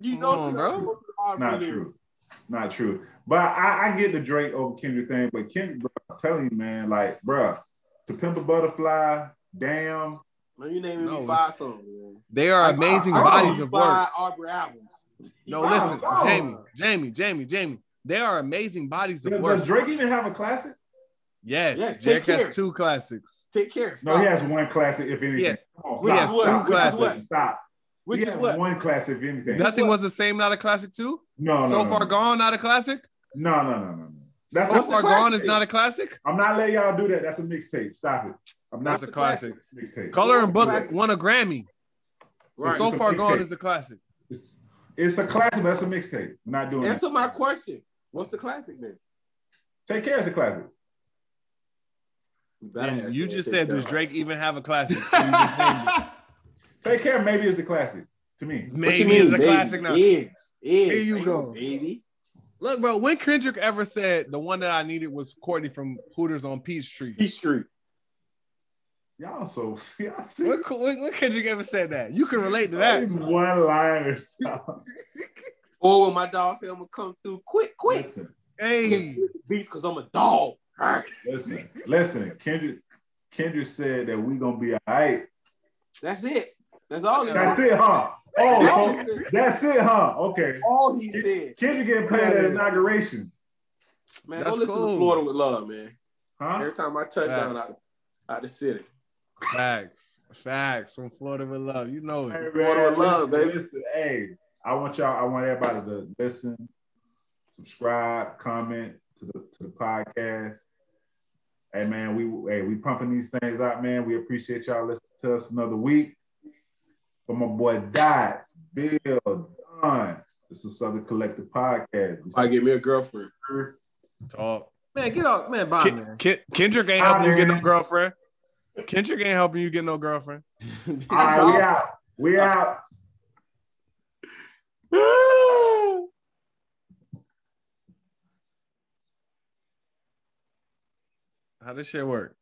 You
Come
know,
on,
she
bro.
posted Aubrey
Not
lyrics.
true. Not true. But I, I get the Drake over Kendrick thing. But Kendrick, bro, I'm telling you, man, like, bro, to pimp a butterfly, damn.
Man, you naming
No,
me five songs. Man.
They are
Like,
amazing
I- I
bodies
don't
of
Five
work.
Aubrey albums.
No,
Wow,
listen,
wow.
Jamie, Jamie, Jamie, Jamie. They are amazing bodies of
Does,
work.
does Drake even have a classic?
Yes,
Yes, take
Drake
care.
has two classics.
Take care. Stop.
No, he has one classic, if anything.
Yeah.
Come on,
He
stop,
has two
stop,
classics.
Stop. stop.
Which
he
is
has
what?
one classic, if anything.
Nothing was the same, not a classic too.
Oh, no, no,
so
no,
far
no.
gone, not a classic.
No, no, no, no, no. That's
So
not,
What's
far
the
gone
classic?
is not a classic.
I'm not letting y'all do that. That's a mixtape. Stop it. I'm not
That's a classic.
mixtape.
Color and
What's the
Book
classic?
won a Grammy.
Right.
So
It's a
far gone
mixtape.
is a classic.
It's a classic. That's a mixtape. We're not doing it.
Answer my question. What's the classic then?
Take care is a classic.
You, better
And
ask
you
me.
just
Take
said,
care.
does Drake even have a classic?
Take care maybe is the classic to me.
What you
Maybe
mean?
it's
Is
a classic now.
Is, is.
Here you
ain't
go.
no baby.
Look, bro, when Kendrick ever said the one that I needed was Courtney from Hooters on Peachtree?
Peace Street.
Y'all so y'all see
When, when, when Kendrick ever said that? You can relate to
that
that.
is one liners.
Or when my dog said I'm gonna come through quick, quick.
listen,
Hey,
Beats because I'm a dog. Alright.
listen, listen. Kendrick, Kendrick said that we gonna be all right.
That's it. That's all he
That's
said.
it, huh? Oh, so
That's it.
that's it, huh? Okay.
All he said.
Kendrick getting played at inaugurations,
Man,
That's
go listen
cool.
to Florida with love, man.
huh?
Every time I touch down out, out the city.
facts, facts from Florida with love. You know it.
Florida with love,
listen,
baby.
listen, hey, I want y'all. I want everybody to listen, subscribe, comment to the to the podcast. Hey man, we hey we pumping these things out, man. We appreciate y'all listening to us another week. From my boy Dot, Bill, Don. This is Southern Collective Podcast. We
I get me a girlfriend.
here.
Talk.
Man, get off, man, Bob,
Ken-
man.
Ken- Kendrick ain't helping you get no girlfriend. Kendrick ain't helping you get no girlfriend.
All right, we out. We out.
How this shit work?